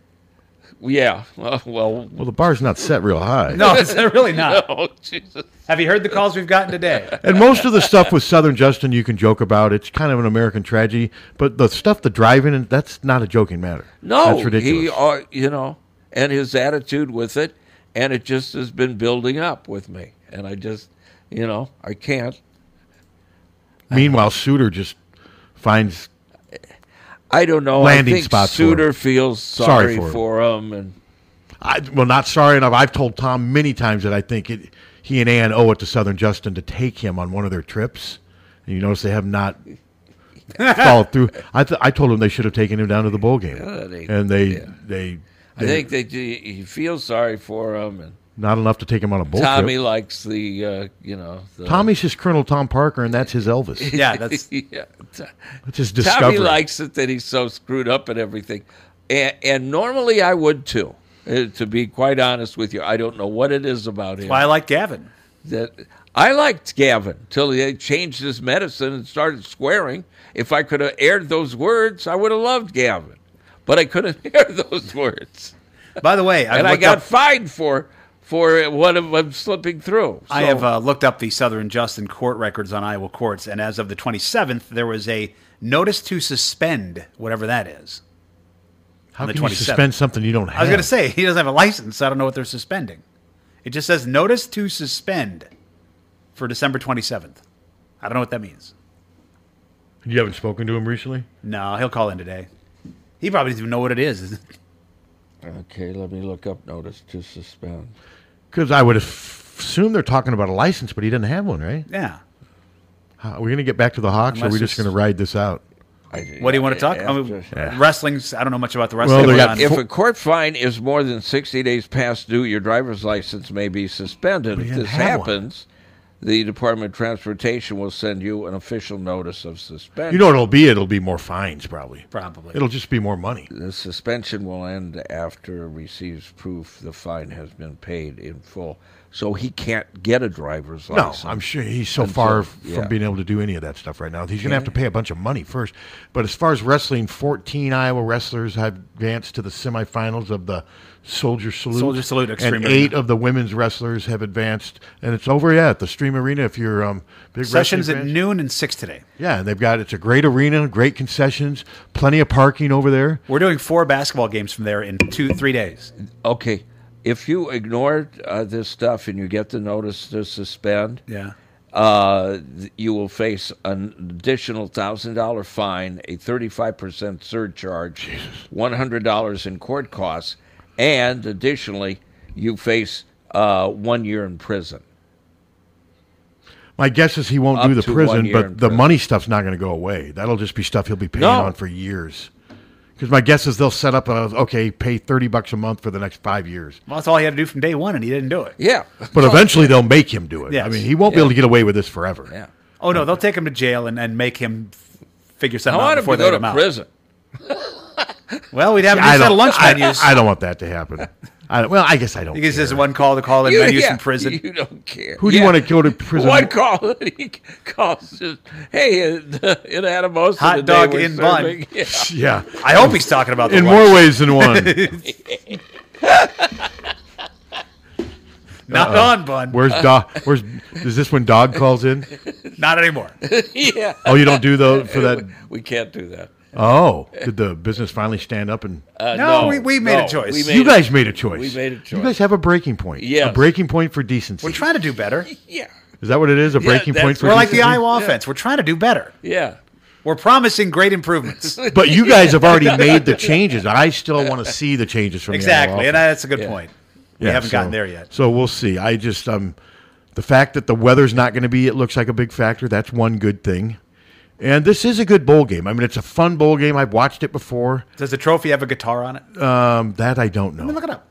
Speaker 5: Yeah. Well, well,
Speaker 7: Well, the bar's not set real high.
Speaker 6: no, it's really not.
Speaker 5: Oh, Jesus.
Speaker 6: Have you heard the calls we've gotten today?
Speaker 7: And most of the stuff with Southern Justin you can joke about. It's kind of an American tragedy, but the stuff the driving and that's not a joking matter.
Speaker 5: No,
Speaker 7: that's ridiculous.
Speaker 5: He, uh, you know, and his attitude with it, and it just has been building up with me, and I just, you know, I can't.
Speaker 7: Meanwhile, Suter just finds
Speaker 5: I don't know.
Speaker 7: landing
Speaker 5: I think
Speaker 7: spots. for
Speaker 5: Suter
Speaker 7: him.
Speaker 5: feels sorry, for,
Speaker 7: him.
Speaker 5: him, and
Speaker 7: I, well, not sorry enough. I've told Tom many times that I think it, he and Ann owe it to Southern Justin to take him on one of their trips. And you notice they have not followed through. I, th- I told him they should have taken him down to the bowl game,
Speaker 5: Yeah, they-
Speaker 7: and they,
Speaker 5: yeah.
Speaker 7: they
Speaker 5: I think they he feels sorry for him, and
Speaker 7: not enough to take him on a bowl
Speaker 5: Tommy
Speaker 7: trip.
Speaker 5: likes the, uh, you know, the,
Speaker 7: Tommy's his Colonel Tom Parker, and that's his Elvis.
Speaker 5: yeah, that's yeah. T-
Speaker 7: That's his
Speaker 5: Tommy
Speaker 7: discovery.
Speaker 5: likes it that he's so screwed up and everything, and, and normally I would too. uh, To be quite honest with you, I don't know what it is about him.
Speaker 6: why I like Gavin.
Speaker 5: that I liked Gavin till they changed his medicine and started swearing. If I could have aired those words, I would have loved Gavin, but I couldn't air those words.
Speaker 6: By the way, I
Speaker 5: and I
Speaker 6: looked
Speaker 5: got
Speaker 6: up-
Speaker 5: fined for for what I'm I'm slipping through.
Speaker 6: I
Speaker 5: So-
Speaker 6: have uh, looked up the Southern Justin court records on Iowa courts, and as of the 27th, there was a notice to suspend, whatever that is.
Speaker 7: How
Speaker 6: on the
Speaker 7: can you
Speaker 6: 27th.
Speaker 7: suspend something you don't
Speaker 6: I was going
Speaker 7: have?
Speaker 6: to say, he doesn't have a license. so I don't know what they're suspending. It just says notice to suspend for December 27th. I don't know what that means.
Speaker 7: You haven't spoken to him recently?
Speaker 6: No, he'll call in today. He probably doesn't even know what it is.
Speaker 5: okay, let me look up notice to suspend.
Speaker 7: Because I would f- assume they're talking about a license, but he doesn't have one, right?
Speaker 6: Yeah.
Speaker 7: How, are we going to get back to the Hawks, or are we
Speaker 6: Unless
Speaker 7: just
Speaker 6: it's-
Speaker 7: going to ride this out?
Speaker 6: What do you want to talk? I mean, wrestling's. I don't know much about the
Speaker 7: Well,
Speaker 6: wrestling.
Speaker 7: they
Speaker 6: but
Speaker 7: got
Speaker 6: on-
Speaker 5: If a court fine is more than 60 days past due, your driver's license may be suspended.
Speaker 7: We
Speaker 5: If
Speaker 7: didn't
Speaker 5: this
Speaker 7: have one.
Speaker 5: happens, the Department of Transportation will send you an official notice of suspension.
Speaker 7: You know what it'll be? It'll be more fines, probably.
Speaker 5: Probably.
Speaker 7: It'll just be more money.
Speaker 5: The suspension will end after receives proof the fine has been paid in full. So he can't get a driver's
Speaker 7: No,
Speaker 5: license.
Speaker 7: I'm sure he's so
Speaker 5: until-
Speaker 7: far from
Speaker 5: yeah.
Speaker 7: being able to do any of that stuff right now. He's going to have to
Speaker 5: Yeah.
Speaker 7: pay a bunch of money first. But as far as wrestling, 14 Iowa wrestlers have advanced to the semifinals of the Soldier Salute.
Speaker 6: Soldier Salute Extreme
Speaker 7: And
Speaker 6: Arena.
Speaker 7: eight of the women's wrestlers have advanced. And it's over yeah, at the Stream Arena if you're um, big
Speaker 6: sessions
Speaker 7: wrestling
Speaker 6: at
Speaker 7: fan.
Speaker 6: noon and six today.
Speaker 7: Yeah, and they've got it's a great arena, great concessions, plenty of parking over there.
Speaker 6: We're doing four basketball games from there in two, three days.
Speaker 5: Okay. If you ignore uh, this stuff and you get the notice to suspend,
Speaker 6: Yeah.
Speaker 5: uh, th- you will face an additional thousand dollar fine, a thirty five percent surcharge, one hundred dollars in court costs, and additionally, you face uh, one year in prison.
Speaker 7: My guess is he won't
Speaker 5: Up
Speaker 7: do the
Speaker 5: to one
Speaker 7: prison,
Speaker 5: year in
Speaker 7: but the
Speaker 5: prison.
Speaker 7: money stuff's not going to go away. That'll just be stuff he'll be paying
Speaker 5: No.
Speaker 7: on for years. Because my guess is they'll set up a okay, pay thirty bucks a month for the next five years.
Speaker 6: Well, that's all he had to do from day one, and he didn't do it.
Speaker 5: Oh, Yeah.
Speaker 7: But eventually they'll make him do it. I
Speaker 6: Yes.
Speaker 7: mean, he won't be
Speaker 6: Yeah.
Speaker 7: able to get away with this forever. Yeah.
Speaker 6: Oh no, they'll take him to jail and, and make him f- figure something
Speaker 5: I
Speaker 6: out
Speaker 5: want him
Speaker 6: before
Speaker 5: to go
Speaker 6: they let
Speaker 5: to
Speaker 6: him out.
Speaker 5: prison.
Speaker 6: Well, we'd have a new
Speaker 7: I
Speaker 6: set
Speaker 7: don't,
Speaker 6: of lunch
Speaker 7: I,
Speaker 6: menus.
Speaker 7: I don't want that to happen. I don't, well, I guess I don't.
Speaker 6: He gets this
Speaker 7: care.
Speaker 6: one call to call in
Speaker 5: You-
Speaker 6: menus
Speaker 5: yeah,
Speaker 6: in prison.
Speaker 5: You don't care.
Speaker 7: Who do you
Speaker 5: Yeah.
Speaker 7: want to go to prison?
Speaker 5: One call, he calls. Just, hey, uh, in Adamosa
Speaker 6: Hot
Speaker 5: today
Speaker 6: dog
Speaker 5: we're
Speaker 6: in bun.
Speaker 5: serving-" Yeah.
Speaker 7: Yeah.
Speaker 6: I hope he's talking about the
Speaker 7: in
Speaker 6: lunch.
Speaker 7: more ways than one.
Speaker 6: Not
Speaker 7: Uh-oh.
Speaker 6: on bun.
Speaker 7: Where's dog? Where's is this when dog calls in?
Speaker 6: Not anymore.
Speaker 5: yeah.
Speaker 7: Oh, you don't do though for that.
Speaker 5: We, we can't do that.
Speaker 7: Oh, did the business finally stand up and?
Speaker 5: Uh,
Speaker 6: No, we- we made a choice.
Speaker 5: we made
Speaker 7: you
Speaker 5: a-
Speaker 7: guys made a choice.
Speaker 5: We made a choice.
Speaker 7: You guys have a breaking point. Yeah, a
Speaker 5: Yes.
Speaker 7: breaking point for decency.
Speaker 6: We're trying to do better.
Speaker 5: Yeah.
Speaker 7: Is that what it is? A breaking point for
Speaker 6: We're like the
Speaker 7: decency?
Speaker 6: Iowa offense. We're trying to do better.
Speaker 5: Yeah.
Speaker 6: We're promising great improvements.
Speaker 7: But you guys have already made the changes. I still want to see the changes from The
Speaker 6: exactly,
Speaker 7: Iowa
Speaker 6: and
Speaker 7: offense.
Speaker 6: that's a good point. We
Speaker 7: Yeah,
Speaker 6: haven't gotten
Speaker 7: so-
Speaker 6: there yet.
Speaker 7: So we'll see. I just um, the fact that the weather's not going to be it looks like a big factor. That's one good thing. And this is a good bowl game. I mean, it's a fun bowl game. I've watched it before.
Speaker 6: Does the trophy have a guitar on it?
Speaker 7: Um, that I don't know.
Speaker 6: Let me look it up.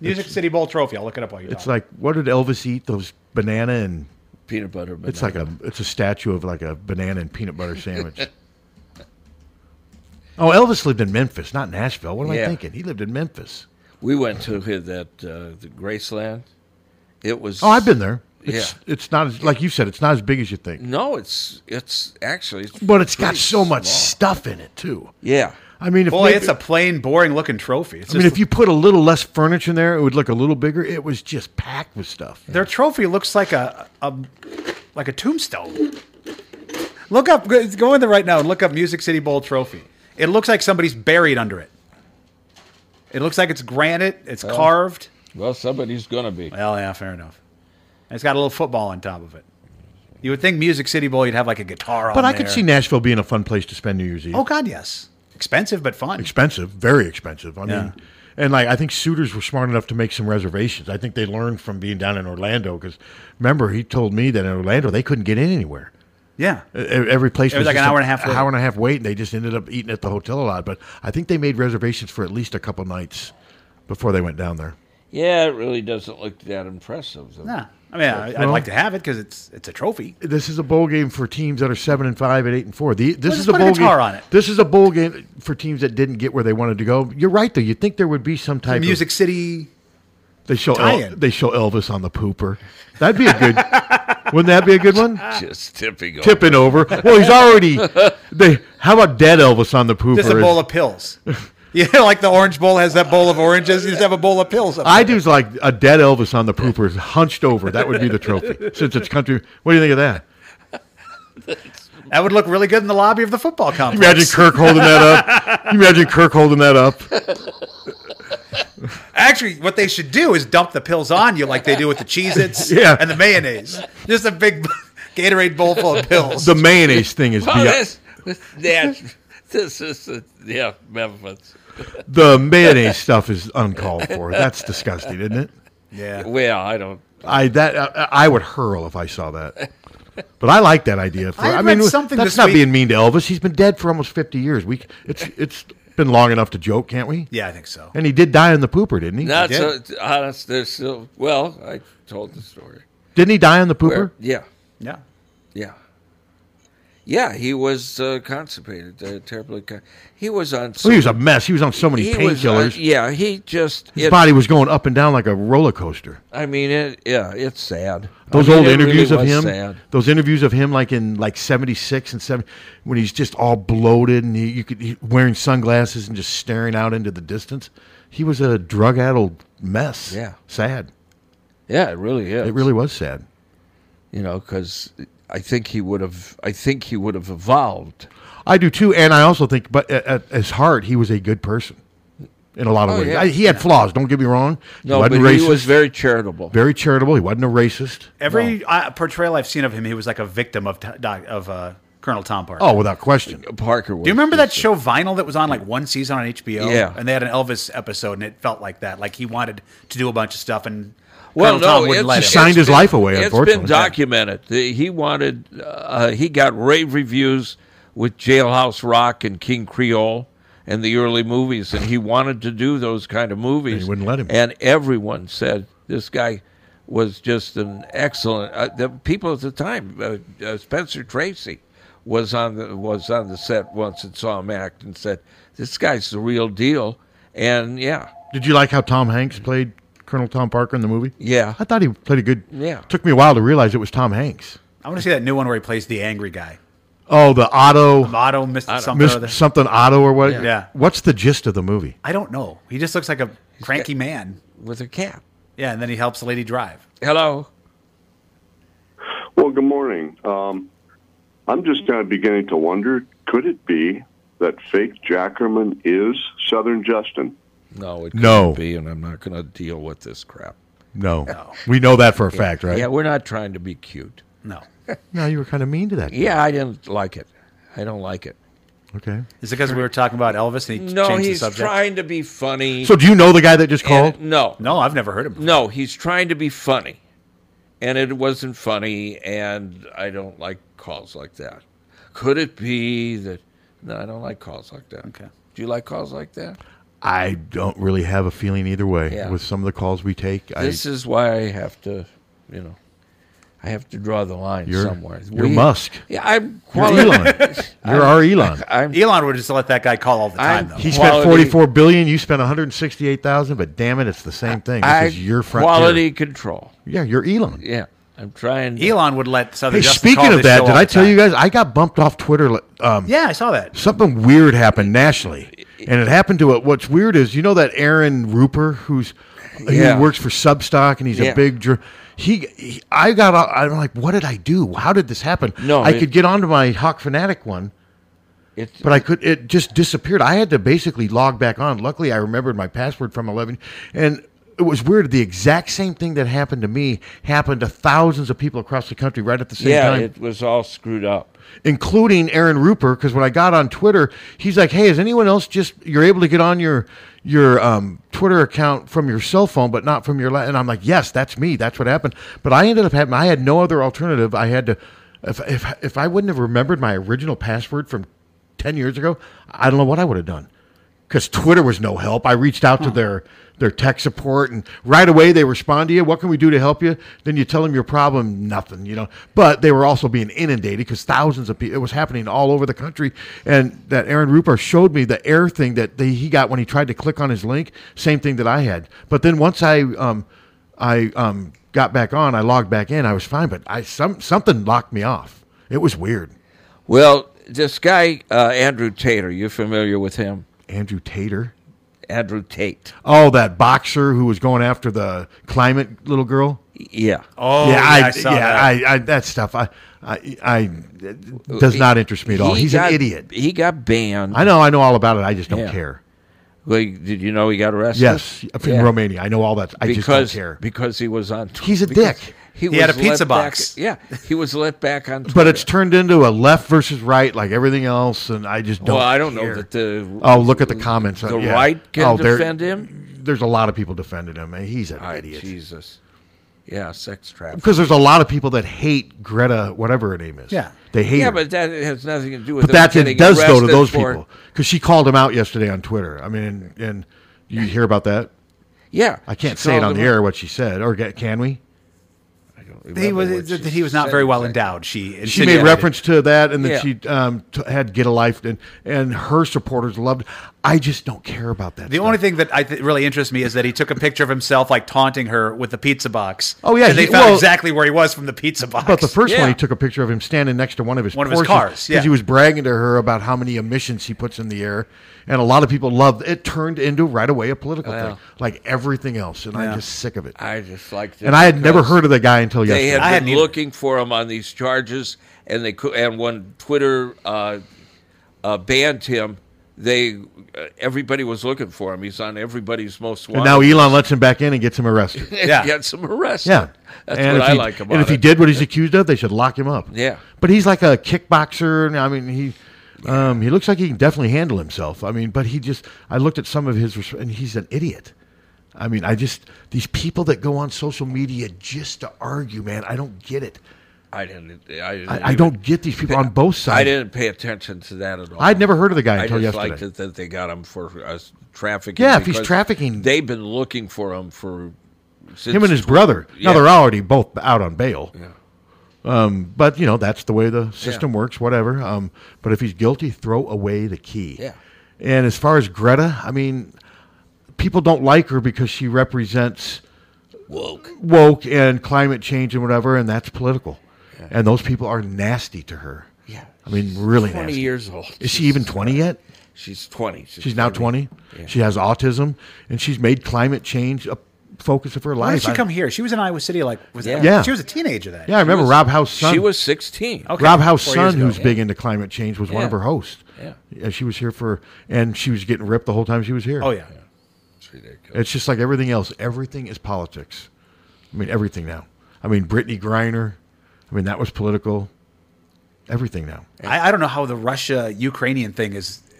Speaker 6: Music City Bowl trophy. I'll look it up while you're
Speaker 7: It's
Speaker 6: talking.
Speaker 7: like what did Elvis eat? Those banana and
Speaker 5: peanut butter. Banana.
Speaker 7: It's like a it's a statue of like a banana and peanut butter sandwich. oh, Elvis lived in Memphis, not Nashville. What am I
Speaker 5: Yeah.
Speaker 7: thinking? He lived in Memphis.
Speaker 5: We went to hit that uh, the Graceland. It was.
Speaker 7: Oh, I've been there. It's,
Speaker 5: yeah.
Speaker 7: it's not as, like you said. It's not as big as you think,
Speaker 5: No, it's it's actually. It's
Speaker 7: but it's got
Speaker 5: pretty
Speaker 7: so much
Speaker 5: small.
Speaker 7: stuff in it too.
Speaker 5: Yeah.
Speaker 7: I mean, if
Speaker 6: Boy,
Speaker 7: maybe-
Speaker 6: it's a plain, boring looking trophy. It's
Speaker 7: I mean,
Speaker 6: just-
Speaker 7: if you put a little less furniture in there, it would look a little bigger. It was just packed with stuff.
Speaker 6: Their trophy looks like a, a like a tombstone. Look up, go go in there right now and look up Music City Bowl trophy. It looks like somebody's buried under it. It looks like it's granite. It's
Speaker 5: Well.
Speaker 6: carved.
Speaker 5: Well, somebody's gonna be.
Speaker 6: Well, yeah, fair enough. And it's got a little football on top of it. You would think Music City Bowl, you'd have like a guitar on
Speaker 7: But I could
Speaker 6: there.
Speaker 7: see Nashville being a fun place to spend New Year's Eve.
Speaker 6: Oh God, yes. Expensive but fun.
Speaker 7: expensive, very expensive. I
Speaker 6: Yeah.
Speaker 7: mean, and like I think suitors were smart enough to make some reservations. I think they learned from being down in Orlando because remember he told me that in Orlando they couldn't get in anywhere.
Speaker 6: Yeah.
Speaker 7: E- Every place
Speaker 6: It was like
Speaker 7: just
Speaker 6: an hour and a half wait.
Speaker 7: hour and a half wait, and they just ended up eating at the hotel a lot. But I think they made reservations for at least a couple nights before they went down there.
Speaker 5: Yeah, it really doesn't look that impressive. though.
Speaker 6: Nah. I mean, I, I'd
Speaker 7: Well-
Speaker 6: like to have it because it's it's a trophy.
Speaker 7: This is a bowl game for teams that are seven and five and eight and four. The, this
Speaker 6: Well,
Speaker 7: is
Speaker 6: just
Speaker 7: a
Speaker 6: put a
Speaker 7: bowl
Speaker 6: guitar
Speaker 7: game.
Speaker 6: on it.
Speaker 7: This is a bowl game for teams that didn't get where they wanted to go. You're right, though. You'd think there would be some type of
Speaker 6: Music City.
Speaker 7: They show El-
Speaker 6: Tie-in.
Speaker 7: they show Elvis on the pooper. That'd be a good. wouldn't that be a good one?
Speaker 5: Just tipping. over.
Speaker 7: Tipping over. Well, he's already. They. How about dead Elvis on the pooper?
Speaker 6: Just a bowl of pills. you know, like the orange bowl has that bowl of oranges. You just have a bowl of pills. Up
Speaker 7: I do like a dead Elvis on the pooper, is hunched over. That would be the trophy. Since it's country, what do you think of that?
Speaker 6: there. That would look really good in the lobby of the football
Speaker 7: Can
Speaker 6: complex.
Speaker 7: you imagine Kirk holding that up. Can you imagine Kirk holding that up.
Speaker 6: Actually, what they should do is dump the pills on you like they do with the Cheez-Its
Speaker 7: Yeah.
Speaker 6: and the mayonnaise. Just a big Gatorade bowl full of pills.
Speaker 7: The mayonnaise thing is
Speaker 5: Well,
Speaker 7: beyond.
Speaker 5: this, that, this is uh, yeah, Memphis.
Speaker 7: The mayonnaise stuff is uncalled for. That's disgusting, isn't it?
Speaker 6: Yeah.
Speaker 5: Well, I don't.
Speaker 7: I that I, I would hurl if I saw that. But I like that idea. For,
Speaker 6: I
Speaker 7: I,
Speaker 6: read
Speaker 7: mean,
Speaker 6: something
Speaker 7: that's
Speaker 6: this
Speaker 7: not
Speaker 6: week-
Speaker 7: being mean to Elvis. He's been dead for almost fifty years. We c- it's it's been long enough to joke, can't we?
Speaker 6: Yeah, I think so.
Speaker 7: And he did die in the pooper, didn't he?
Speaker 5: Not
Speaker 7: He did.
Speaker 5: so honest. There's still well. I told the story.
Speaker 7: Didn't he die in the pooper?
Speaker 5: Yeah.
Speaker 6: Yeah.
Speaker 5: Yeah. Yeah, he was uh, constipated, uh, terribly. Con- he was on.
Speaker 7: Oh, he was a mess. He was on so many
Speaker 5: He was on-
Speaker 7: painkillers.
Speaker 5: yeah, he just
Speaker 7: His
Speaker 5: it-
Speaker 7: body was going up and down like a roller coaster.
Speaker 5: I mean, it. Yeah, it's sad.
Speaker 7: Those
Speaker 5: I mean,
Speaker 7: old
Speaker 5: it really
Speaker 7: interviews of
Speaker 5: was
Speaker 7: him,
Speaker 5: sad.
Speaker 7: those interviews of him, like in like '76 and '70, when he's just all bloated and he, you could he, wearing sunglasses and just staring out into the distance. He was a drug-addled mess.
Speaker 5: Yeah.
Speaker 7: sad.
Speaker 5: Yeah, it really is.
Speaker 7: It really was sad.
Speaker 5: You know, because I think he would have. I think he would have evolved.
Speaker 7: I do too, and I also think, but at, at his heart, he was a good person in a lot of
Speaker 5: Oh,
Speaker 7: ways.
Speaker 5: yeah.
Speaker 7: I, he had flaws. Don't get me wrong.
Speaker 5: No,
Speaker 7: he
Speaker 5: but
Speaker 7: wasn't
Speaker 5: he
Speaker 7: racist,
Speaker 5: was very charitable.
Speaker 7: very charitable. He wasn't a racist.
Speaker 6: Every uh, portrayal I've seen of him, he was like a victim of t- doc- of uh, Colonel Tom Parker.
Speaker 7: Oh, without question.
Speaker 5: Parker.
Speaker 6: Do you remember that show Vinyl that was on like one season on HBO?
Speaker 5: Yeah.
Speaker 6: And they had an Elvis episode, and it felt like that. Like he wanted to do a bunch of stuff, and
Speaker 5: Well,
Speaker 6: Colonel Tom
Speaker 5: no,
Speaker 6: wouldn't
Speaker 5: it's,
Speaker 6: let him.
Speaker 5: it's
Speaker 7: signed his
Speaker 5: been-
Speaker 7: life away,
Speaker 5: It's been
Speaker 7: unfortunately.
Speaker 5: documented. The- He wanted, uh, he got rave reviews with Jailhouse Rock and King Creole and the early movies, and he wanted to do those kind of movies. And wouldn't let him. And everyone said this guy was just an excellent. Uh, the people at the time, uh, uh, Spencer Tracy. Was on the was on the set once and saw him act and said, "This guy's the real deal." And yeah,
Speaker 7: Did you like how Tom Hanks played Colonel Tom Parker in the movie?
Speaker 5: Yeah.
Speaker 7: I thought he played a good.
Speaker 5: Yeah.
Speaker 7: Took me a while to realize it was Tom Hanks.
Speaker 6: I want to see that new one where he plays the angry guy.
Speaker 7: Oh, the Otto.
Speaker 6: Otto missed something
Speaker 7: Miss-
Speaker 6: or other.
Speaker 7: something Otto or what?
Speaker 6: Yeah. Yeah.
Speaker 7: What's the gist of the movie?
Speaker 6: I don't know. He just looks like a cranky man
Speaker 5: with a cap.
Speaker 6: Yeah, and then he helps the lady drive.
Speaker 5: Hello.
Speaker 9: Well, good morning. Um, I'm just now beginning to wonder could it be that fake Jackerman is Southern Justin?
Speaker 5: No, it
Speaker 7: No.
Speaker 5: couldn't be, and I'm not going to deal with this crap.
Speaker 7: No. We know that for a
Speaker 5: Yeah.
Speaker 7: fact, right?
Speaker 5: Yeah, we're not trying to be cute.
Speaker 6: No.
Speaker 7: No, you were kind of mean to that.
Speaker 5: Yeah, I didn't like it. I don't like it.
Speaker 7: Okay.
Speaker 6: Is it because we were talking about Elvis and he
Speaker 5: No,
Speaker 6: changed the
Speaker 5: he's
Speaker 6: subject?
Speaker 5: trying to be funny.
Speaker 7: So do you know the guy that just
Speaker 5: And-
Speaker 7: called?
Speaker 5: no.
Speaker 6: No, I've never heard him.
Speaker 5: No, he's trying to be funny, and it wasn't funny, and I don't like calls like that. Could it be that? No, I don't like calls like that. Okay. Do you like calls like that?
Speaker 7: I don't really have a feeling either way
Speaker 5: Yeah.
Speaker 7: with some of the calls we take.
Speaker 5: this
Speaker 7: I,
Speaker 5: is why I have to, you know, I have to draw the line
Speaker 7: You're-
Speaker 5: somewhere.
Speaker 7: you're Musk.
Speaker 5: Yeah, I'm
Speaker 7: You're
Speaker 5: quali-
Speaker 7: Elon. You're our Elon.
Speaker 6: Elon would just let that guy call all the time, though.
Speaker 7: he spent forty four billion. You spent one hundred sixty eight thousand. But damn it, it's the same thing. This
Speaker 5: I-
Speaker 7: is your frontier.
Speaker 5: quality control.
Speaker 7: Yeah, you're Elon.
Speaker 5: Yeah, I'm trying. To,
Speaker 6: Elon would let Southern
Speaker 7: Hey,
Speaker 6: Justin
Speaker 7: speaking
Speaker 6: call
Speaker 7: of
Speaker 6: this show
Speaker 7: that, did
Speaker 6: all
Speaker 7: I
Speaker 6: the
Speaker 7: tell
Speaker 6: time.
Speaker 7: you guys I got bumped off Twitter? Um,
Speaker 6: Yeah, I saw that.
Speaker 7: Something weird happened nationally, and it happened to it. What's weird is you know that Aaron Ruper, who's
Speaker 5: Yeah.
Speaker 7: he works for Substock, and he's
Speaker 5: Yeah.
Speaker 7: a big. Dr- he, he, I got. out- I'm like, what did I do? How did this happen?
Speaker 5: No,
Speaker 7: I
Speaker 5: it-
Speaker 7: could get onto my Hawk Fanatic one,
Speaker 5: It-
Speaker 7: but I could. It just disappeared. I had to basically log back on. Luckily, I remembered my password from eleven, and it was weird. The exact same thing that happened to me happened to thousands of people across the country right at the same
Speaker 5: yeah,
Speaker 7: time
Speaker 5: it was all screwed up.
Speaker 7: including Aaron Ruper, because when I got on Twitter, he's like, "Hey, is anyone else just you're able to get on your your um, Twitter account from your cell phone, but not from your?" La-? And I'm like, "Yes, that's me. That's what happened." But I ended up having I had no other alternative. I had to if if if I wouldn't have remembered my original password from ten years ago, I don't know what I would have done. Because Twitter was no help. I reached out to their their tech support, and right away they respond to you. What can we do to help you? Then you tell them your problem. Nothing, you know. But they were also being inundated because thousands of people. It was happening all over the country. And that Aaron Ruper showed me the air thing that they, he got when he tried to click on his link. Same thing that I had. But then once I um, I um, got back on, I logged back in. I was fine, but I some something locked me off. It was weird.
Speaker 5: Well, this guy uh, Andrew Tater, you familiar with him?
Speaker 7: Andrew Tater.
Speaker 5: Andrew Tate.
Speaker 7: Oh, that boxer who was going after the climate little girl.
Speaker 5: Yeah.
Speaker 6: Oh, yeah, I saw
Speaker 7: yeah,
Speaker 6: that.
Speaker 7: I, I, that stuff. I, I, I it does not interest me at all.
Speaker 5: He
Speaker 7: He's
Speaker 5: got-
Speaker 7: an idiot.
Speaker 5: He got banned.
Speaker 7: I know. I know all about it. I just don't care.
Speaker 5: Well, did you know he got arrested?
Speaker 7: Yes, up in Romania. I know all that. I just don't
Speaker 5: Because-
Speaker 7: care.
Speaker 5: because he was on. Tw-
Speaker 7: He's a
Speaker 5: because
Speaker 7: dick.
Speaker 6: He had
Speaker 5: was
Speaker 6: a pizza
Speaker 5: let back-
Speaker 6: box.
Speaker 5: yeah, he was let back on. Twitter.
Speaker 7: But it's turned into a left versus right, like everything else, and I just don't.
Speaker 5: well, I don't know
Speaker 7: care.
Speaker 5: that the.
Speaker 7: Oh, look at the comments.
Speaker 5: The
Speaker 7: Yeah.
Speaker 5: right can
Speaker 7: Oh, there-
Speaker 5: defend him.
Speaker 7: There's a lot of people defending him. and He's an
Speaker 5: My
Speaker 7: idiot.
Speaker 5: Jesus. Yeah, sex trafficking.
Speaker 7: Because there's a lot of people that hate Greta, whatever her name is. They hate
Speaker 5: Yeah,
Speaker 7: her.
Speaker 5: but that has nothing to do with.
Speaker 7: But that
Speaker 5: them getting
Speaker 7: it does go to
Speaker 5: arrested
Speaker 7: those
Speaker 5: for-
Speaker 7: people because she called him out yesterday on Twitter. I mean, and, and you hear about that?
Speaker 5: Yeah,
Speaker 7: I can't
Speaker 5: she
Speaker 7: say it
Speaker 5: called
Speaker 7: on the
Speaker 5: him
Speaker 7: air what she said, or get, can we?
Speaker 6: He was that he was not very well endowed. She
Speaker 7: She made
Speaker 6: insinuated.
Speaker 7: reference to that, and then
Speaker 6: Yeah.
Speaker 7: she um, t- had get a life, and and her supporters loved. I just don't care about that.
Speaker 6: The only thing that I th- really interests me is that he took a picture of himself like taunting her with the pizza box.
Speaker 7: Oh, yeah,
Speaker 6: and they
Speaker 7: he-
Speaker 6: found
Speaker 7: well-
Speaker 6: exactly where he was from the pizza box.
Speaker 7: But the first one, he took a picture of him standing next to one of his
Speaker 6: One of his
Speaker 7: Porsches
Speaker 6: cars, yeah.
Speaker 7: he was bragging to her about how many emissions he puts in the air, and a lot of people loved it. Turned into right away a political
Speaker 5: Well.
Speaker 7: thing, like everything else, and
Speaker 5: Yeah.
Speaker 7: I'm just sick of it.
Speaker 5: I just like
Speaker 7: And I had never heard of the guy until
Speaker 5: They
Speaker 7: yesterday.
Speaker 5: had
Speaker 7: I
Speaker 5: been
Speaker 7: hadn't either.
Speaker 5: looking for him on these charges, and they cou- and when Twitter uh, uh, banned him, they uh, everybody was looking for him. He's on everybody's most
Speaker 7: And
Speaker 5: wanted.
Speaker 7: now Elon lets him back in and gets him arrested.
Speaker 5: yeah. gets him arrested.
Speaker 7: Yeah,
Speaker 5: that's
Speaker 7: And
Speaker 5: what
Speaker 7: if
Speaker 5: I
Speaker 7: he-
Speaker 5: like about
Speaker 7: And if
Speaker 5: it.
Speaker 7: he did what he's accused of, they should lock him up.
Speaker 5: Yeah.
Speaker 7: but he's like a kickboxer. and I mean, he um, he looks like he can definitely handle himself. I mean, but he just I looked at some of his res- and he's an idiot. I mean, I just these people that go on social media just to argue, man. I don't get it.
Speaker 5: I didn't. I, didn't
Speaker 7: I, I don't get these people on both sides.
Speaker 5: I didn't pay attention to that at all.
Speaker 7: I'd never heard of the guy until
Speaker 5: I just
Speaker 7: yesterday.
Speaker 5: liked it that they got him for uh, trafficking.
Speaker 7: Yeah, if he's
Speaker 5: because
Speaker 7: trafficking-
Speaker 5: they've been looking for him for since
Speaker 7: him and his
Speaker 5: tw-
Speaker 7: brother.
Speaker 5: Yeah.
Speaker 7: Now they're already both out on bail.
Speaker 5: Yeah.
Speaker 7: Um, but you know that's the way the system works. Whatever. Um, but if he's guilty, throw away the key.
Speaker 5: Yeah.
Speaker 7: And as far as Greta, I mean, people don't like her because she represents
Speaker 5: woke,
Speaker 7: woke, and climate change and whatever, and that's political. And those people are nasty to her.
Speaker 5: Yeah.
Speaker 7: I mean, really
Speaker 5: 20
Speaker 7: nasty.
Speaker 5: years old.
Speaker 7: Is she even twenty yet?
Speaker 5: She's twenty.
Speaker 7: She's, now 20. She has autism, and she's made climate change a focus of her life.
Speaker 6: Why did she
Speaker 7: I-
Speaker 6: come here? She was in Iowa City. Like was
Speaker 7: Yeah.
Speaker 6: yeah.
Speaker 7: Yeah.
Speaker 6: she was a teenager then.
Speaker 7: Yeah, I remember Rob Howe's son.
Speaker 5: she was 16. Okay,
Speaker 7: Rob Howe's
Speaker 5: four years
Speaker 7: son,
Speaker 5: ago,
Speaker 7: who's
Speaker 5: yeah.
Speaker 7: big into climate change, was one of
Speaker 5: Yeah.
Speaker 7: her hosts.
Speaker 5: Yeah.
Speaker 7: she was here for, and she was getting ripped the whole time she was here.
Speaker 6: Oh yeah.
Speaker 7: It's just like everything else. Everything is politics. I mean, everything now. I mean, Brittany Griner. I mean, that was political. Everything now.
Speaker 6: I, I don't know how the Russia Ukrainian thing is. you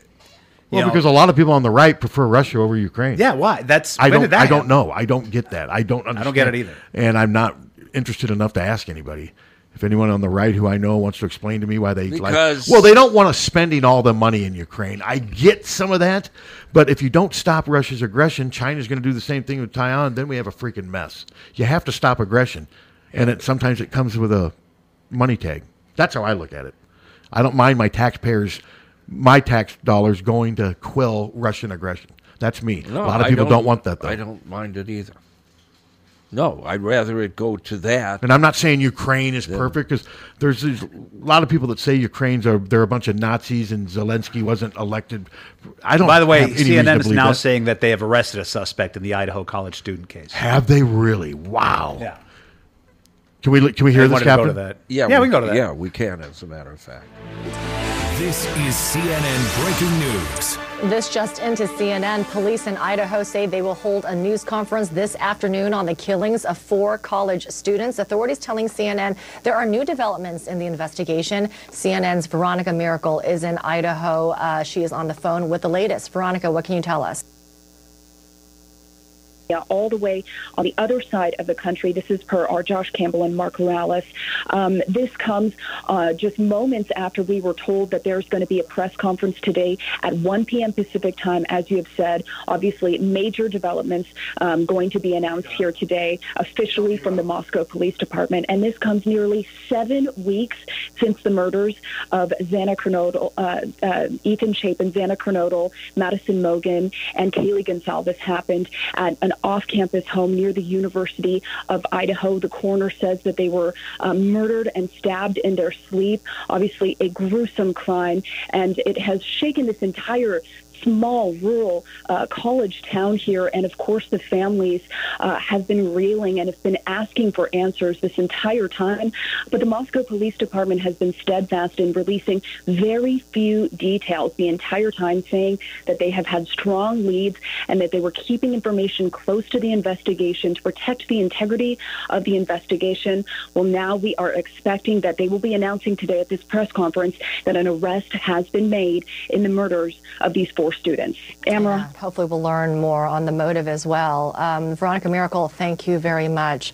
Speaker 7: Well,
Speaker 6: know-
Speaker 7: because a lot of people on the right prefer Russia over Ukraine.
Speaker 6: Yeah, why? That's-
Speaker 7: I
Speaker 6: when
Speaker 7: don't.
Speaker 6: did that
Speaker 7: I don't
Speaker 6: happen?
Speaker 7: know. I don't get that. I don't. Understand.
Speaker 6: don't get it either.
Speaker 7: And I'm not interested enough to ask anybody. If anyone on the right who I know wants to explain to me why they
Speaker 5: Because-
Speaker 7: like, well, they don't want us spending all the money in Ukraine. I get some of that, but if you don't stop Russia's aggression, China's going to do the same thing with Taiwan. Then we have a freaking mess. You have to stop aggression, and it sometimes it comes with a money tag. That's how I look at it. I don't mind my taxpayers, my tax dollars going to quill Russian aggression. That's me.
Speaker 5: No,
Speaker 7: a lot of
Speaker 5: I
Speaker 7: people don't, want that though.
Speaker 5: I don't mind it either. No, I'd rather it go to that.
Speaker 7: And I'm not saying Ukraine is perfect because there's these, a lot of people that say Ukraine's are they're a bunch of Nazis and Zelensky wasn't elected. I don't.
Speaker 6: By the way,
Speaker 7: have any reason to
Speaker 6: CNN is
Speaker 7: believe
Speaker 6: now
Speaker 7: that.
Speaker 6: saying that they have arrested a suspect in the Idaho college student case.
Speaker 7: Have they really? Wow.
Speaker 6: Yeah.
Speaker 7: Can we li- can we hear
Speaker 6: I
Speaker 7: this,
Speaker 6: wanted to go
Speaker 7: Captain?
Speaker 6: to that. Yeah, Yeah, we can go to that.
Speaker 5: Yeah, we can, as a matter of fact.
Speaker 13: This is CNN breaking news.
Speaker 10: This just into CNN. Police in Idaho say they will hold a news conference this afternoon on the killings of four college students. Authorities telling CNN there are new developments in the investigation. CNN's Veronica Miracle is in Idaho. Uh, she is on the phone with the latest. Veronica, what can you tell us?
Speaker 11: California, all the way on the other side of the country. This is per our Josh Campbell and Mark Rallis. Um, this comes uh, just moments after we were told that there's going to be a press conference today at 1 p.m. Pacific time, as you have said. Obviously, major developments um, going to be announced here today, officially from the Moscow Police Department. And this comes nearly seven weeks since the murders of Zana Kernodal, uh, uh, Ethan Chapin, Zana Kernodal, Madison Mogan, and Kaylee Gonsalves happened at an off campus home near the University of Idaho. The coroner says that they were um, murdered and stabbed in their sleep. Obviously, a gruesome crime, and it has shaken this entire small rural uh, college town here and of course the families uh, have been reeling and have been asking for answers this entire time but the moscow police department has been steadfast in releasing very few details the entire time saying that they have had strong leads and that they were keeping information close to the investigation to protect the integrity of the investigation well now we are expecting that they will be announcing today at this press conference that an arrest has been made in the murders of these four students Amara.
Speaker 10: And Hopefully, we'll learn more on the motive as well. Um, Veronica Miracle, thank you very much.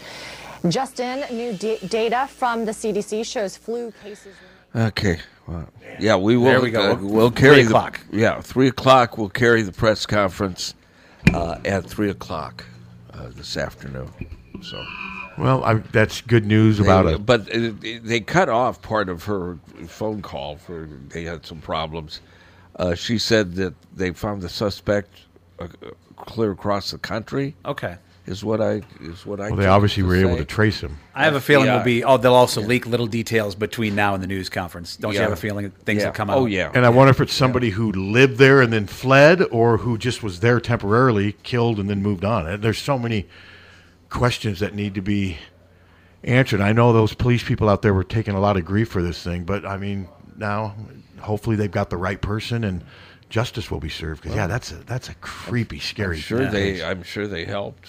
Speaker 10: Just in, new d- data from the CDC shows flu cases.
Speaker 5: Okay. Well, yeah, we will.
Speaker 6: There we go.
Speaker 5: uh, we'll carry
Speaker 6: Three
Speaker 5: the-
Speaker 6: o'clock.
Speaker 5: yeah, three o'clock. We'll carry the press conference uh, at three o'clock uh, this afternoon. So.
Speaker 7: Well, I, that's good news about
Speaker 5: They-
Speaker 7: it.
Speaker 5: But uh, they cut off part of her phone call for they had some problems. Uh, she said that they found the suspect uh, clear across the country.
Speaker 6: Okay.
Speaker 5: is what I is what I.
Speaker 7: Well, they
Speaker 5: took
Speaker 7: obviously
Speaker 5: to
Speaker 7: were able
Speaker 5: say.
Speaker 7: to trace him.
Speaker 6: I have a feeling
Speaker 5: Yeah.
Speaker 6: we'll be. Oh, they'll also leak little details between now and the news conference. Don't you
Speaker 5: Yeah.
Speaker 6: have a feeling things
Speaker 5: Yeah.
Speaker 6: will come out?
Speaker 5: Oh, yeah.
Speaker 7: And I wonder if it's somebody who lived there and then fled, or who just was there temporarily, killed, and then moved on. And There's so many questions that need to be answered. I know those police people out there were taking a lot of grief for this thing, but I mean, now hopefully they've got the right person and justice will be served. Because yeah, that's a that's a creepy, scary.
Speaker 5: I'm sure
Speaker 7: thing.
Speaker 5: they. I'm sure they helped.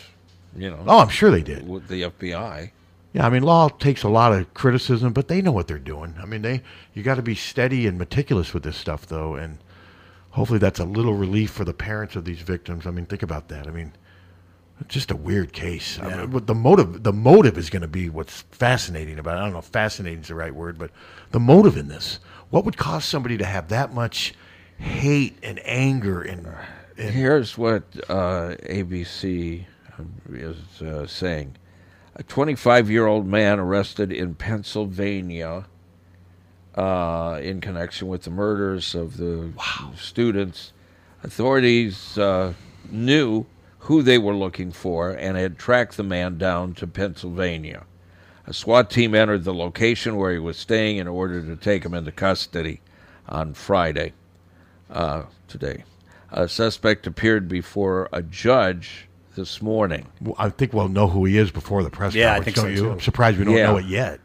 Speaker 5: You know.
Speaker 7: Oh, I'm sure they did.
Speaker 5: With the FBI.
Speaker 7: Yeah, I mean, law takes a lot of criticism, but they know what they're doing. I mean, they you got to be steady and meticulous with this stuff, though, and hopefully that's a little relief for the parents of these victims. I mean, think about that. I mean, it's just a weird case. I mean, what the motive the motive is going to be what's fascinating about. It. I don't know if fascinating is the right word, but the motive in this. What would cause somebody to have that much hate and anger and
Speaker 5: Here's what uh, ABC is uh, saying A 25 year old man arrested in Pennsylvania uh, in connection with the murders of the students. Authorities uh, knew who they were looking for and had tracked the man down to Pennsylvania. A SWAT team entered the location where he was staying in order to take him into custody on Friday uh, today. A suspect appeared before a judge this morning.
Speaker 7: Well, I think we'll know who he is before the press
Speaker 5: Yeah, I
Speaker 7: conference,
Speaker 5: think
Speaker 7: don't
Speaker 5: so,
Speaker 7: you?
Speaker 5: too.
Speaker 7: I'm surprised we don't
Speaker 5: Yeah.
Speaker 7: know it yet.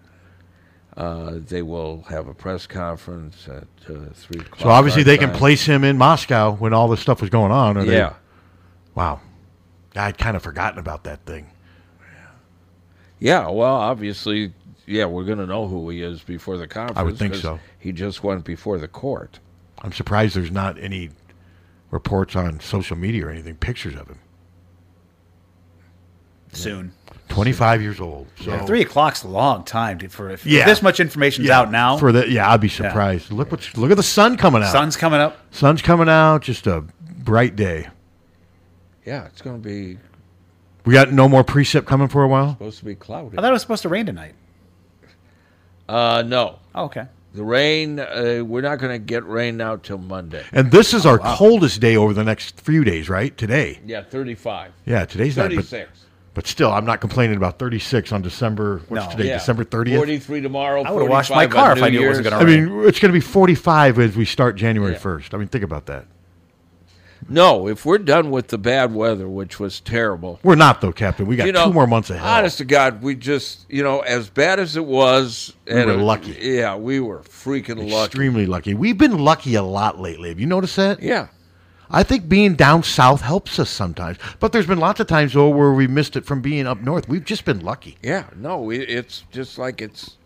Speaker 5: Uh, they will have a press conference at uh, three o'clock.
Speaker 7: So obviously
Speaker 5: our
Speaker 7: they can
Speaker 5: time.
Speaker 7: place him in Moscow when all this stuff was going on. Or they-
Speaker 5: Yeah.
Speaker 7: wow. I'd kind of forgotten about that thing.
Speaker 5: Yeah, well, obviously, yeah, we're going to know who he is before the conference.
Speaker 7: think
Speaker 5: 'cause
Speaker 7: so.
Speaker 5: He just went before the court.
Speaker 7: I'm surprised there's not any reports on social media or anything, pictures of him. uh,
Speaker 6: Soon.
Speaker 7: 25 years old. So
Speaker 6: Yeah, three o'clock's a long time to, for if, if
Speaker 7: Yeah.
Speaker 6: this much information's
Speaker 7: Yeah,
Speaker 6: out now.
Speaker 7: For the yeah, I'd be surprised. Look what's look at the sun coming out.
Speaker 6: Sun's coming up.
Speaker 7: Sun's coming out. Just a bright day.
Speaker 5: Yeah, it's going to be
Speaker 7: We got no more precip coming for a while.
Speaker 5: supposed to be cloudy.
Speaker 6: I thought it was supposed to rain tonight.
Speaker 5: Uh, no.
Speaker 6: Oh, okay.
Speaker 5: The rain, uh, we're not going to get rain now till Monday.
Speaker 7: And this is
Speaker 5: Oh,
Speaker 7: our
Speaker 5: wow.
Speaker 7: coldest day over the next few days, right? Today.
Speaker 5: Yeah, 35.
Speaker 7: Yeah, today's not. But,
Speaker 5: 36.
Speaker 7: but still, I'm not complaining about 36 on December. What's today?
Speaker 5: Yeah.
Speaker 7: December 30th.
Speaker 5: 43 tomorrow.
Speaker 6: I
Speaker 5: would
Speaker 6: would've
Speaker 5: have
Speaker 6: washed my car if I knew it wasn't gonna
Speaker 7: I mean, it's going to be 45 as we start January 1st. I mean, think about that.
Speaker 5: No, if we're done with the bad weather, which was terrible.
Speaker 7: We're not though, Captain. We got
Speaker 5: You know,
Speaker 7: two more months ahead.
Speaker 5: Honest to God, we just, you know, as bad as it was.
Speaker 7: We were lucky.
Speaker 5: Yeah, we were freaking lucky.
Speaker 7: Extremely lucky. We've been lucky a lot lately. Have you noticed that?
Speaker 5: Yeah.
Speaker 7: I think being down south helps us sometimes. But there's been lots of times though where we missed it from being up north. We've just been lucky.
Speaker 5: Yeah, no, we, it's just like it's.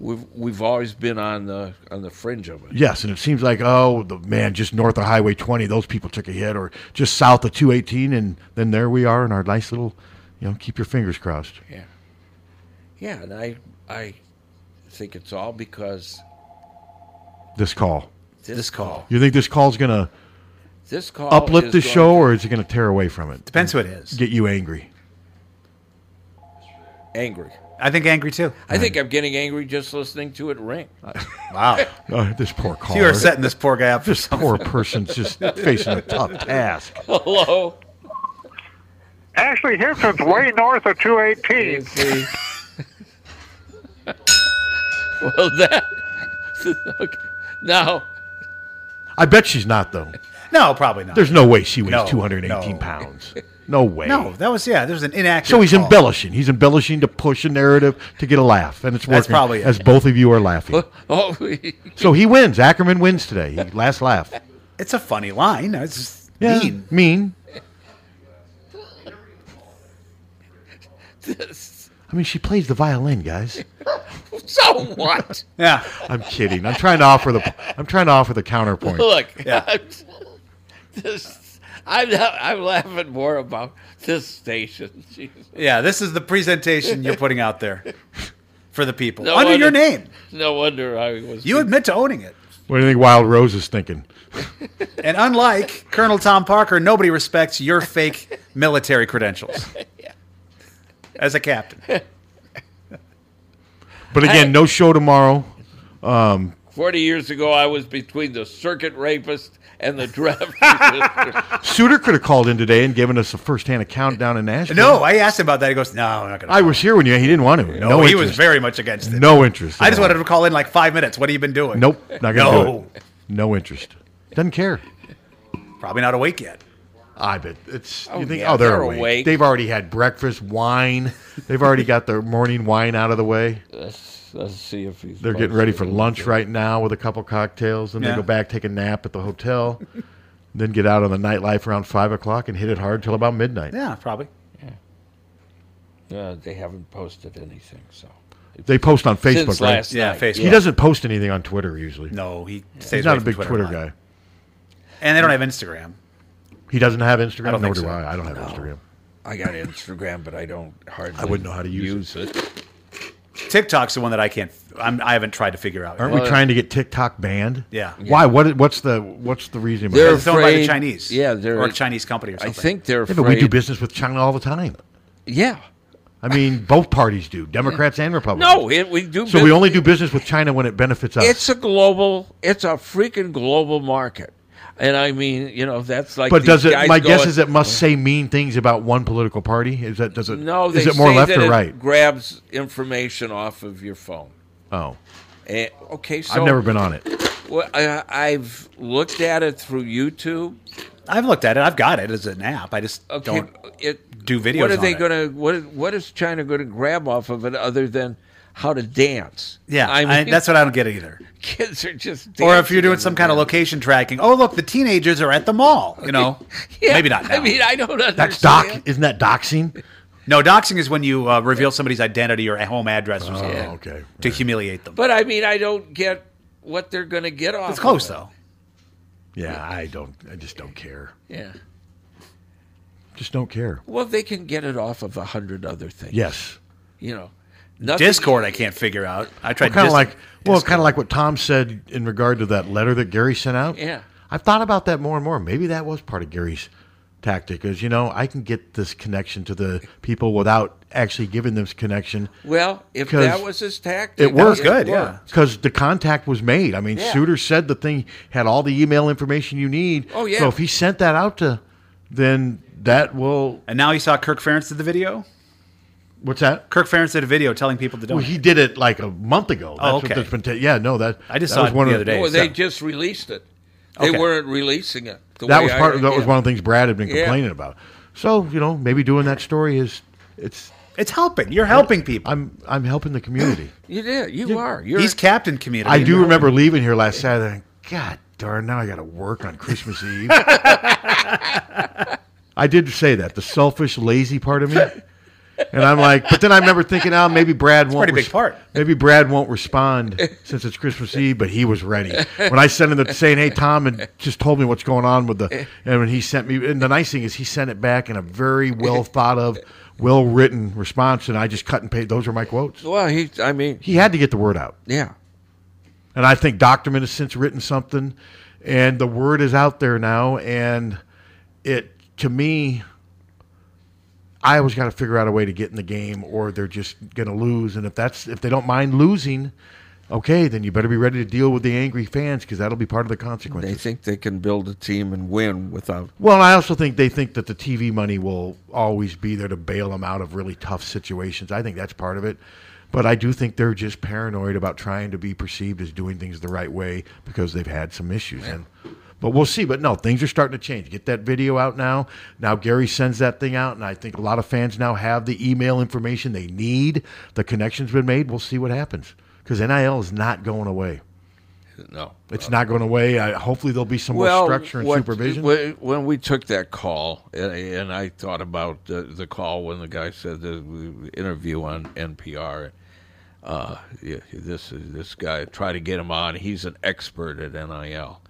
Speaker 5: We've we've always been on the on the fringe of it.
Speaker 7: Yes, and it seems like oh the man just north of Highway 20, those people took a hit, or just south of 218, and then there we are in our nice little, you know, keep your fingers crossed.
Speaker 5: Yeah. Yeah, and I I think it's all because
Speaker 7: This call.
Speaker 5: this, call.
Speaker 7: You think this call's gonna
Speaker 5: This call
Speaker 7: uplift
Speaker 5: is
Speaker 7: the
Speaker 5: going
Speaker 7: show, or is it gonna tear away from it?
Speaker 6: Depends who it is.
Speaker 7: Get you angry.
Speaker 5: Angry.
Speaker 6: I think angry too.
Speaker 5: I think I'm getting angry just listening to it ring.
Speaker 6: Wow.
Speaker 7: Oh, this poor
Speaker 6: So
Speaker 7: caller.
Speaker 6: you are setting this poor guy up for something.
Speaker 7: poor person's just facing a tough task.
Speaker 5: Hello.
Speaker 12: Actually, his is way north of 218.
Speaker 5: well, that okay. now
Speaker 7: I bet she's not though.
Speaker 6: No, probably not.
Speaker 7: There's no way she weighs
Speaker 6: No,
Speaker 7: 218
Speaker 6: no.
Speaker 7: pounds. No way.
Speaker 6: No, that was yeah. There's an inaccurate.
Speaker 7: So he's
Speaker 6: call.
Speaker 7: embellishing. He's embellishing to push a narrative to get a laugh, and it's working.
Speaker 6: That's probably it.
Speaker 7: as both of you are laughing.
Speaker 5: oh,
Speaker 7: so he wins. Ackerman wins today. He last laugh.
Speaker 6: It's a funny line. It's just
Speaker 7: Yeah,
Speaker 6: mean.
Speaker 7: mean.
Speaker 5: this.
Speaker 7: I mean, she plays the violin, guys.
Speaker 5: So what?
Speaker 6: Yeah.
Speaker 7: I'm kidding. I'm trying to offer the. I'm trying to offer the counterpoint.
Speaker 5: Look, this. I'm, I'm laughing more about this station. Jesus.
Speaker 6: Yeah, this is the presentation you're putting out there for the people
Speaker 5: No
Speaker 6: under your
Speaker 5: wonder-
Speaker 6: name.
Speaker 5: No wonder I was.
Speaker 6: You admit to owning it.
Speaker 7: What do you think Wild Rose is thinking?
Speaker 6: And unlike Colonel Tom Parker, nobody respects your fake military credentials as a captain.
Speaker 7: But again, no show tomorrow. Um,
Speaker 5: 40 years ago, I was between the circuit rapist and the driver.
Speaker 7: Suter could have called in today and given us a first-hand account down in Nashville.
Speaker 6: No, I asked him about that. He goes, "No, I'm not going to."
Speaker 7: I was here when you. He didn't want to.
Speaker 6: No,
Speaker 7: No,
Speaker 6: he
Speaker 7: interest.
Speaker 6: was very much against it.
Speaker 7: No interest.
Speaker 6: I
Speaker 7: at
Speaker 6: just
Speaker 7: all.
Speaker 6: wanted to call in like five minutes. What have you been doing?
Speaker 7: Nope, not gonna
Speaker 6: no.
Speaker 7: do it. No interest. Doesn't care.
Speaker 6: Probably not awake yet.
Speaker 7: I bet it's.
Speaker 6: Oh,
Speaker 7: you think?
Speaker 6: yeah,
Speaker 7: oh, they're,
Speaker 6: they're
Speaker 7: awake.
Speaker 6: awake.
Speaker 7: They've already had breakfast, wine. They've already got their morning wine out of the way.
Speaker 5: let's, let's see if he's.
Speaker 7: They're getting ready for lunch right now with a couple cocktails, and
Speaker 5: Yeah.
Speaker 7: they go back take a nap at the hotel, then get out on the nightlife around five o'clock and hit it hard till about midnight.
Speaker 6: Yeah, probably.
Speaker 5: Uh, they haven't posted anything, so.
Speaker 7: They post on Facebook.
Speaker 5: Since
Speaker 7: right?
Speaker 5: last Yeah, night, Facebook.
Speaker 7: He doesn't post anything on Twitter usually.
Speaker 6: No, he stays
Speaker 7: he's not
Speaker 6: away
Speaker 7: a
Speaker 6: from
Speaker 7: big
Speaker 6: Twitter
Speaker 7: Twitter,
Speaker 6: a lot.
Speaker 7: guy.
Speaker 6: And they don't have Instagram.
Speaker 7: He doesn't have Instagram.
Speaker 5: I don't
Speaker 7: Nor
Speaker 5: think
Speaker 7: do
Speaker 5: so.
Speaker 7: I. I don't have Instagram.
Speaker 5: I got Instagram, but I don't hardly.
Speaker 7: I wouldn't know how to use,
Speaker 5: it.
Speaker 6: TikTok's the one that I can't. I'm, I haven't tried to figure out.
Speaker 7: Aren't we trying to get TikTok banned?
Speaker 6: Yeah.
Speaker 7: Why? What? What's the What's the reason? behind it?
Speaker 5: They're
Speaker 6: It's owned by the
Speaker 5: afraid-
Speaker 6: Chinese.
Speaker 5: yeah, they're-
Speaker 6: or a Chinese company or
Speaker 5: I
Speaker 6: something.
Speaker 5: think they're
Speaker 7: Yeah, but we do
Speaker 5: afraid-
Speaker 7: business with China all the time.
Speaker 5: Yeah.
Speaker 7: I mean, both parties do, Democrats and Republicans.
Speaker 5: No, it, we do.
Speaker 7: So we only do business with China when it benefits us.
Speaker 5: It's a global. It's a freaking global market, and I mean, you know, that's like.
Speaker 7: but
Speaker 5: these
Speaker 7: does it?
Speaker 5: guys
Speaker 7: My guess
Speaker 5: going-
Speaker 7: is it must say mean things about one political party. Is that does it?
Speaker 5: No, they
Speaker 7: is it more
Speaker 5: say
Speaker 7: left
Speaker 5: that
Speaker 7: or
Speaker 5: it
Speaker 7: right?
Speaker 5: Grabs information off of your phone.
Speaker 7: Oh,
Speaker 5: Eh, okay, so
Speaker 7: never been on it.
Speaker 5: Well, I, I've looked at it through YouTube.
Speaker 6: I've looked at it. I've got it as an app. I just
Speaker 5: Okay,
Speaker 6: don't
Speaker 5: it-
Speaker 6: do videos.
Speaker 5: What are they
Speaker 6: on it.
Speaker 5: going to? What What is China going to grab off of it other than how to dance?
Speaker 6: Yeah, I- that's what I don't get either.
Speaker 5: Kids are just.
Speaker 6: Or if you're doing
Speaker 5: dancing
Speaker 6: some kind of location tracking. Oh, look, the teenagers are at the mall. You know,
Speaker 5: Yeah,
Speaker 6: maybe not. Now.
Speaker 5: I mean, I don't understand.
Speaker 7: That's doc. Isn't that doxing?
Speaker 6: no, doxing is when you uh, reveal somebody's identity or a home address or something.
Speaker 7: Oh, okay.
Speaker 6: To humiliate them.
Speaker 5: But I mean, I don't get what they're going to get off.
Speaker 6: It's
Speaker 5: of
Speaker 6: close
Speaker 5: it.
Speaker 6: though.
Speaker 7: Yeah, I don't. I just don't care.
Speaker 5: Yeah.
Speaker 7: Just don't care.
Speaker 5: Well, they can get it off of a hundred other things.
Speaker 7: Yes.
Speaker 5: You know, nothing.
Speaker 6: Discord, I can't figure out. I tried
Speaker 7: kind of
Speaker 6: Dis-
Speaker 7: like well, kind of like what Tom said in regard to that letter that Gary sent out.
Speaker 5: Yeah.
Speaker 7: I've thought about that more and more. Maybe that was part of Gary's tactic, is you know I can get this connection to the people without actually giving them this connection.
Speaker 5: Well, if
Speaker 7: 'Cause
Speaker 5: that was his tactic,
Speaker 7: It worked
Speaker 5: it worked.
Speaker 7: Because the contact was made. I mean,
Speaker 5: Yeah.
Speaker 7: Suter said the thing had all the email information you need.
Speaker 5: Oh, yeah.
Speaker 7: So if he sent that out to, then that will.
Speaker 6: And now you saw Kirk Ferentz did the video.
Speaker 7: What's that?
Speaker 6: Kirk Ferentz did a video telling people to
Speaker 7: Well,
Speaker 6: donate.
Speaker 7: he did it like a month ago. That's
Speaker 6: Oh,
Speaker 7: what
Speaker 6: okay.
Speaker 7: that's been ta- yeah, no, that
Speaker 6: I just
Speaker 7: that
Speaker 6: saw
Speaker 7: was
Speaker 6: it
Speaker 7: one
Speaker 6: the
Speaker 7: of
Speaker 6: other day.
Speaker 5: Well, they just released it. They
Speaker 7: Okay.
Speaker 5: weren't releasing it. the
Speaker 7: that
Speaker 5: way
Speaker 7: was
Speaker 5: I
Speaker 7: part.
Speaker 5: heard-
Speaker 7: that was
Speaker 5: yeah.
Speaker 7: one of the things Brad had been
Speaker 5: Yeah.
Speaker 7: complaining about. So you know, maybe doing that story is it's
Speaker 6: it's helping. You're helping people.
Speaker 7: I'm I'm helping the community.
Speaker 5: You did. You, are. You're.
Speaker 6: He's captain community.
Speaker 7: I do remember leaving here last Saturday. and, God darn! Now I got to work on Christmas Eve. I did say that the selfish, lazy part of me. And I'm like, but then I remember thinking, oh, maybe Brad won't.
Speaker 6: pretty big part.
Speaker 7: Maybe Brad won't respond since it's Christmas Eve, but he was ready when I sent him the saying, "Hey, Tom," and just told me what's going on with the. And when he sent me, and the nice thing is, he sent it back in a very well thought of, well written response, and I just cut and paste. Those are my quotes.
Speaker 5: Well, he. I mean,
Speaker 7: He had to get the word out.
Speaker 5: yeah.
Speaker 7: And I think Doctorman has since written something, and the word is out there now. And it, to me, I always got to figure out a way to get in the game, or they're just going to lose. And if that's if they don't mind losing, okay, then you better be ready to deal with the angry fans because that'll be part of the consequences.
Speaker 5: They think they can build a team and win without.
Speaker 7: Well, and I also think they think that the TV money will always be there to bail them out of really tough situations. I think that's part of it. But I do think they're just paranoid about trying to be perceived as doing things the right way because they've had some issues. And but we'll see. But no, things are starting to change. Get that video out now. Now Gary sends that thing out, and I think a lot of fans now have the email information they need. The connection's been made. We'll see what happens because NIL is not going away.
Speaker 5: No.
Speaker 7: It's not going away. I, hopefully, there'll be some more structure and
Speaker 5: what-
Speaker 7: supervision.
Speaker 5: wh- When we took that call, and I, and I thought about the, the call when the guy said the the interview on NPR. Uh, yeah, this this guy try to get him on. He's an expert at NIL.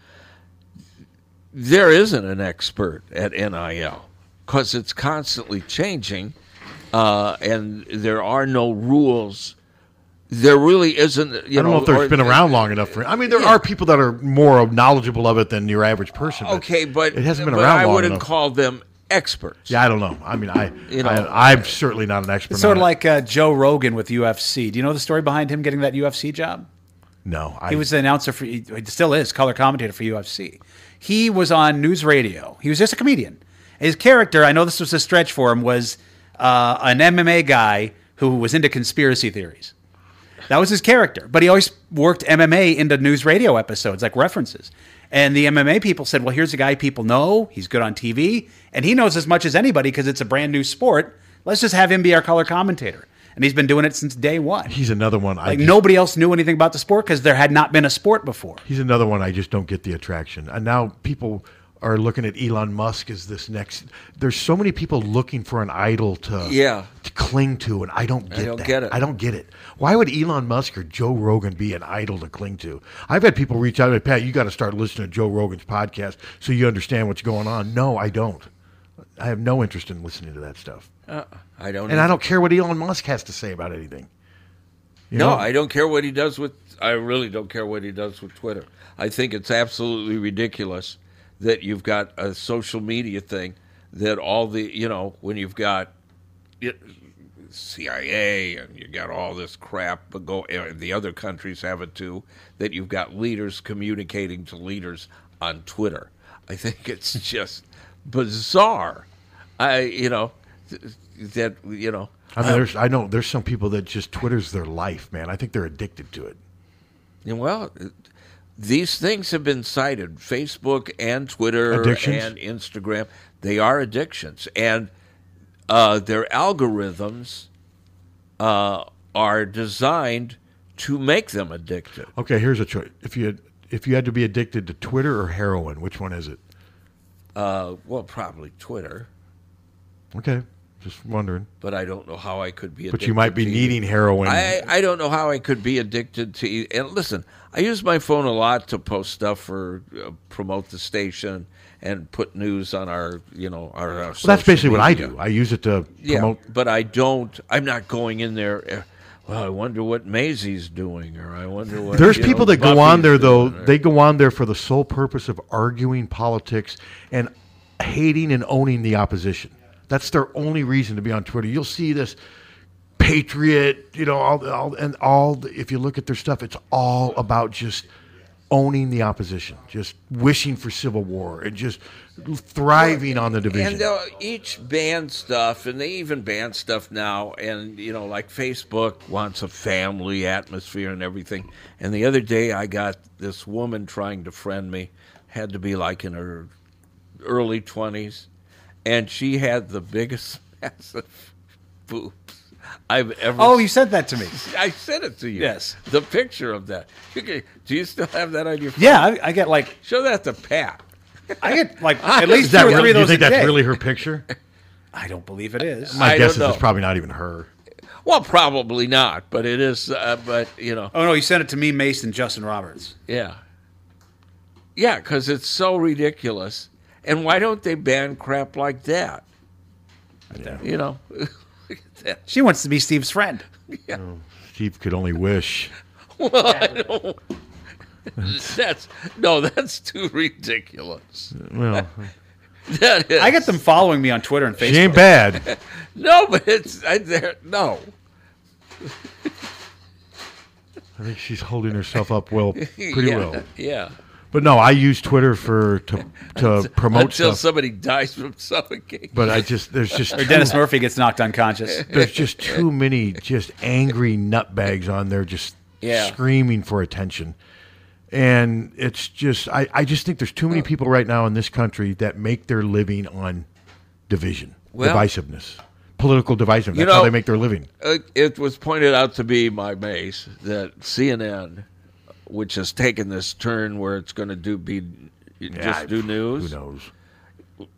Speaker 5: there isn't an expert at NIL because it's constantly changing, uh, and there are no rules. There really isn't. You
Speaker 7: I don't know if
Speaker 5: there's
Speaker 7: they've been around long enough for. I mean, there
Speaker 5: Yeah.
Speaker 7: are people that are more knowledgeable of it than your average person. but
Speaker 5: Okay, but
Speaker 7: it hasn't been
Speaker 5: but
Speaker 7: around
Speaker 5: I
Speaker 7: long
Speaker 5: wouldn't
Speaker 7: enough.
Speaker 5: call them experts.
Speaker 7: yeah, I don't know. I mean, I,
Speaker 5: You know.
Speaker 7: I I'm certainly not an expert.
Speaker 6: It's sort
Speaker 7: on
Speaker 6: of
Speaker 7: it.
Speaker 6: like uh, Joe Rogan with UFC. Do you know the story behind him getting that UFC job?
Speaker 7: no. I,
Speaker 6: he was the announcer for, he still is, color commentator for UFC. He was on news radio. He was just a comedian. His character, I know this was a stretch for him, was uh, an MMA guy who was into conspiracy theories. That was his character. But he always worked MMA into news radio episodes, like references. And the MMA people said, well, here's a guy people know. He's good on TV. And he knows as much as anybody because it's a brand new sport. Let's just have him be our color commentator. And he's been doing it since day one.
Speaker 7: He's another one. I
Speaker 6: Like
Speaker 7: just-
Speaker 6: nobody else knew anything about the sport because there had not been a sport before.
Speaker 7: He's another one I just don't get the attraction. And now people are looking at Elon Musk as this next. There's so many people looking for an idol to
Speaker 5: Yeah.
Speaker 7: to cling to, and I don't get
Speaker 5: don't
Speaker 7: that.
Speaker 5: get it.
Speaker 7: I don't get it. Why would Elon Musk or Joe Rogan be an idol to cling to? I've had people reach out to me, Pat. You got to start listening to Joe Rogan's podcast so you understand what's going on. No, I don't. I have no interest in listening to that stuff,
Speaker 5: Uh, I don't.
Speaker 7: and I
Speaker 5: either.
Speaker 7: don't care what Elon Musk has to say about anything. You
Speaker 5: no,
Speaker 7: know?
Speaker 5: I don't care what he does with. I really don't care what he does with Twitter. I think it's absolutely ridiculous that you've got a social media thing that all the you know when you've got y- CIA and you got all this crap, but go uh, and the other countries have it too. That you've got leaders communicating to leaders on Twitter. I think it's just bizarre. I you know th- that you know.
Speaker 7: I mean, there's, I know there's some people that just Twitter's their life, man. I think they're addicted to it.
Speaker 5: Yeah, Well, these things have been cited Facebook and Twitter
Speaker 7: Addictions?
Speaker 5: and Instagram. They are addictions. And uh, their algorithms uh, are designed to make them addicted.
Speaker 7: Okay, here's a choice. If you had, if you had to be addicted to Twitter or heroin, which one is it?
Speaker 5: Uh, well, probably Twitter,
Speaker 7: Okay, just wondering.
Speaker 5: but I don't know how I could be
Speaker 7: But
Speaker 5: addicted.
Speaker 7: you might be
Speaker 5: to
Speaker 7: needing heroin.
Speaker 5: I, I don't know how I could be addicted to. e- And listen, I use my phone a lot to post stuff or uh, promote the station and put news on our, you know, our. our
Speaker 7: well, that's
Speaker 5: social
Speaker 7: basically what I
Speaker 5: media.
Speaker 7: do. I use it to
Speaker 5: Yeah,
Speaker 7: promote.
Speaker 5: but I don't. I'm not going in there. eh, Well, I wonder what Maisie's doing, or I wonder what.
Speaker 7: There's
Speaker 5: you
Speaker 7: people
Speaker 5: know,
Speaker 7: that go on
Speaker 5: Buffy's
Speaker 7: there though.
Speaker 5: doing, or-
Speaker 7: They go on there for the sole purpose of arguing politics and hating and owning the opposition. That's their only reason to be on Twitter. You'll see this patriot, you know, all, all and all. the- If you look at their stuff, it's all about just owning the opposition, just wishing for civil war, and just thriving on the division.
Speaker 5: And they'll each ban stuff, and they even ban stuff now. And you know, like Facebook wants a family atmosphere and everything. And the other day, I got this woman trying to friend me, had to be like in her early twenties, and she had the biggest massive boobs I've ever.
Speaker 6: Oh, you said that to me.
Speaker 5: I sent it to you.
Speaker 6: Yes.
Speaker 5: the picture of that. You can- do you still have that on your? Phone?
Speaker 6: Yeah, I, I get like
Speaker 5: show that to Pat.
Speaker 6: I get like at
Speaker 7: Is
Speaker 6: least uh, two
Speaker 7: that
Speaker 6: or
Speaker 7: really-
Speaker 6: three of
Speaker 7: do
Speaker 6: those
Speaker 7: you think
Speaker 6: a
Speaker 7: that's
Speaker 6: day.
Speaker 7: really her picture?
Speaker 6: I don't believe it is.
Speaker 7: My
Speaker 5: I
Speaker 7: guess is
Speaker 5: don't
Speaker 7: it's
Speaker 5: know.
Speaker 7: probably not even her.
Speaker 5: Well, probably not, but it is. Uh, but you know,
Speaker 6: Oh no, you sent it to me, Mason, Justin Roberts.
Speaker 5: yeah, yeah, because it's so ridiculous. And why don't they ban crap like that? You know, look at that.
Speaker 6: She wants to be Steve's friend.
Speaker 7: Steve could only wish.
Speaker 5: Well, I don't. That's no, that's too ridiculous.
Speaker 7: Well,
Speaker 5: That is,
Speaker 6: I get them following me on Twitter and Facebook.
Speaker 7: she ain't bad.
Speaker 5: no, but it's I, there. No,
Speaker 7: I think she's holding herself up well, pretty
Speaker 5: yeah,
Speaker 7: well.
Speaker 5: Yeah,
Speaker 7: But no, I use Twitter for to to promote
Speaker 5: until
Speaker 7: stuff.
Speaker 5: somebody dies from suffocation.
Speaker 7: But I just there's just
Speaker 6: Or Dennis
Speaker 7: too-
Speaker 6: Murphy gets knocked unconscious.
Speaker 7: There's just too many just angry nutbags on there, just
Speaker 6: Yeah.
Speaker 7: screaming for attention. And it's just I I just think there's too many people right now in this country that make their living on division,
Speaker 5: Well-
Speaker 7: divisiveness, political divisiveness. That's how they make their living.
Speaker 5: uh, It was pointed out to me by Mace that CNN, which has taken this turn where it's going to do be
Speaker 7: I-
Speaker 5: just do news.
Speaker 7: who knows?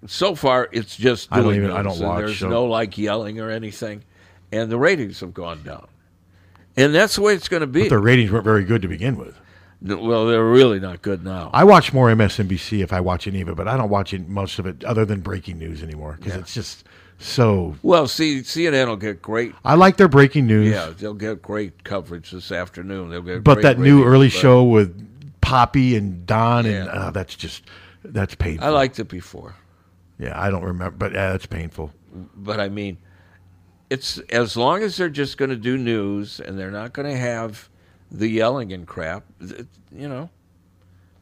Speaker 5: So far, it's just
Speaker 7: I don't
Speaker 5: doing
Speaker 7: even- I
Speaker 5: news,
Speaker 7: don't
Speaker 5: and
Speaker 7: watch,
Speaker 5: There's
Speaker 7: so-
Speaker 5: no like yelling or anything, and the ratings have gone down. And that's the way it's going to be.
Speaker 7: But their ratings weren't very good to begin with.
Speaker 5: No, Well, they're really not good now.
Speaker 7: I watch more MSNBC if I watch any of it, but I don't watch any- much of it other than breaking news anymore because it's just so.
Speaker 5: Well, see, CNN will get great.
Speaker 7: I like their breaking news,
Speaker 5: Yeah, they'll get great coverage this afternoon. They'll get
Speaker 7: but
Speaker 5: great
Speaker 7: that new
Speaker 5: ratings,
Speaker 7: early
Speaker 5: but
Speaker 7: show with Poppy and Don and uh, that's just that's painful.
Speaker 5: I liked it before,
Speaker 7: yeah, I don't remember, but uh, that's painful.
Speaker 5: but I mean, it's as long as they're just going to do news and they're not going to have the yelling and crap. th- You know,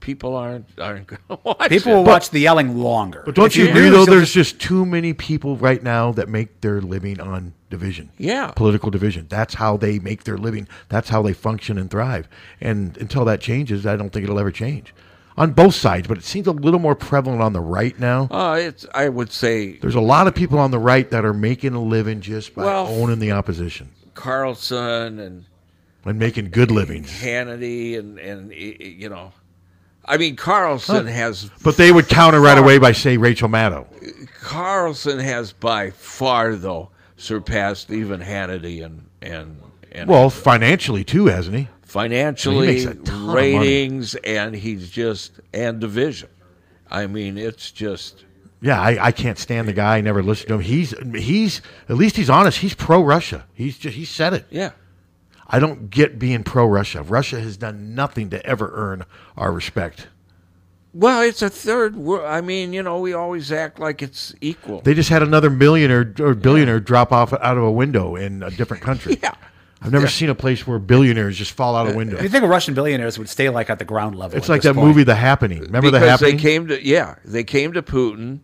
Speaker 5: people aren't aren't going to watch.
Speaker 6: People
Speaker 5: it.
Speaker 6: will watch the yelling longer.
Speaker 7: But don't
Speaker 5: If
Speaker 7: you
Speaker 5: you
Speaker 7: agree
Speaker 5: lose,
Speaker 7: though?
Speaker 5: you'll
Speaker 7: There's just too many people right now that make their living on division.
Speaker 5: Yeah.
Speaker 7: political division. That's how they make their living. That's how they function and thrive. And until that changes, I don't think it'll ever change on both sides. But it seems a little more prevalent on the right now.
Speaker 5: Uh, it's I would say
Speaker 7: There's a lot of people on the right that are making a living just by
Speaker 5: Well-
Speaker 7: owning the opposition
Speaker 5: Carlson and
Speaker 7: and making good livings.
Speaker 5: Hannity and and y- y- you know, I mean Carlson
Speaker 6: Oh.
Speaker 5: has
Speaker 7: But they would counter right away by say Rachel Maddow.
Speaker 5: Carlson has by far though surpassed even Hannity and and and
Speaker 7: Well, financially too, hasn't he?
Speaker 5: financially
Speaker 7: He makes a ton of money.
Speaker 5: ratings and he's just and division. I mean, it's just
Speaker 7: Yeah, I, I can't stand the guy. I never listened to him. He's he's at least he's honest. He's pro Russia. He's just, he said it.
Speaker 5: Yeah.
Speaker 7: I don't get being pro Russia. Russia has done nothing to ever earn our respect.
Speaker 5: well, it's a third. wor- I mean, you know, we always act like it's equal.
Speaker 7: They just had another millionaire or billionaire drop off out of a window in a different country. yeah. I've never
Speaker 6: Yeah.
Speaker 7: seen a place where billionaires just fall out a
Speaker 5: Uh,
Speaker 7: window.
Speaker 6: If you think of Russian billionaires would stay like at the ground level.
Speaker 7: It's
Speaker 6: at
Speaker 7: like
Speaker 6: this
Speaker 7: that
Speaker 6: point.
Speaker 7: movie The Happening. Remember The
Speaker 5: because
Speaker 7: Happening?
Speaker 5: they came to yeah, they came to Putin.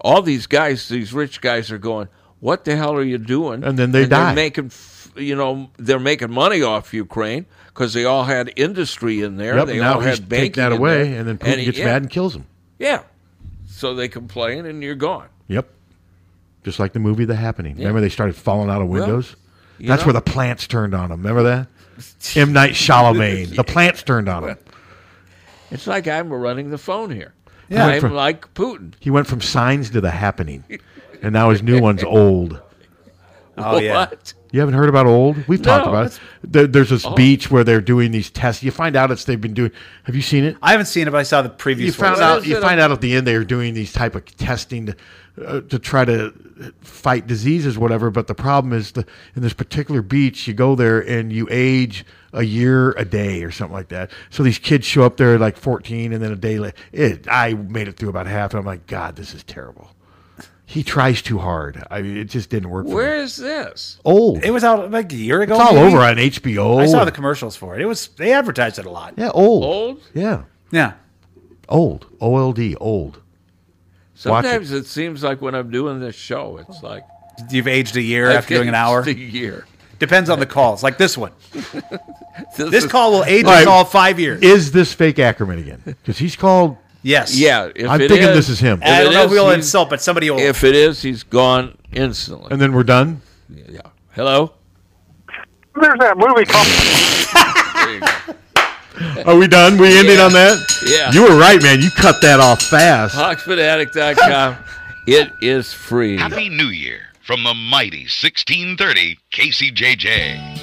Speaker 5: All these guys, these rich guys, are going. What the hell are you doing?
Speaker 7: And then they die.
Speaker 5: They're making, f- you know, they're making money off Ukraine because they all had industry in there.
Speaker 7: Yep,
Speaker 5: they
Speaker 7: and now
Speaker 5: all
Speaker 7: he's
Speaker 5: had
Speaker 7: taking
Speaker 5: banking
Speaker 7: that
Speaker 5: in
Speaker 7: away,
Speaker 5: there.
Speaker 7: and then Putin
Speaker 5: he-
Speaker 7: gets
Speaker 5: yeah,
Speaker 7: mad and kills him.
Speaker 5: Yeah, so they complain, and you're gone.
Speaker 7: Yep. Just like the movie The Happening. Remember they started falling out of
Speaker 5: Well,
Speaker 7: windows?
Speaker 5: you
Speaker 7: That's
Speaker 5: know.
Speaker 7: where the plants turned on them. Remember that? M. Night Shyamalan. The plants turned on him.
Speaker 5: It's like I'm running the phone here.
Speaker 7: Yeah.
Speaker 5: I'm
Speaker 7: For-
Speaker 5: like Putin.
Speaker 7: He went from signs to The Happening. And now his new one's old.
Speaker 5: Oh, yeah. What?
Speaker 7: You haven't heard about old? We've talked
Speaker 6: No,
Speaker 7: about it.
Speaker 6: that's-
Speaker 7: There, there's this
Speaker 6: Oh.
Speaker 7: beach where they're doing these tests. You find out it's they've been doing. Have you seen it?
Speaker 6: I haven't seen it, but I saw the previous.
Speaker 7: you found out you find out at the end they are doing these type of testing to, uh, to try to fight diseases whatever but the problem is the in this particular beach you go there and you age a year a day or something like that so these kids show up there like 14 and then a day later it, i made it through about half and i'm like god this is terrible he tries too hard i mean it just didn't work for me
Speaker 5: Where is this?
Speaker 7: old
Speaker 6: It was out like a year ago.
Speaker 7: it's all
Speaker 6: maybe?
Speaker 7: over on hbo
Speaker 6: I saw the commercials for it. It was they advertised it a lot.
Speaker 7: yeah old
Speaker 5: Old?
Speaker 7: yeah
Speaker 6: yeah
Speaker 7: old old old Watch it.
Speaker 5: Sometimes it. seems like when I'm doing this show, it's like
Speaker 6: You've aged a year
Speaker 5: I've
Speaker 6: after doing an
Speaker 5: aged
Speaker 6: hour.
Speaker 5: a year.
Speaker 6: Depends on the calls, like this one.
Speaker 5: this
Speaker 6: this call will age
Speaker 7: All
Speaker 6: us
Speaker 7: right.
Speaker 6: all five years.
Speaker 7: Is this fake Ackerman again? Because he's called.
Speaker 6: Yes.
Speaker 5: Yeah, if
Speaker 7: I'm
Speaker 5: it
Speaker 7: thinking this is him.
Speaker 6: I
Speaker 5: if
Speaker 6: don't
Speaker 5: it
Speaker 6: know if
Speaker 5: is,
Speaker 6: we'll
Speaker 5: he's-
Speaker 6: insult, but somebody will.
Speaker 5: If it is, he's gone instantly.
Speaker 7: And then we're done.
Speaker 5: Hello.
Speaker 12: There's that movie called.
Speaker 7: Are we done? We ended on that.
Speaker 5: Yeah.
Speaker 7: You were right, man. You cut that off fast.
Speaker 5: HawksFanatic.com. it is free.
Speaker 3: Happy New Year from the mighty 1630 KCJJ.